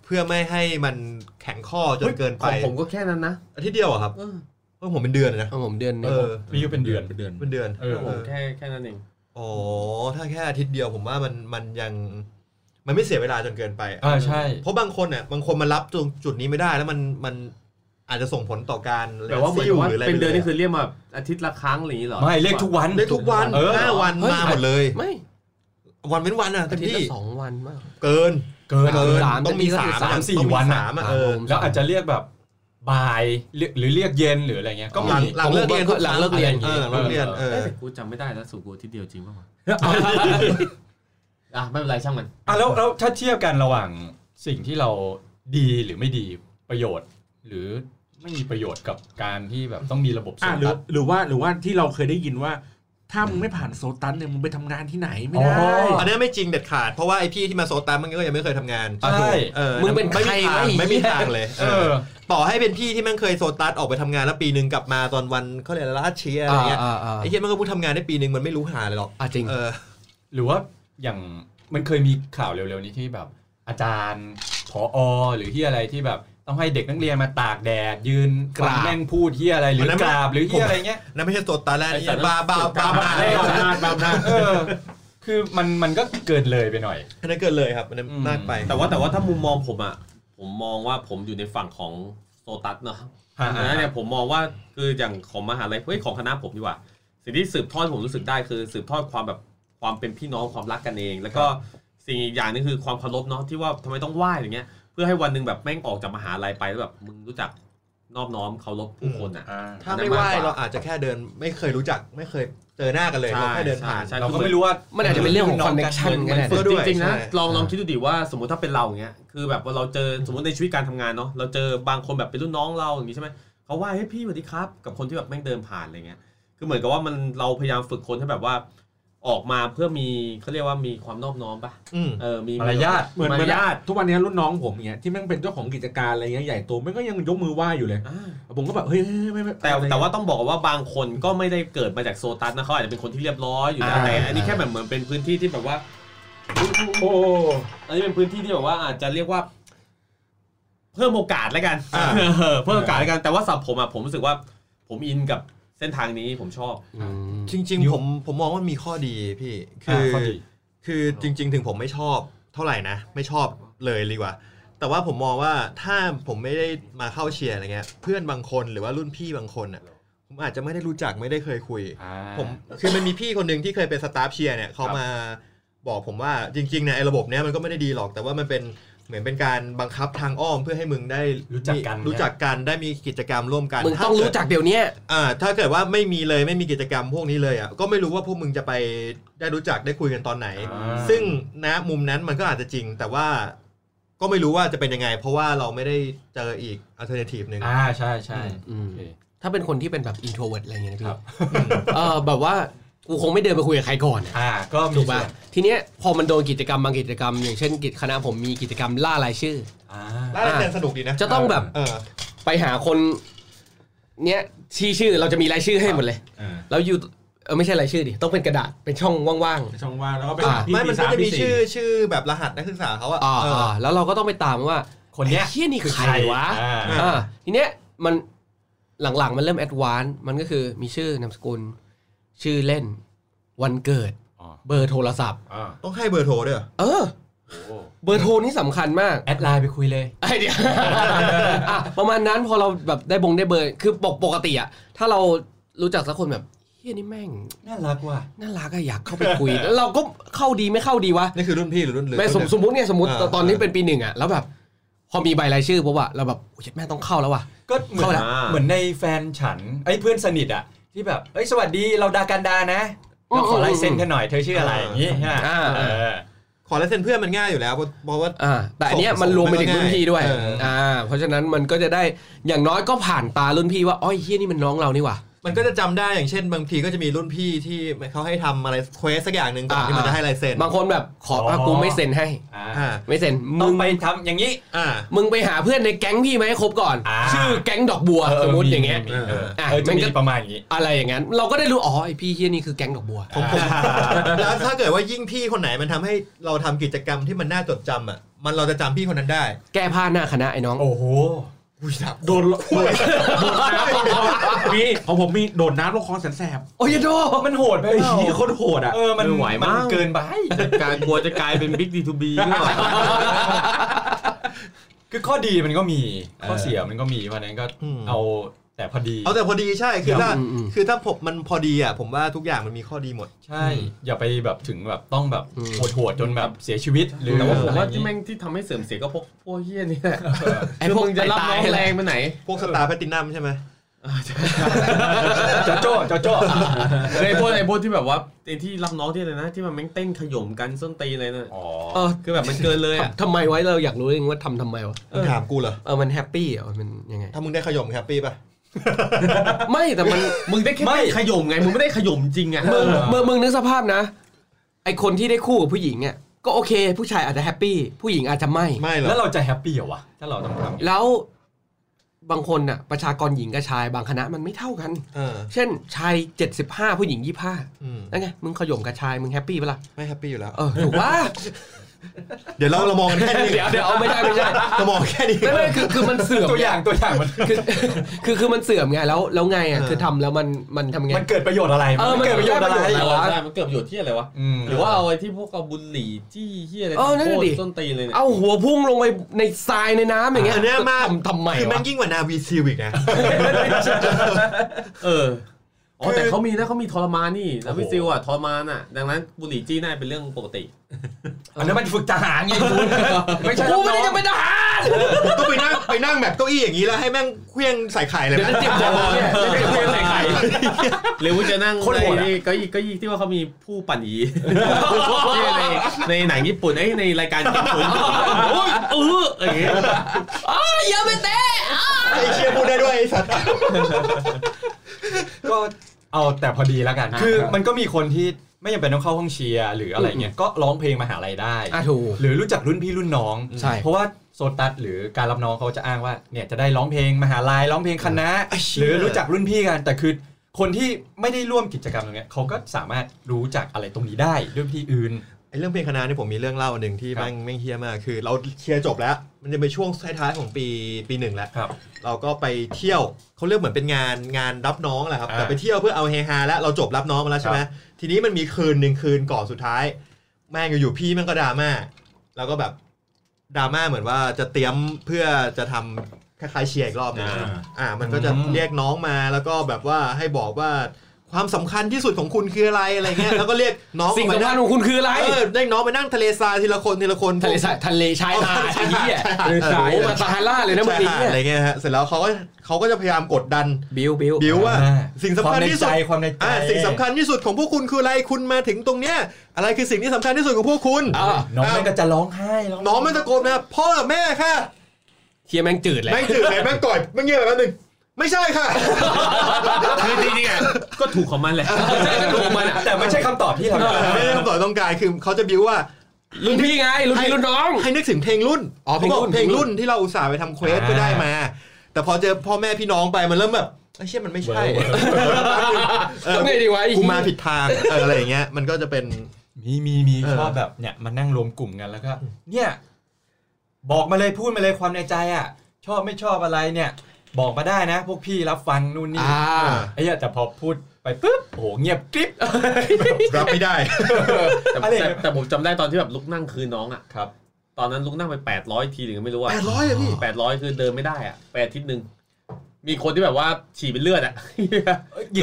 Speaker 3: เพื่อไม่ให้มันแข็งข้อจนเกิน
Speaker 6: ข
Speaker 3: ไป
Speaker 6: องผมก็แค่นั้นนะ
Speaker 3: อาทิตย์เดียวเหรอครับ
Speaker 6: เออ
Speaker 3: เออผมเป็นเดือนเลยนะ
Speaker 4: เอาผมเดือนหนึ
Speaker 3: เอง อ
Speaker 2: นี่ก็เป็นเดือน
Speaker 5: เป็นเดือน
Speaker 3: เป็นเดือน
Speaker 2: เออ
Speaker 6: ผมแค่แค่นั้นเอง
Speaker 3: อ๋อถ้าแค่อาทิตย์เดียวผมว่ามันมันยังมันไม่เสียเวลาจนเกินไป
Speaker 2: อ่าใช่
Speaker 3: เพราะบางคนเนี่ยบางคนมันรับตรงจุดนี้ไม่ได้แล้วมันมันอาจจะส่งผลต่อการ
Speaker 6: แต่ว่าเหมือน
Speaker 3: ซิ่
Speaker 6: ว่า
Speaker 3: หรืะไร
Speaker 6: เป็นเดือน
Speaker 3: ไลย
Speaker 6: นี่คือเรียกมาอาทิตย์ละครั้งอะไรอย่างงี้เหรอ
Speaker 2: ไม่เรียกทุกวัน
Speaker 3: ได้ทุกวัน
Speaker 2: เออ
Speaker 3: ห้าวันมาหมดเลย
Speaker 4: ไม่
Speaker 3: วันเป็นวันอ่ะ
Speaker 4: อา
Speaker 3: เต็ม
Speaker 4: ทิตย์ละ
Speaker 3: ที่
Speaker 4: สองวันมาก
Speaker 3: เกิน
Speaker 2: เกิน
Speaker 3: เกิน
Speaker 4: สาม
Speaker 3: ต้องมี
Speaker 4: เต็มที่
Speaker 3: สาม
Speaker 4: ก็คือสาม
Speaker 3: อะ
Speaker 2: สี่
Speaker 3: ต้องมี
Speaker 2: วันอะ
Speaker 3: สามอะ
Speaker 4: ครั
Speaker 3: เอ
Speaker 4: บ
Speaker 3: อ
Speaker 4: ผม
Speaker 2: แล้วอาจจะเรียกแบบบ่ายหรือหรือเรียกเย็นหรืออะไรเงี้ยก็
Speaker 3: หลัง
Speaker 2: มี
Speaker 3: หลังเลิกเรียน
Speaker 4: ก็หลังเลิกเรียน
Speaker 3: ออหลังเลิกเรียนเออ
Speaker 6: เอ้ยแต่กูจำไม่ได้แล้วสูกูอาที่เดียวจริงป่าว ะ อ่ะไม่เป็นไรช่างมัน
Speaker 2: อ่ะแล้วแล้วถ้าเทียบกันระหว่างสิ่งที่เราดีหรือไม่ดีประโยชน์ หรือไม่มีประโยชน์กับการที่แบบต้องมีระบบ
Speaker 5: อ่ะ
Speaker 2: ส่ง
Speaker 5: หรือ
Speaker 2: ตัด
Speaker 5: หรือว่าหรือว่าที่เราเคยได้ยินว่า ถ้ามึงไม่ผ่านโซตันเนี่ยมึงไปทำงานที่ไหนไม่ได้
Speaker 2: อ๋อ
Speaker 3: อันนี้ไม่จริงเด็ดขาดเพราะว่าไอพี่ที่มาโซตัสมันก็ยังไม่เคยทำงาน
Speaker 2: ใช่
Speaker 3: เออ
Speaker 4: มึงเป็น
Speaker 3: ไม่
Speaker 4: ใคร
Speaker 3: มีทาง
Speaker 4: วะไอ้
Speaker 3: ไม่มีทางเลย
Speaker 2: เอ
Speaker 3: เออ
Speaker 2: อ
Speaker 3: ต่อให้เป็นพี่ที่แม่งเคยโซตัสออกไปทำงานแล้วปีหนึ่งกลับมาตอนวันเขาเรียกอะไรราชเชียร์อะไรเงี้ย
Speaker 4: อ่าอ่า
Speaker 3: ไอ้เหี้ยมันก็เพิ่งทำงานได้ปีหนึ่งมันไม่รู้หาเลยหรอก
Speaker 4: อ่าจริง
Speaker 3: เออ
Speaker 2: หรือว่าอย่างมันเคยมีข่าวเร็วๆนี้ที่แบบ อาจารย์ผออหรือที่อะไรที่แบบต้องให้เด็กนักเรียนมาตากแดด ยืน
Speaker 4: กราบ
Speaker 2: ฟังแม่งพูดที่อะไรหรื
Speaker 3: อั
Speaker 2: อน
Speaker 3: นั้น
Speaker 2: กราบหรือที่
Speaker 3: ผม
Speaker 2: อะไรเงี้ย
Speaker 3: นั่นไม่ใช่โซตัสแล้ว
Speaker 6: ไอ้สั
Speaker 3: นี่
Speaker 6: ตว์
Speaker 3: บ้าบ้าบ้าบ้า
Speaker 5: บ้าบ้า
Speaker 2: เออ คือมันมันก็เกินเลยไปหน่อย
Speaker 3: อันนั้นเกินเลยครับอันนั้น
Speaker 2: อืม
Speaker 3: มากไป
Speaker 6: แต่ว่าแต่ว่าถ้ามุมมองผมอ่ะ ผมมองว่าผมอยู่ในฝั่งของโซตัสเนาะ
Speaker 2: อ่า
Speaker 6: ดังนั้นเนี่ยผมมองว่าคืออย่างของมหาลัยเฮ้ยของคณะผมดีกว่า สิ่งที่สืบทอดผมรู้สึกได้คือ สืบทอดความแบบความเป็นพี่น้องความรักกันเอง แล้วก็สิ่งอีกอย่างหนึงคือความเคารพเนาะที่ว่าทำไมต้องไหว้อย่างเงี้ย เพื่อให้วันหนึ่งแบบแม่งออกจากมหาลัยไปแล้วแบบมึงรู้จักนอบน้อมเคารพผู้คนอ่ะ
Speaker 2: อ่า
Speaker 3: ถ้าไม่ไหว
Speaker 6: มากกว่า
Speaker 3: เราอาจจะแค่เดินไม่เคยรู้จักไม่เคยเจอหน้ากันเลย
Speaker 6: ใช่
Speaker 3: เราแค่เดินผ่าน
Speaker 6: ใช่
Speaker 2: เราก็ไม่รู้ว่า
Speaker 4: มันอาจจะเป็นเรื่องของคอนเนคชั่นก็ได้
Speaker 3: เพื่อด้วย
Speaker 6: จริงๆนะ
Speaker 3: ใช่
Speaker 6: ลองลองคิดดูดิว่าสมมติถ้าเป็นเราอย่างเงี้ยคือแบบว่าเราเจอสมมติในชีวิตการทำงานเนาะเราเจอบางคนแบบเป็นรุ่นน้องเราอย่างงี้ใช่ไหมเขาว่าเฮ้ยพี่สวัสดีครับกับคนที่แบบแม่งเดินผ่านอะไรเงี้ยคือเหมือนกับว่ามันเราพยายามฝึกคนให้แบบว่า ออกมาเพื่อมีเขาเรียกว่ามีความนอบน้อมปะ
Speaker 3: อืม
Speaker 6: เออมี
Speaker 2: มารยาท
Speaker 5: เหมือน
Speaker 6: มารยาท
Speaker 5: ทุกวันนี้รุ่นน้องผมเงี้ยที่แม่งเป็นเจ้าของกิจการอะไรเงี้ยใหญ่โตแม่งก็ยังยกมือไหว้อยู่เลย
Speaker 6: อ่า
Speaker 5: ผมก็แบบเฮ้ยเฮ้ยเฮ้ยไม่ไม่
Speaker 6: แต่
Speaker 5: อะไร
Speaker 6: แต่ว่าต้องบอกว่าบางคนก็ไม่ได้เกิดมาจากโซตัสนะเขาอาจจะเป็นคนที่เรียบร้อยอยู่นะ
Speaker 5: อ่า
Speaker 6: แต่อันนี้แค่แบบเหมือนเป็นพื้นที่ที่แบบว่า
Speaker 5: โอ้
Speaker 6: อันนี้เป็นพื้นที่ที่แบบว่าอาจจะเรียกว่า เพิ่มโอกาสแล้วกัน
Speaker 5: อ่า
Speaker 6: เออเพิ่มโอกาสแล้วกันแต่ว่าสำหรับผมอะผมรู้สึกว่า ผมอินกับเส้นทางนี้ผมชอบ
Speaker 4: อืม
Speaker 3: จริง ๆ ผมผมมองว่ามีข้อดีพี่ คืออคือจริง ๆ ถึงผมไม่ชอบ เท่าไหร่นะ ไม่ชอบเลยดีกว่า แต่ว่าผมมองว่าถ้าผมไม่ได้มาเข้าเชียร์อะไรเงี้ยเพื่อนบางคนหรือว่ารุ่นพี่บางคนอ่ะผมอาจจะไม่ได้รู้จักไม่ได้เคยคุย
Speaker 2: อ่า
Speaker 3: ผมคือมันมีพี่คนหนึ่งที่เคยเป็นสตาฟเชียร์เนี่ยเขามาบอกผมว่าจริงๆเนี่ยไอ้ระบบเนี้ยมันก็ไม่ได้ดีหรอก แต่ว่ามันเป็นเหมือนเป็นการบังคับทางอ้อมเพื่อให้มึงได้
Speaker 2: รู้จักกัน
Speaker 3: รู้จักกันได้มีกิจกรรมร่วมกัน
Speaker 4: มึงต้อง
Speaker 3: ถ้าเด
Speaker 4: รู้จักเดี๋ยวเนี้ย
Speaker 3: อ่าถ้าเกิดว่าไม่มีเลยไม่มีกิจกรรมพวกนี้เลยอ่ะก็ไม่รู้ว่าพวกมึงจะไปได้รู้จักได้คุยกันตอนไหน
Speaker 2: อ่า
Speaker 3: ซึ่งนะมุมนั้นมันก็อาจจะจริง แต่ว่าก็ไม่รู้ว่าจะเป็นยังไง เพราะว่าเราไม่ได้เจออีกอัลเทอร์เนทีฟหนึ่ง
Speaker 2: อ่าใช่ใช่
Speaker 4: อืม
Speaker 2: โอเค
Speaker 4: ถ้าเป็นคนที่เป็นแบบ introvert อะไรอย่างเงี้ยนะ
Speaker 2: ค
Speaker 4: พี่
Speaker 2: รับ
Speaker 4: เออแบบว่ากูคงไม่เดินไปคุยกับใครก่อนอะ
Speaker 2: อ่าก็มี
Speaker 4: ถูกป่ะ
Speaker 2: ส่วน
Speaker 4: ทีเนี้ยพอมันโดนกิจกรรมบางกิจกรรม อย่างเช่นกิจคณะผมมีกิจกรรมล่ารายชื่อ
Speaker 2: อ่า
Speaker 3: น่าจะเป็นสนุกดีนะ
Speaker 4: จะต้องแบบ
Speaker 3: เออ
Speaker 4: ไปหาคนเนี้ยชี้ชื่อเราจะมีรายชื่อให้หมดเลย
Speaker 5: อ่า
Speaker 4: แล้วอยู่เออไม่ใช่รายชื่อดิต้องเป็นกระดาษเป็นช่องว่าง
Speaker 5: ช่องว่างแล้วก็ไป
Speaker 4: อ่า
Speaker 5: หาพี่
Speaker 3: ไม่ มันก็จะ
Speaker 5: ปี
Speaker 3: มี
Speaker 5: สา
Speaker 3: ชื่อ
Speaker 5: ปีสี่
Speaker 3: ชื่อแบบรหัสนักศึกษาเขาอะ
Speaker 4: ๆอ่า
Speaker 3: เออ
Speaker 4: อ่าแล้วเราก็ต้องไปตามว่า
Speaker 2: คนเนี้ย
Speaker 4: ไอ้เฮี้ยนี่
Speaker 2: คือ
Speaker 4: ใคร
Speaker 2: ใคร
Speaker 4: วะ
Speaker 2: อ่า
Speaker 3: อ่ะ
Speaker 4: อ่าทีเนี้ยมันหลังๆมันเริ่มแอดวานซ์มันก็คือมีชื่อนามสกุล ชื่อเล่น วันเกิด
Speaker 2: อ๋อ
Speaker 4: เบอร์โทรศัพท์
Speaker 2: อ่า
Speaker 3: ต้องให้เบอร์โทรด้วยเหรอ
Speaker 4: เออ
Speaker 2: โอ้
Speaker 4: เบอร์โทรนี่สำคัญมาก
Speaker 2: แอดไลน์ไปคุยเลย
Speaker 4: ไอเดียว อ่ะประมาณนั้นพอเราแบบได้บงได้เบอร์คือปกปกติอะถ้าเรารู้จักสักคนแบบเฮียนี่แม่ง
Speaker 2: น่ารักว่ะ
Speaker 4: น่ารักอะอยากเข้าไปคุย แล้วเราก็เข้าดีไม่เข้าดีวะ
Speaker 3: นี่คือรุ่นพี่หรือรุ่นหรือ
Speaker 4: แม่สม
Speaker 3: รุ่นเด็ก
Speaker 4: สมมติเนี่ยสมมติ
Speaker 3: อ่า
Speaker 4: ตอนตอนที่เป็นปีหนึ่งอะแล้วแบบ พอมีใบรายชื่อปุ๊บอะเราแบบโอ้ยแม่งต้องเข้าแล้วว่ะ
Speaker 2: ก็เหมือน
Speaker 4: เข้าละ
Speaker 2: เหมือนในแฟนฉันไอ้ยเพื่อนสนิทอ่ะ ที่แบบ เอ้ย สวัสดีเราดากันดานะเราขอลายเซ็นกันหน่อยเธอชื่ออะไรอย่างงี้ใช่ไหม
Speaker 4: อ่า
Speaker 2: เออ
Speaker 3: ขอลายเซ็นเพื่อนมันง่ายอยู่แล้วเพราะเพราะว่า
Speaker 4: อ่าแต่อันเนี้ยมันรวมไปถึงรุ่นพี่ด้วย
Speaker 3: เออ
Speaker 4: อ่าเพราะฉะนั้นมันก็จะได้อย่างน้อยก็ผ่านตารุ่นพี่ว่าอ้อยเฮียนี่มันน้องเรานี่หว่า
Speaker 3: มันก็จะจำได้อย่างเช่น บางทีก็จะมีรุ่นพี่ที่เขาให้ทำอะไรเควสสักอย่างหนึ่งก่อน
Speaker 4: อ่า
Speaker 3: ที่มันจะให้ลายเซ็น
Speaker 4: บางคนแบบข
Speaker 2: อ๋ออ่
Speaker 4: อะกูไม่เซ็นให้
Speaker 2: อ่า
Speaker 3: อ่า
Speaker 4: ไม่เซ็น
Speaker 2: ต้
Speaker 4: มึ
Speaker 2: อง
Speaker 4: ง
Speaker 2: ไปทำอย่างนี้
Speaker 3: อ่า
Speaker 4: มึงไปหาเพื่อนในแก๊งพี่มาให้ครบก่อน
Speaker 2: อ่า
Speaker 4: ชื่อแก๊งดอกบัวสมมติอย่างเงี้ย
Speaker 2: มีมีเออ
Speaker 4: อ่ะ
Speaker 2: เออจะ
Speaker 4: มัน
Speaker 2: มี
Speaker 4: ก็
Speaker 2: ประมาณอย่างงี้
Speaker 4: อะไรอย่างนั้น เราก็ได้รู้อ๋อไอพี่เฮียนี่คือแก๊งดอกบัว
Speaker 3: ผมผมแล้วถ้าเกิดว่ายิ่งพี่คนไหนมันทำให้เราทำกิจกรรมที่มันน่าจดจำอ่ะ มันเราจะจำพี่คนนั้นได้
Speaker 4: แก้ผ้าหน้าคณะไอ้น้อง
Speaker 2: โอ้โห
Speaker 3: อุ้ยหนัก
Speaker 5: โดนโดนโดนน้ำลงคอมีของผมมีโดดน้ำลงคลองแสนแสบ
Speaker 4: โอ้ยอยาโด
Speaker 2: มันโหดไป
Speaker 5: ไอ้
Speaker 2: เปล่า
Speaker 5: เหี้ยโคตรโหดอ่ะ
Speaker 2: เออ มัน
Speaker 6: ไม่ไหวมั้ง
Speaker 2: นเกินไป
Speaker 6: การกลัวจะกลายเป็นบิ๊กดีทูบี
Speaker 2: คือข้อดีมันก็มี ข้อเสียมันก็มีเพราะฉะนั้นก็เอาแต่พอดี
Speaker 3: เอาแต่พอดีใช่คือถ้า
Speaker 4: อืมอืม
Speaker 3: คือถ้าผมมันพอดีอ่ะผมว่าทุกอย่างมันมีข้อดีหมด
Speaker 2: ใช่ อย่าไปแบบถึงแบบต้องแบบโหดๆจนแบบเสียชีวิตหรือ
Speaker 6: แต่ว่าผม
Speaker 2: อะไร
Speaker 6: ว่า
Speaker 2: อย่ง
Speaker 6: ที่
Speaker 2: งี้
Speaker 6: แม่งที่ทำให้เสื่อมเสียก็พวกพวกเฮี้ยนี่แหละ
Speaker 4: ไอพวก
Speaker 6: มึงจะรับน้องแรงไปไหน
Speaker 3: พวกสตาร์แพลตตินัมใช่ไหม
Speaker 2: จอโจ้จอโจ้
Speaker 6: ไอ้พวกไอ้พวกที่แบบว่าไอ้ที่รับน้องที่อะไรนะ ที่มันแม่งเต้นขย่มกันส้นตีนอะไรน่ะ
Speaker 2: อ๋อ
Speaker 4: เออ
Speaker 6: คือแบบมันเกินเลยอ่ะ
Speaker 4: ทำไมไว้เราอยากรู้เองว่าทำทำไมวะ
Speaker 3: มึงถามกูเหรอ
Speaker 4: เออมันแฮปปี้เหรอมันยังไง
Speaker 3: ถ้ามึงได้ขยมแฮปปี้ป่ะ
Speaker 4: ไม่แต่มัน
Speaker 6: มึงได้แค่
Speaker 2: ไม่
Speaker 6: เต้นขย่มไงมึงไม่ได้ขย่มจริงอ่ะ
Speaker 4: มึงมึงมึงนึกสภาพนะ ไอคนที่ได้คู่กับผู้หญิงเนี่ยก็โอเค ผู้ชายอาจจะแฮปปี้ผู้หญิงอาจจะไม่
Speaker 3: ไม่เหรอ
Speaker 2: แล้วเราจะแฮปปี้เหรอวะ ถ้าเราต้องทำอย่างนี้
Speaker 4: แล้วบางคนน่ะประชากรหญิงกับชายบางคณะมันไม่เท่ากัน
Speaker 3: เออ
Speaker 4: เช่นชาย 75 ผู้หญิง 25
Speaker 3: อืม
Speaker 4: นั่นไงมึงขย่มกับชายมึงแฮปปี้ปะล่ะ
Speaker 3: ไม่แฮปปี้อยู่แล้ว
Speaker 4: เออถูกว่า
Speaker 3: เดี๋ยวเราเรามองกันแค่นี้
Speaker 4: เดี๋ยวเดี๋ยวเอาไม่ได้ไม่ได้
Speaker 3: เรามองแค่นี้
Speaker 4: ไม่ไม่คือคือมันเสื่อม
Speaker 2: ตัวอย่างตัวอย่างมัน
Speaker 4: คือคือคือมันเสื่อมไงแล้วแล้วไงอ่ะ
Speaker 3: เออ
Speaker 4: คือทำแล้วมันมันทำไง
Speaker 2: มันเกิดประโยชน์อะไร
Speaker 4: เออมันเกิดประโยชน์อะไร
Speaker 6: แต่ว่ามันเกิดประโยชน์ที่อะไรวะ
Speaker 2: อืม
Speaker 6: หรือว่าเอาไอ้ที่พวกเอาบุหรี่ที่เฮี้ยอะไร
Speaker 4: เออนั่นน่ะดิ
Speaker 6: ส้นตีนเลยเนี่ย
Speaker 4: เอาหัวพุ่งลงไปในทรายในน้ำอย่างเงี้ย
Speaker 3: อันเนี้ยมาก
Speaker 4: ทำทำไม
Speaker 3: คือแม่
Speaker 4: วะ
Speaker 3: งยิ่งกว่านาวีซีวิกนะ
Speaker 6: เอออ๋อแต่เขามีนะเขามีทรมานนี่แล้วพี่ซิวอ่ะทรมานอ่ะ ดังนั้นบุหรี่จี้หน้าเป็นเรื่องปกติ
Speaker 2: อันนั้นมันฝึกทหารไงคุณไม่ใช่
Speaker 4: กูไม่ได้
Speaker 2: น้
Speaker 4: จะ
Speaker 2: อง
Speaker 4: เป็นทหาร
Speaker 3: ต้องไปนั่งไปนั่งแบบเก้าอี้อย่างนี้แล้วให้แม่งเคลี้ยงใส่ไข่เลย
Speaker 4: เดี๋ยว
Speaker 3: นะ
Speaker 4: จะเจ็บจะร้อนเนี่ยจะเจ็บจะใส่ไข่
Speaker 6: หรือว่าจะนั่ง
Speaker 4: คนโหดอะ
Speaker 6: ในเก็อีกก็อีกที่ว่าเขามีผู้ปั่นหยี ที่ในในหนังญี่ปุ่นไอ้ยในรายการญี่ปุ่นโอ้ยเอออย่างเงี้ย
Speaker 4: อ้าวอย่าไปเตะอ้าว
Speaker 3: ไอ้เชี่ยพูดได้ด้วยไอ้สัตว์
Speaker 2: ก็เอาแต่พอดีแล้วกัน คือมันก็มีคนที่ไม่จำเป็นต้องเข้าห้องเชียร์หรืออะไรเงี้ย ก็ร้องเพลงมหาลัยได้
Speaker 4: อ่ะถูก
Speaker 2: หรือรู้จักรุ่นพี่รุ่นน้อง
Speaker 4: ใช่
Speaker 2: เพราะว่าโซตัสหรือการรับน้องเขาจะอ้างว่าเนี่ยจะได้ร้องเพลงมหาลัยร้องเพลงคณะ
Speaker 3: ไอ้
Speaker 2: ห
Speaker 3: เชี่ย
Speaker 2: รือรู้จักรุ่นพี่กันแต่คือคนที่ไม่ได้ร่วมกิจกรรมตรงเนี้ยเขาก็สามารถรู้จักอะไรตรงนี้ได้ด้วยวิธีอื่น
Speaker 3: ไอ้เรื่องเพลงคณะนี่ผมมีเรื่องเล่าอันหนึ่งที่
Speaker 2: ครับ
Speaker 3: แม่งแม่งเฮี้ยมากคือ เราเคลียร์จบแล้ว มันจะเป็นช่วงท้ายๆของปีปีหนึ่งแล้ว
Speaker 2: ครับ
Speaker 3: เราก็ไปเที่ยวเขาเรียกเหมือนเป็นงานงานรับน้องแหละครับ
Speaker 2: อ่า
Speaker 3: แต่ไปเที่ยวเพื่อเอาเฮฮาแล้วเราจบรับน้องมาแล้วใช่ไหมทีนี้มันมีคืนหนึ่งคืนก่อนสุดท้าย แม่งอยู่ๆพี่แม่งก็ดราม่า แล้วก็แบบดราม่าเหมือนว่าจะเตรียมเพื่อจะทำคล้ายๆเชียร์อีกรอบหนึง
Speaker 5: อ่า
Speaker 3: อ่า มันก็จะเรียกน้องมาแล้วก็แบบว่าให้บอกว่าความสำคัญที่สุดของคุณคืออะไรอะไรเงี้ยแล้วก็เรียกน้อง
Speaker 4: สิ่ง
Speaker 3: มา
Speaker 4: สำคั
Speaker 3: นั่
Speaker 4: ญ
Speaker 3: ง
Speaker 4: ของคุณคืออะไร
Speaker 3: เออเรียกน้องไปนั่งทะเลทรายทีละคนทีละคน
Speaker 4: ทะเลสายทะเลชายหาดไอ้เหี้ย
Speaker 5: เออสา
Speaker 4: โอ้
Speaker 5: ย
Speaker 4: โหมาซาฮาราเลยนะ
Speaker 3: ใช่
Speaker 4: เมื่อกี้
Speaker 3: ฮะ
Speaker 4: เนี่ย
Speaker 3: อะไรเงี้ยฮะเสร็จแล้วเขาก็เขาก็จะพยายามกดดัน
Speaker 4: บิวบิว
Speaker 3: บิวว่า
Speaker 2: อ่า
Speaker 3: สิ่งสำคัญที่สุด
Speaker 2: ความในใจ
Speaker 3: อ่าสิ่งสำคัญที่สุดของพวกคุณคืออะไรคุณมาถึงตรงเนี้ยอะไรคือสิ่งที่สำคัญที่สุดของพวกคุณ
Speaker 4: อ่า
Speaker 2: น้องแม่งก็จะร้องไห้ร้อง
Speaker 3: น้องมันตะโกนนะพ่อกับแม่ค่ะ
Speaker 4: เฮียแม่งจืดแหละ
Speaker 3: แม่งจืดเลยแม่งก่อยแม่งเงี้ยบไปแป๊บนึงไม่ใช่ ค่ะ
Speaker 6: คือจริงๆอ่ะก็ถูกของมันแหละ
Speaker 4: ใช่ก็ถูกมันอะ
Speaker 2: แต่ไม่ใช่คำตอบที่เรา
Speaker 3: ไม่ได้คำตอบต้องการคือเขาจะบิวว่า
Speaker 4: รุ่นพี่ไงรุ่นพี่รุ่นน้อง
Speaker 3: ให้นึกถึงเพลงรุ่นอ๋อ
Speaker 4: เพล
Speaker 3: เขา
Speaker 4: ง
Speaker 3: บ
Speaker 4: รุ่
Speaker 3: อก
Speaker 4: น
Speaker 3: เพลงรุ่นที่เราอุตส่าห์ไปทำเควสก็ได้มา แต่พอเจอพ่อแม่พี่น้องไปมันเริ่มแบบไอ้ยเชี่ยมันไม่ใช่เออ
Speaker 4: ทำไงดีวะไอ้
Speaker 3: กู
Speaker 4: เหี้ย
Speaker 3: มาผิดทางเอออะไรอย่างเงี้ยมันก็จะเป็น
Speaker 2: มีมีมี
Speaker 3: เออ
Speaker 2: ชอบแบบเนี่ยมานั่งรวมกลุ่มกันแล้วก็ เนี่ย บอกมาเลยพูดมาเลยความในใจอ่ะ ชอบไม่ชอบอะไรเนี่ย บอกมาได้นะ พวกพี่รับฟังนู่นนี่
Speaker 4: อ่า
Speaker 2: ไอ้เนี่ยแต่พอพูดไปปุ๊บโอ้โหเงียบกริบ
Speaker 3: รับไม่ได้
Speaker 6: แต่
Speaker 2: อะไร
Speaker 6: แต่
Speaker 2: นะ
Speaker 6: แต่ผมจำได้ตอนที่แบบลุกนั่งคืนน้องอ่ะ
Speaker 2: ครับ
Speaker 6: ตอนนั้นลุกนั่งไป 800 ทีหนึ่งไม่รู้อ่ะ
Speaker 3: แปดร้อยอะพี่
Speaker 6: แปดร้อยคือเดินไม่ได้อ่ะแปดทิศหนึ่งมีคนที่แบบว่าฉี่เป็นเลือดอ่ะ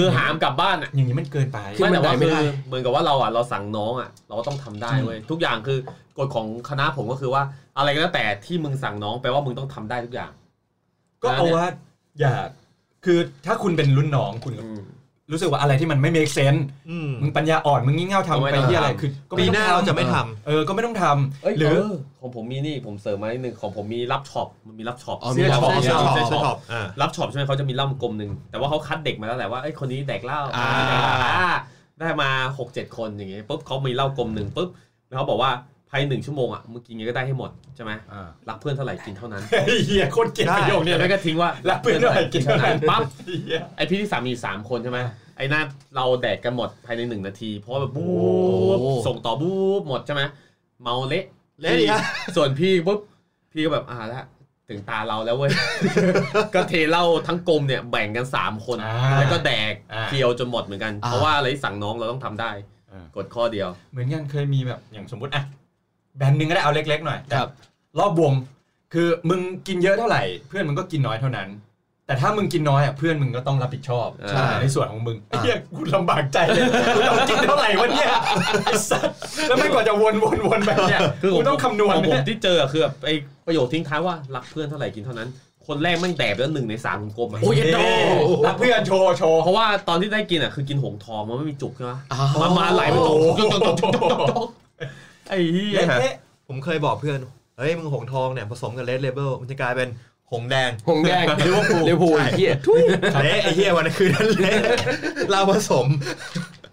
Speaker 6: คือหามกลับบ้านอ่ะ
Speaker 2: อย่างนี้มันเกินไป
Speaker 4: ขึ้นบันไดไม่ได้
Speaker 6: คือเหมือนกับว่าเราอ่ะเราสั่งน้องอ่ะ เราก็ต้องทำได้เว้ยทุกอย่างคือกฎของคณะผมก็คือว่า อะไรก็แล้วแต่ที่มึงสั่งน้องแปลว่ามึงต้องทำได้ทุกอย่าง
Speaker 2: ก็เอาว่าอย่าคือถ้าคุณเป็นรุ่นน้องคุณก็รู้สึกว่าอะไรที่มันไม่ make sense
Speaker 3: อืม
Speaker 2: มึงปัญญาอ่อนมึงงี่เง่า
Speaker 6: ก็
Speaker 2: ทำ
Speaker 6: ไม่
Speaker 2: ไป
Speaker 6: ต้อง
Speaker 2: ที่อะไร
Speaker 6: ทำ
Speaker 2: คือก็
Speaker 3: ปี
Speaker 2: ไม่ต้
Speaker 3: หน้า
Speaker 2: อง
Speaker 3: เราจะไม่ทำ
Speaker 2: เออก็ไม่ต้องทำห
Speaker 6: ห
Speaker 2: รื
Speaker 6: รือ อของผมมีนี่ผมเสริมมานิดนึงของผมมีรับช็อปมันมีรับช็อป
Speaker 3: เสื้อ
Speaker 2: มี
Speaker 3: ช็อป
Speaker 6: เสื้
Speaker 3: เสื้
Speaker 6: อ
Speaker 3: อช็อปเสื้อ
Speaker 6: ช็อป
Speaker 3: ช็อปอ่า
Speaker 6: รับช็อปใช่ไหมเขาจะมีล่ำกลมหนึ่งแต่ว่าเขาคัดเด็กมาแล้วแหละว่าไอ้ยคนนี้แดกเหล้า
Speaker 3: อ่า
Speaker 6: แดกเหล้าอ่าได้มาหกเจ็ดคนอย่างงี้ปุ๊บเขามีเหล้ากลมหนึ่งปุ๊บแล้วเขาบอกว่าภายในหนึ่งชั่วโมงอ่ะมึงกินยังไงก็ได้ให้หมดใช่ไหมรักเพื่อนเท่าไหร่กินเท่านั้น
Speaker 2: ไอ้เฮียโคตรเกลียดประโยคเนี่ยเล
Speaker 6: แล้
Speaker 2: ยว
Speaker 6: ก็ทิ้งว่า
Speaker 2: รั
Speaker 6: รั
Speaker 2: กเพื่อนเท่าไหร่กินเท่านั้น
Speaker 6: ปั๊บ
Speaker 2: ไอ้เหี้ย
Speaker 6: ไอ้พี่ที่สามมีสามคนใช่ไหมไอ้หน้าเราแดกกันหมดภายในหนึ่งนาที เพราะว่าแบบบู๊บ
Speaker 3: โอ้
Speaker 6: ส่งต่อบู๊บหมดใช่ไหมเมาเละ
Speaker 3: เละดิฮะ
Speaker 6: ส่วนพี่ปุ๊บพี่ก็แบบอ่าละถึงตาเราแล้วเว้ย ก็เทเหล้าทั้งกลมเนี่ยแบ่งกันสามคน
Speaker 2: อ่า
Speaker 6: แล้วก็แดก
Speaker 2: อ่า
Speaker 6: เคียวจนหมดเหมือนกัน
Speaker 4: อ่า
Speaker 6: เพราะว่าอะไรที่สั่งน้องเราต้องทำได้
Speaker 2: อ่าก
Speaker 6: กดข้อเดียว
Speaker 2: เหมือนกันเคยมีแบบอย่างสมมติอ่ะแบรนด์หนึ่งก็ได้เอาเล็กๆหน่อย
Speaker 4: ครับ
Speaker 2: รอบวงคือมึงกินเยอะเท่าไหร่ เพื่อนมึงก็กินน้อยเท่านั้น แต่ถ้ามึงกินน้อยอ่ะเพื่อนมึงก็ต้องรับผิดชอบ
Speaker 6: ใช่
Speaker 2: ในส่วนของมึงไอ้เหี้ยกูลำบากใจเลยกูต้องกินเท่าไหร่วะเนี่ยไอ้สัสแล้วไม่งกว่าจะวนวนวนแบบเนี้ยกูต้องคำนวณ
Speaker 6: ของผ
Speaker 2: เนี่
Speaker 6: ม
Speaker 2: ย
Speaker 6: ที่เจอคือแบบไอ้ประโยคทิ้งท้ายว่ารักเพื่อนเท่าไหร่กินเท่านั้น คนแรกแม่งแดกไปแล้วหนึ่งในสามของกลมอะ
Speaker 4: โอ้ยโด
Speaker 2: รับเพื่อนโชว์โชว์
Speaker 6: เพราะว่าตอนที่ได้กินอ่ะคือกินหงทองมันไม่มีจุกใช่ไหม
Speaker 4: อ๋อ
Speaker 6: มันมาไหลไปตรงไอ้เหี้ย
Speaker 2: เละเทะ
Speaker 3: ผมเคยบอกเพื่อนเฮ้ยมึงหงทองเนี่ยผสมกับเลดเลเบลมันจะกลายเป็นหงแดง
Speaker 4: หงแดง
Speaker 3: ลิเวอร์พูล
Speaker 4: เวอร์พูลไอ้เหี้ยทุย
Speaker 3: เละไอ้เหี้ยวันนั้นคืนนั้นเละ เราผสม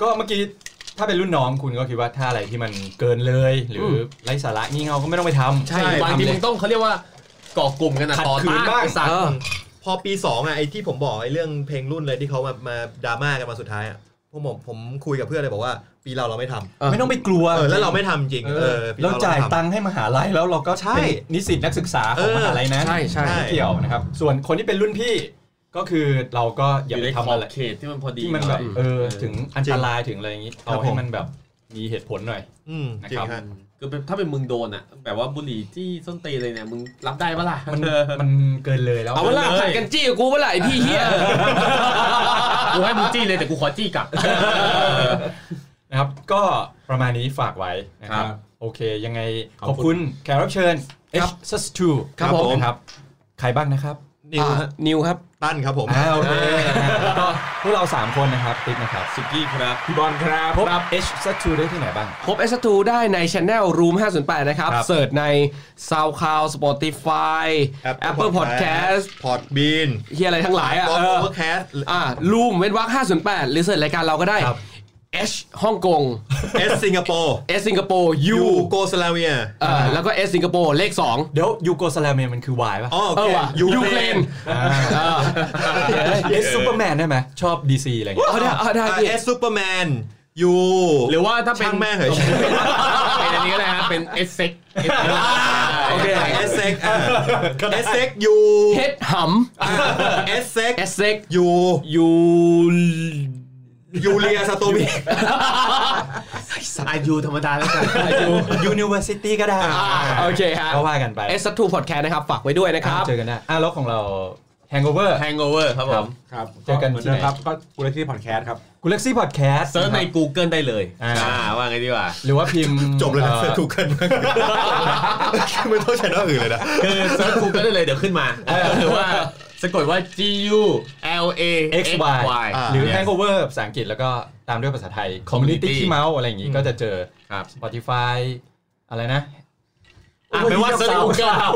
Speaker 2: ก็เมื่อกี้ถ้าเป็นรุ่นน้องคุณก็คิดว่าถ้าอะไรที่มันเกินเลย หรืออไร้สาระงี่เง่าก็ไม่ต้องไปทำ
Speaker 6: ใช่บางทีมึงต้องเขาเรียกว่าก่อกลุ่มกันอะ
Speaker 2: ขัด
Speaker 6: ต่อ
Speaker 2: ขืนบ้า
Speaker 6: ต้าน
Speaker 2: ง
Speaker 6: ไอ้สัตว์
Speaker 4: เออ
Speaker 3: พอปีสองอะไอ้ที่ผมบอกไอ้เรื่องเพลงรุ่นเลยที่เขามามาดราม่ากันมาสุดท้ายอะผมผมผมคุยกับเพื่อนเลยบอกว่า ปีเราเราไม่ทำ
Speaker 4: เออ
Speaker 2: ไม่ต้องไปกลัว
Speaker 3: เออแล้วเราไม่ทำจริง
Speaker 2: เอ
Speaker 3: เอ
Speaker 2: อ
Speaker 3: อปี
Speaker 2: เราจ่าย
Speaker 3: ไม่ทำ
Speaker 2: ตังค์ให้มหาลัยแล้วเราก็
Speaker 3: ใช่
Speaker 2: เป็นนิสิตนักศึกษาของ
Speaker 3: เออ
Speaker 2: มหาลัยนะ
Speaker 4: ใช่ใช่
Speaker 3: ใช่
Speaker 2: ไม่เกี่ยวนะครับ ส่วนคนที่เป็นรุ่นพี่ก็คือเราก็
Speaker 6: อย่
Speaker 2: อา
Speaker 6: ย่า
Speaker 2: ไป
Speaker 6: ไป
Speaker 2: ทำ
Speaker 6: ทำ
Speaker 2: อะ
Speaker 6: อะไร
Speaker 2: ไร
Speaker 6: เขตที่มันพอดี
Speaker 2: ที่มันแบบ
Speaker 6: หอย
Speaker 2: เออถึงอันตรายถึงอะไรอย่างนี้เอาให้มันแบบมีเหตุผลหน่อย
Speaker 3: อืมจริง
Speaker 2: นะครับ
Speaker 3: ฮะ
Speaker 6: คือเป็นถ้าเป็นมึงโดนอ่ะ แบบว่าบุหรี่ที่ส้นตีนเลยเนี่ยมึงรับได้ปะล่ะ
Speaker 2: มันมันเกินเลยแล้ว
Speaker 4: เอาเวลาผัดกันจี้กับกูเมื่อไหร่พี่เหี้ย
Speaker 6: กูให้มึงจี้เลยแต่กูขอจี้กลับ
Speaker 2: นะครับ ก็ประมาณนี้ฝากไว้นะครั
Speaker 6: ครับ บ
Speaker 2: โอเค ยังไงขอบคุณแขกรับเชิญ H s 2
Speaker 4: ครับผม
Speaker 2: นะครับใครบ้างนะครับ
Speaker 3: นิว
Speaker 4: อ่ะ
Speaker 3: ฮะ
Speaker 4: นิวครับ
Speaker 3: ตั้นครับผม
Speaker 2: อ่าโอเคก็พวกเรา 3 คนนะครับติ๊กนะครับ
Speaker 6: สุกี้ครับ
Speaker 5: พี่บอลครับ
Speaker 2: พบ H s t u ได้ที่ไหนบ้าง
Speaker 4: พบ S2 ได้ใน Channel Room 508 นะครับ
Speaker 2: ครับ
Speaker 4: เสิร์ชใน SoundCloud Spotify Apple Podcast
Speaker 3: พอดบีน
Speaker 4: เฮียอะไรทั้งหลายอ่ะ
Speaker 3: บ
Speaker 4: เอ
Speaker 3: ล็อก
Speaker 4: อ
Speaker 3: โอเวอร์แคส
Speaker 4: อ่ารูมเว้นวรรค508 หรือเสิร์ชรายการเราก็ได้
Speaker 2: ครับ
Speaker 4: H ฮ่องกง
Speaker 3: เอสสิงคโปร์
Speaker 4: S สิงคโปร์ U
Speaker 3: ยูโกสลาเวีย
Speaker 4: เอ่อแล้วก็ S สิงคโปร์เลข 2
Speaker 2: เดี๋ยวยูโกสลาเมียมันคือ Y ป่ะ
Speaker 3: อ๋อโอ
Speaker 4: เอ
Speaker 3: เค
Speaker 4: อว่ะยูเครนเออ
Speaker 2: เอสซูเปอร์แมนได้ไหมชอบ DC อะไรเงี้ย
Speaker 4: เอาได้เอาได้พี่
Speaker 3: เอสซูเปอร์แมนยู
Speaker 6: หรือว่าถ้าเป็น
Speaker 3: ช่างแม่งเหรอ
Speaker 6: เป็นอันนี้ก็ได้ฮะเป็นเอสเซ็ก
Speaker 4: โอเค
Speaker 3: เอสเซ็กเอสเซ็กยู
Speaker 4: เฮดหัม
Speaker 3: เอสเซ็ก
Speaker 4: เอสเซ็ก
Speaker 3: ยู
Speaker 4: ยู
Speaker 3: ยูเลียสโตมิ
Speaker 6: อายุธรรมดาแล้วกัน
Speaker 2: University ก็ได้
Speaker 4: โอเคฮะ
Speaker 2: ก็ว่ากันไป
Speaker 4: เอสทูพอดแคสต์นะครับ ฝากไว้ด้วยนะครับ
Speaker 2: เจอกันได้อ่ะแล้วของเรา Hangover
Speaker 6: Hangover ครับผม
Speaker 5: ครับ
Speaker 2: เจอกัน
Speaker 5: เหมือน
Speaker 2: ที่
Speaker 5: เดิม
Speaker 2: ไหน
Speaker 5: ครับก็กูเล็กที่พอดแคสต์ครับ
Speaker 2: กูเล็กซี่พอดแคสต์
Speaker 6: เซิร์ชใน Google ได้เลย
Speaker 2: อ่า
Speaker 6: อ่าว่าไงดีว่า
Speaker 2: หรือว่าพิมพ์
Speaker 3: จบเลยนะ
Speaker 2: อ่อ
Speaker 3: เสิร์ชกูเกิล ไม่ต้องใช้หน้าอื่นเลยนะ
Speaker 6: คือเซิร์ช Google ได้เลยเดี๋ยวขึ้นมาหรือว่าสะกดว่า G U L A X Y
Speaker 3: อ่า
Speaker 2: หรือ
Speaker 6: Yes
Speaker 2: Hangover ภาษาอังกฤษแล้วก็ตามด้วยภาษาไทย Community ที่เมาส์อะไรอย่างงี้ก็จะเจอ
Speaker 6: ครับ
Speaker 2: Spotify อะไรนะ
Speaker 6: อ่ะแปลว่าเซิร์ช Google
Speaker 2: เอา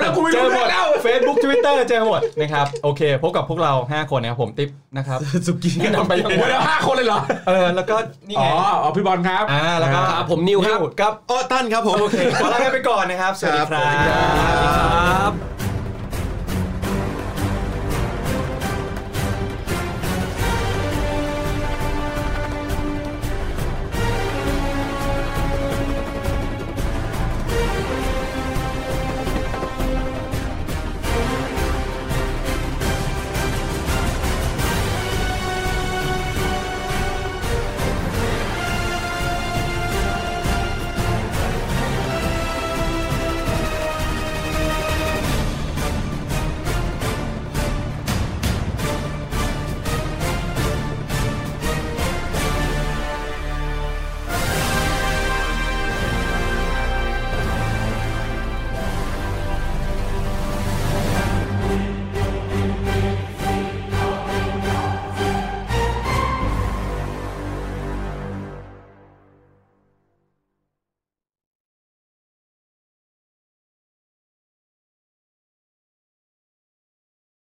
Speaker 2: แล้วกูไม่รู้เรื่องแล้วเฟซบุ๊กทวิตเตอร์เจอหมดนะครับ โอเค พบกับพวกเรา 5 คนนะครับ ผมติ๊บนะครับ สุกี้นำไป ยังหมดห้าคนเลยเหรอ เออ แล้วก็นี่
Speaker 5: อ๋
Speaker 2: ไง
Speaker 5: ออ๋อพี่บอลครับ
Speaker 2: อ่าแล้วก็
Speaker 4: ครับผมนิวครับ
Speaker 2: ครับ
Speaker 3: อ๋อตั้นครับผม
Speaker 2: โอเคขอลากันไปก่อนนะครับ สวัสดี
Speaker 3: ครับ
Speaker 2: ครับ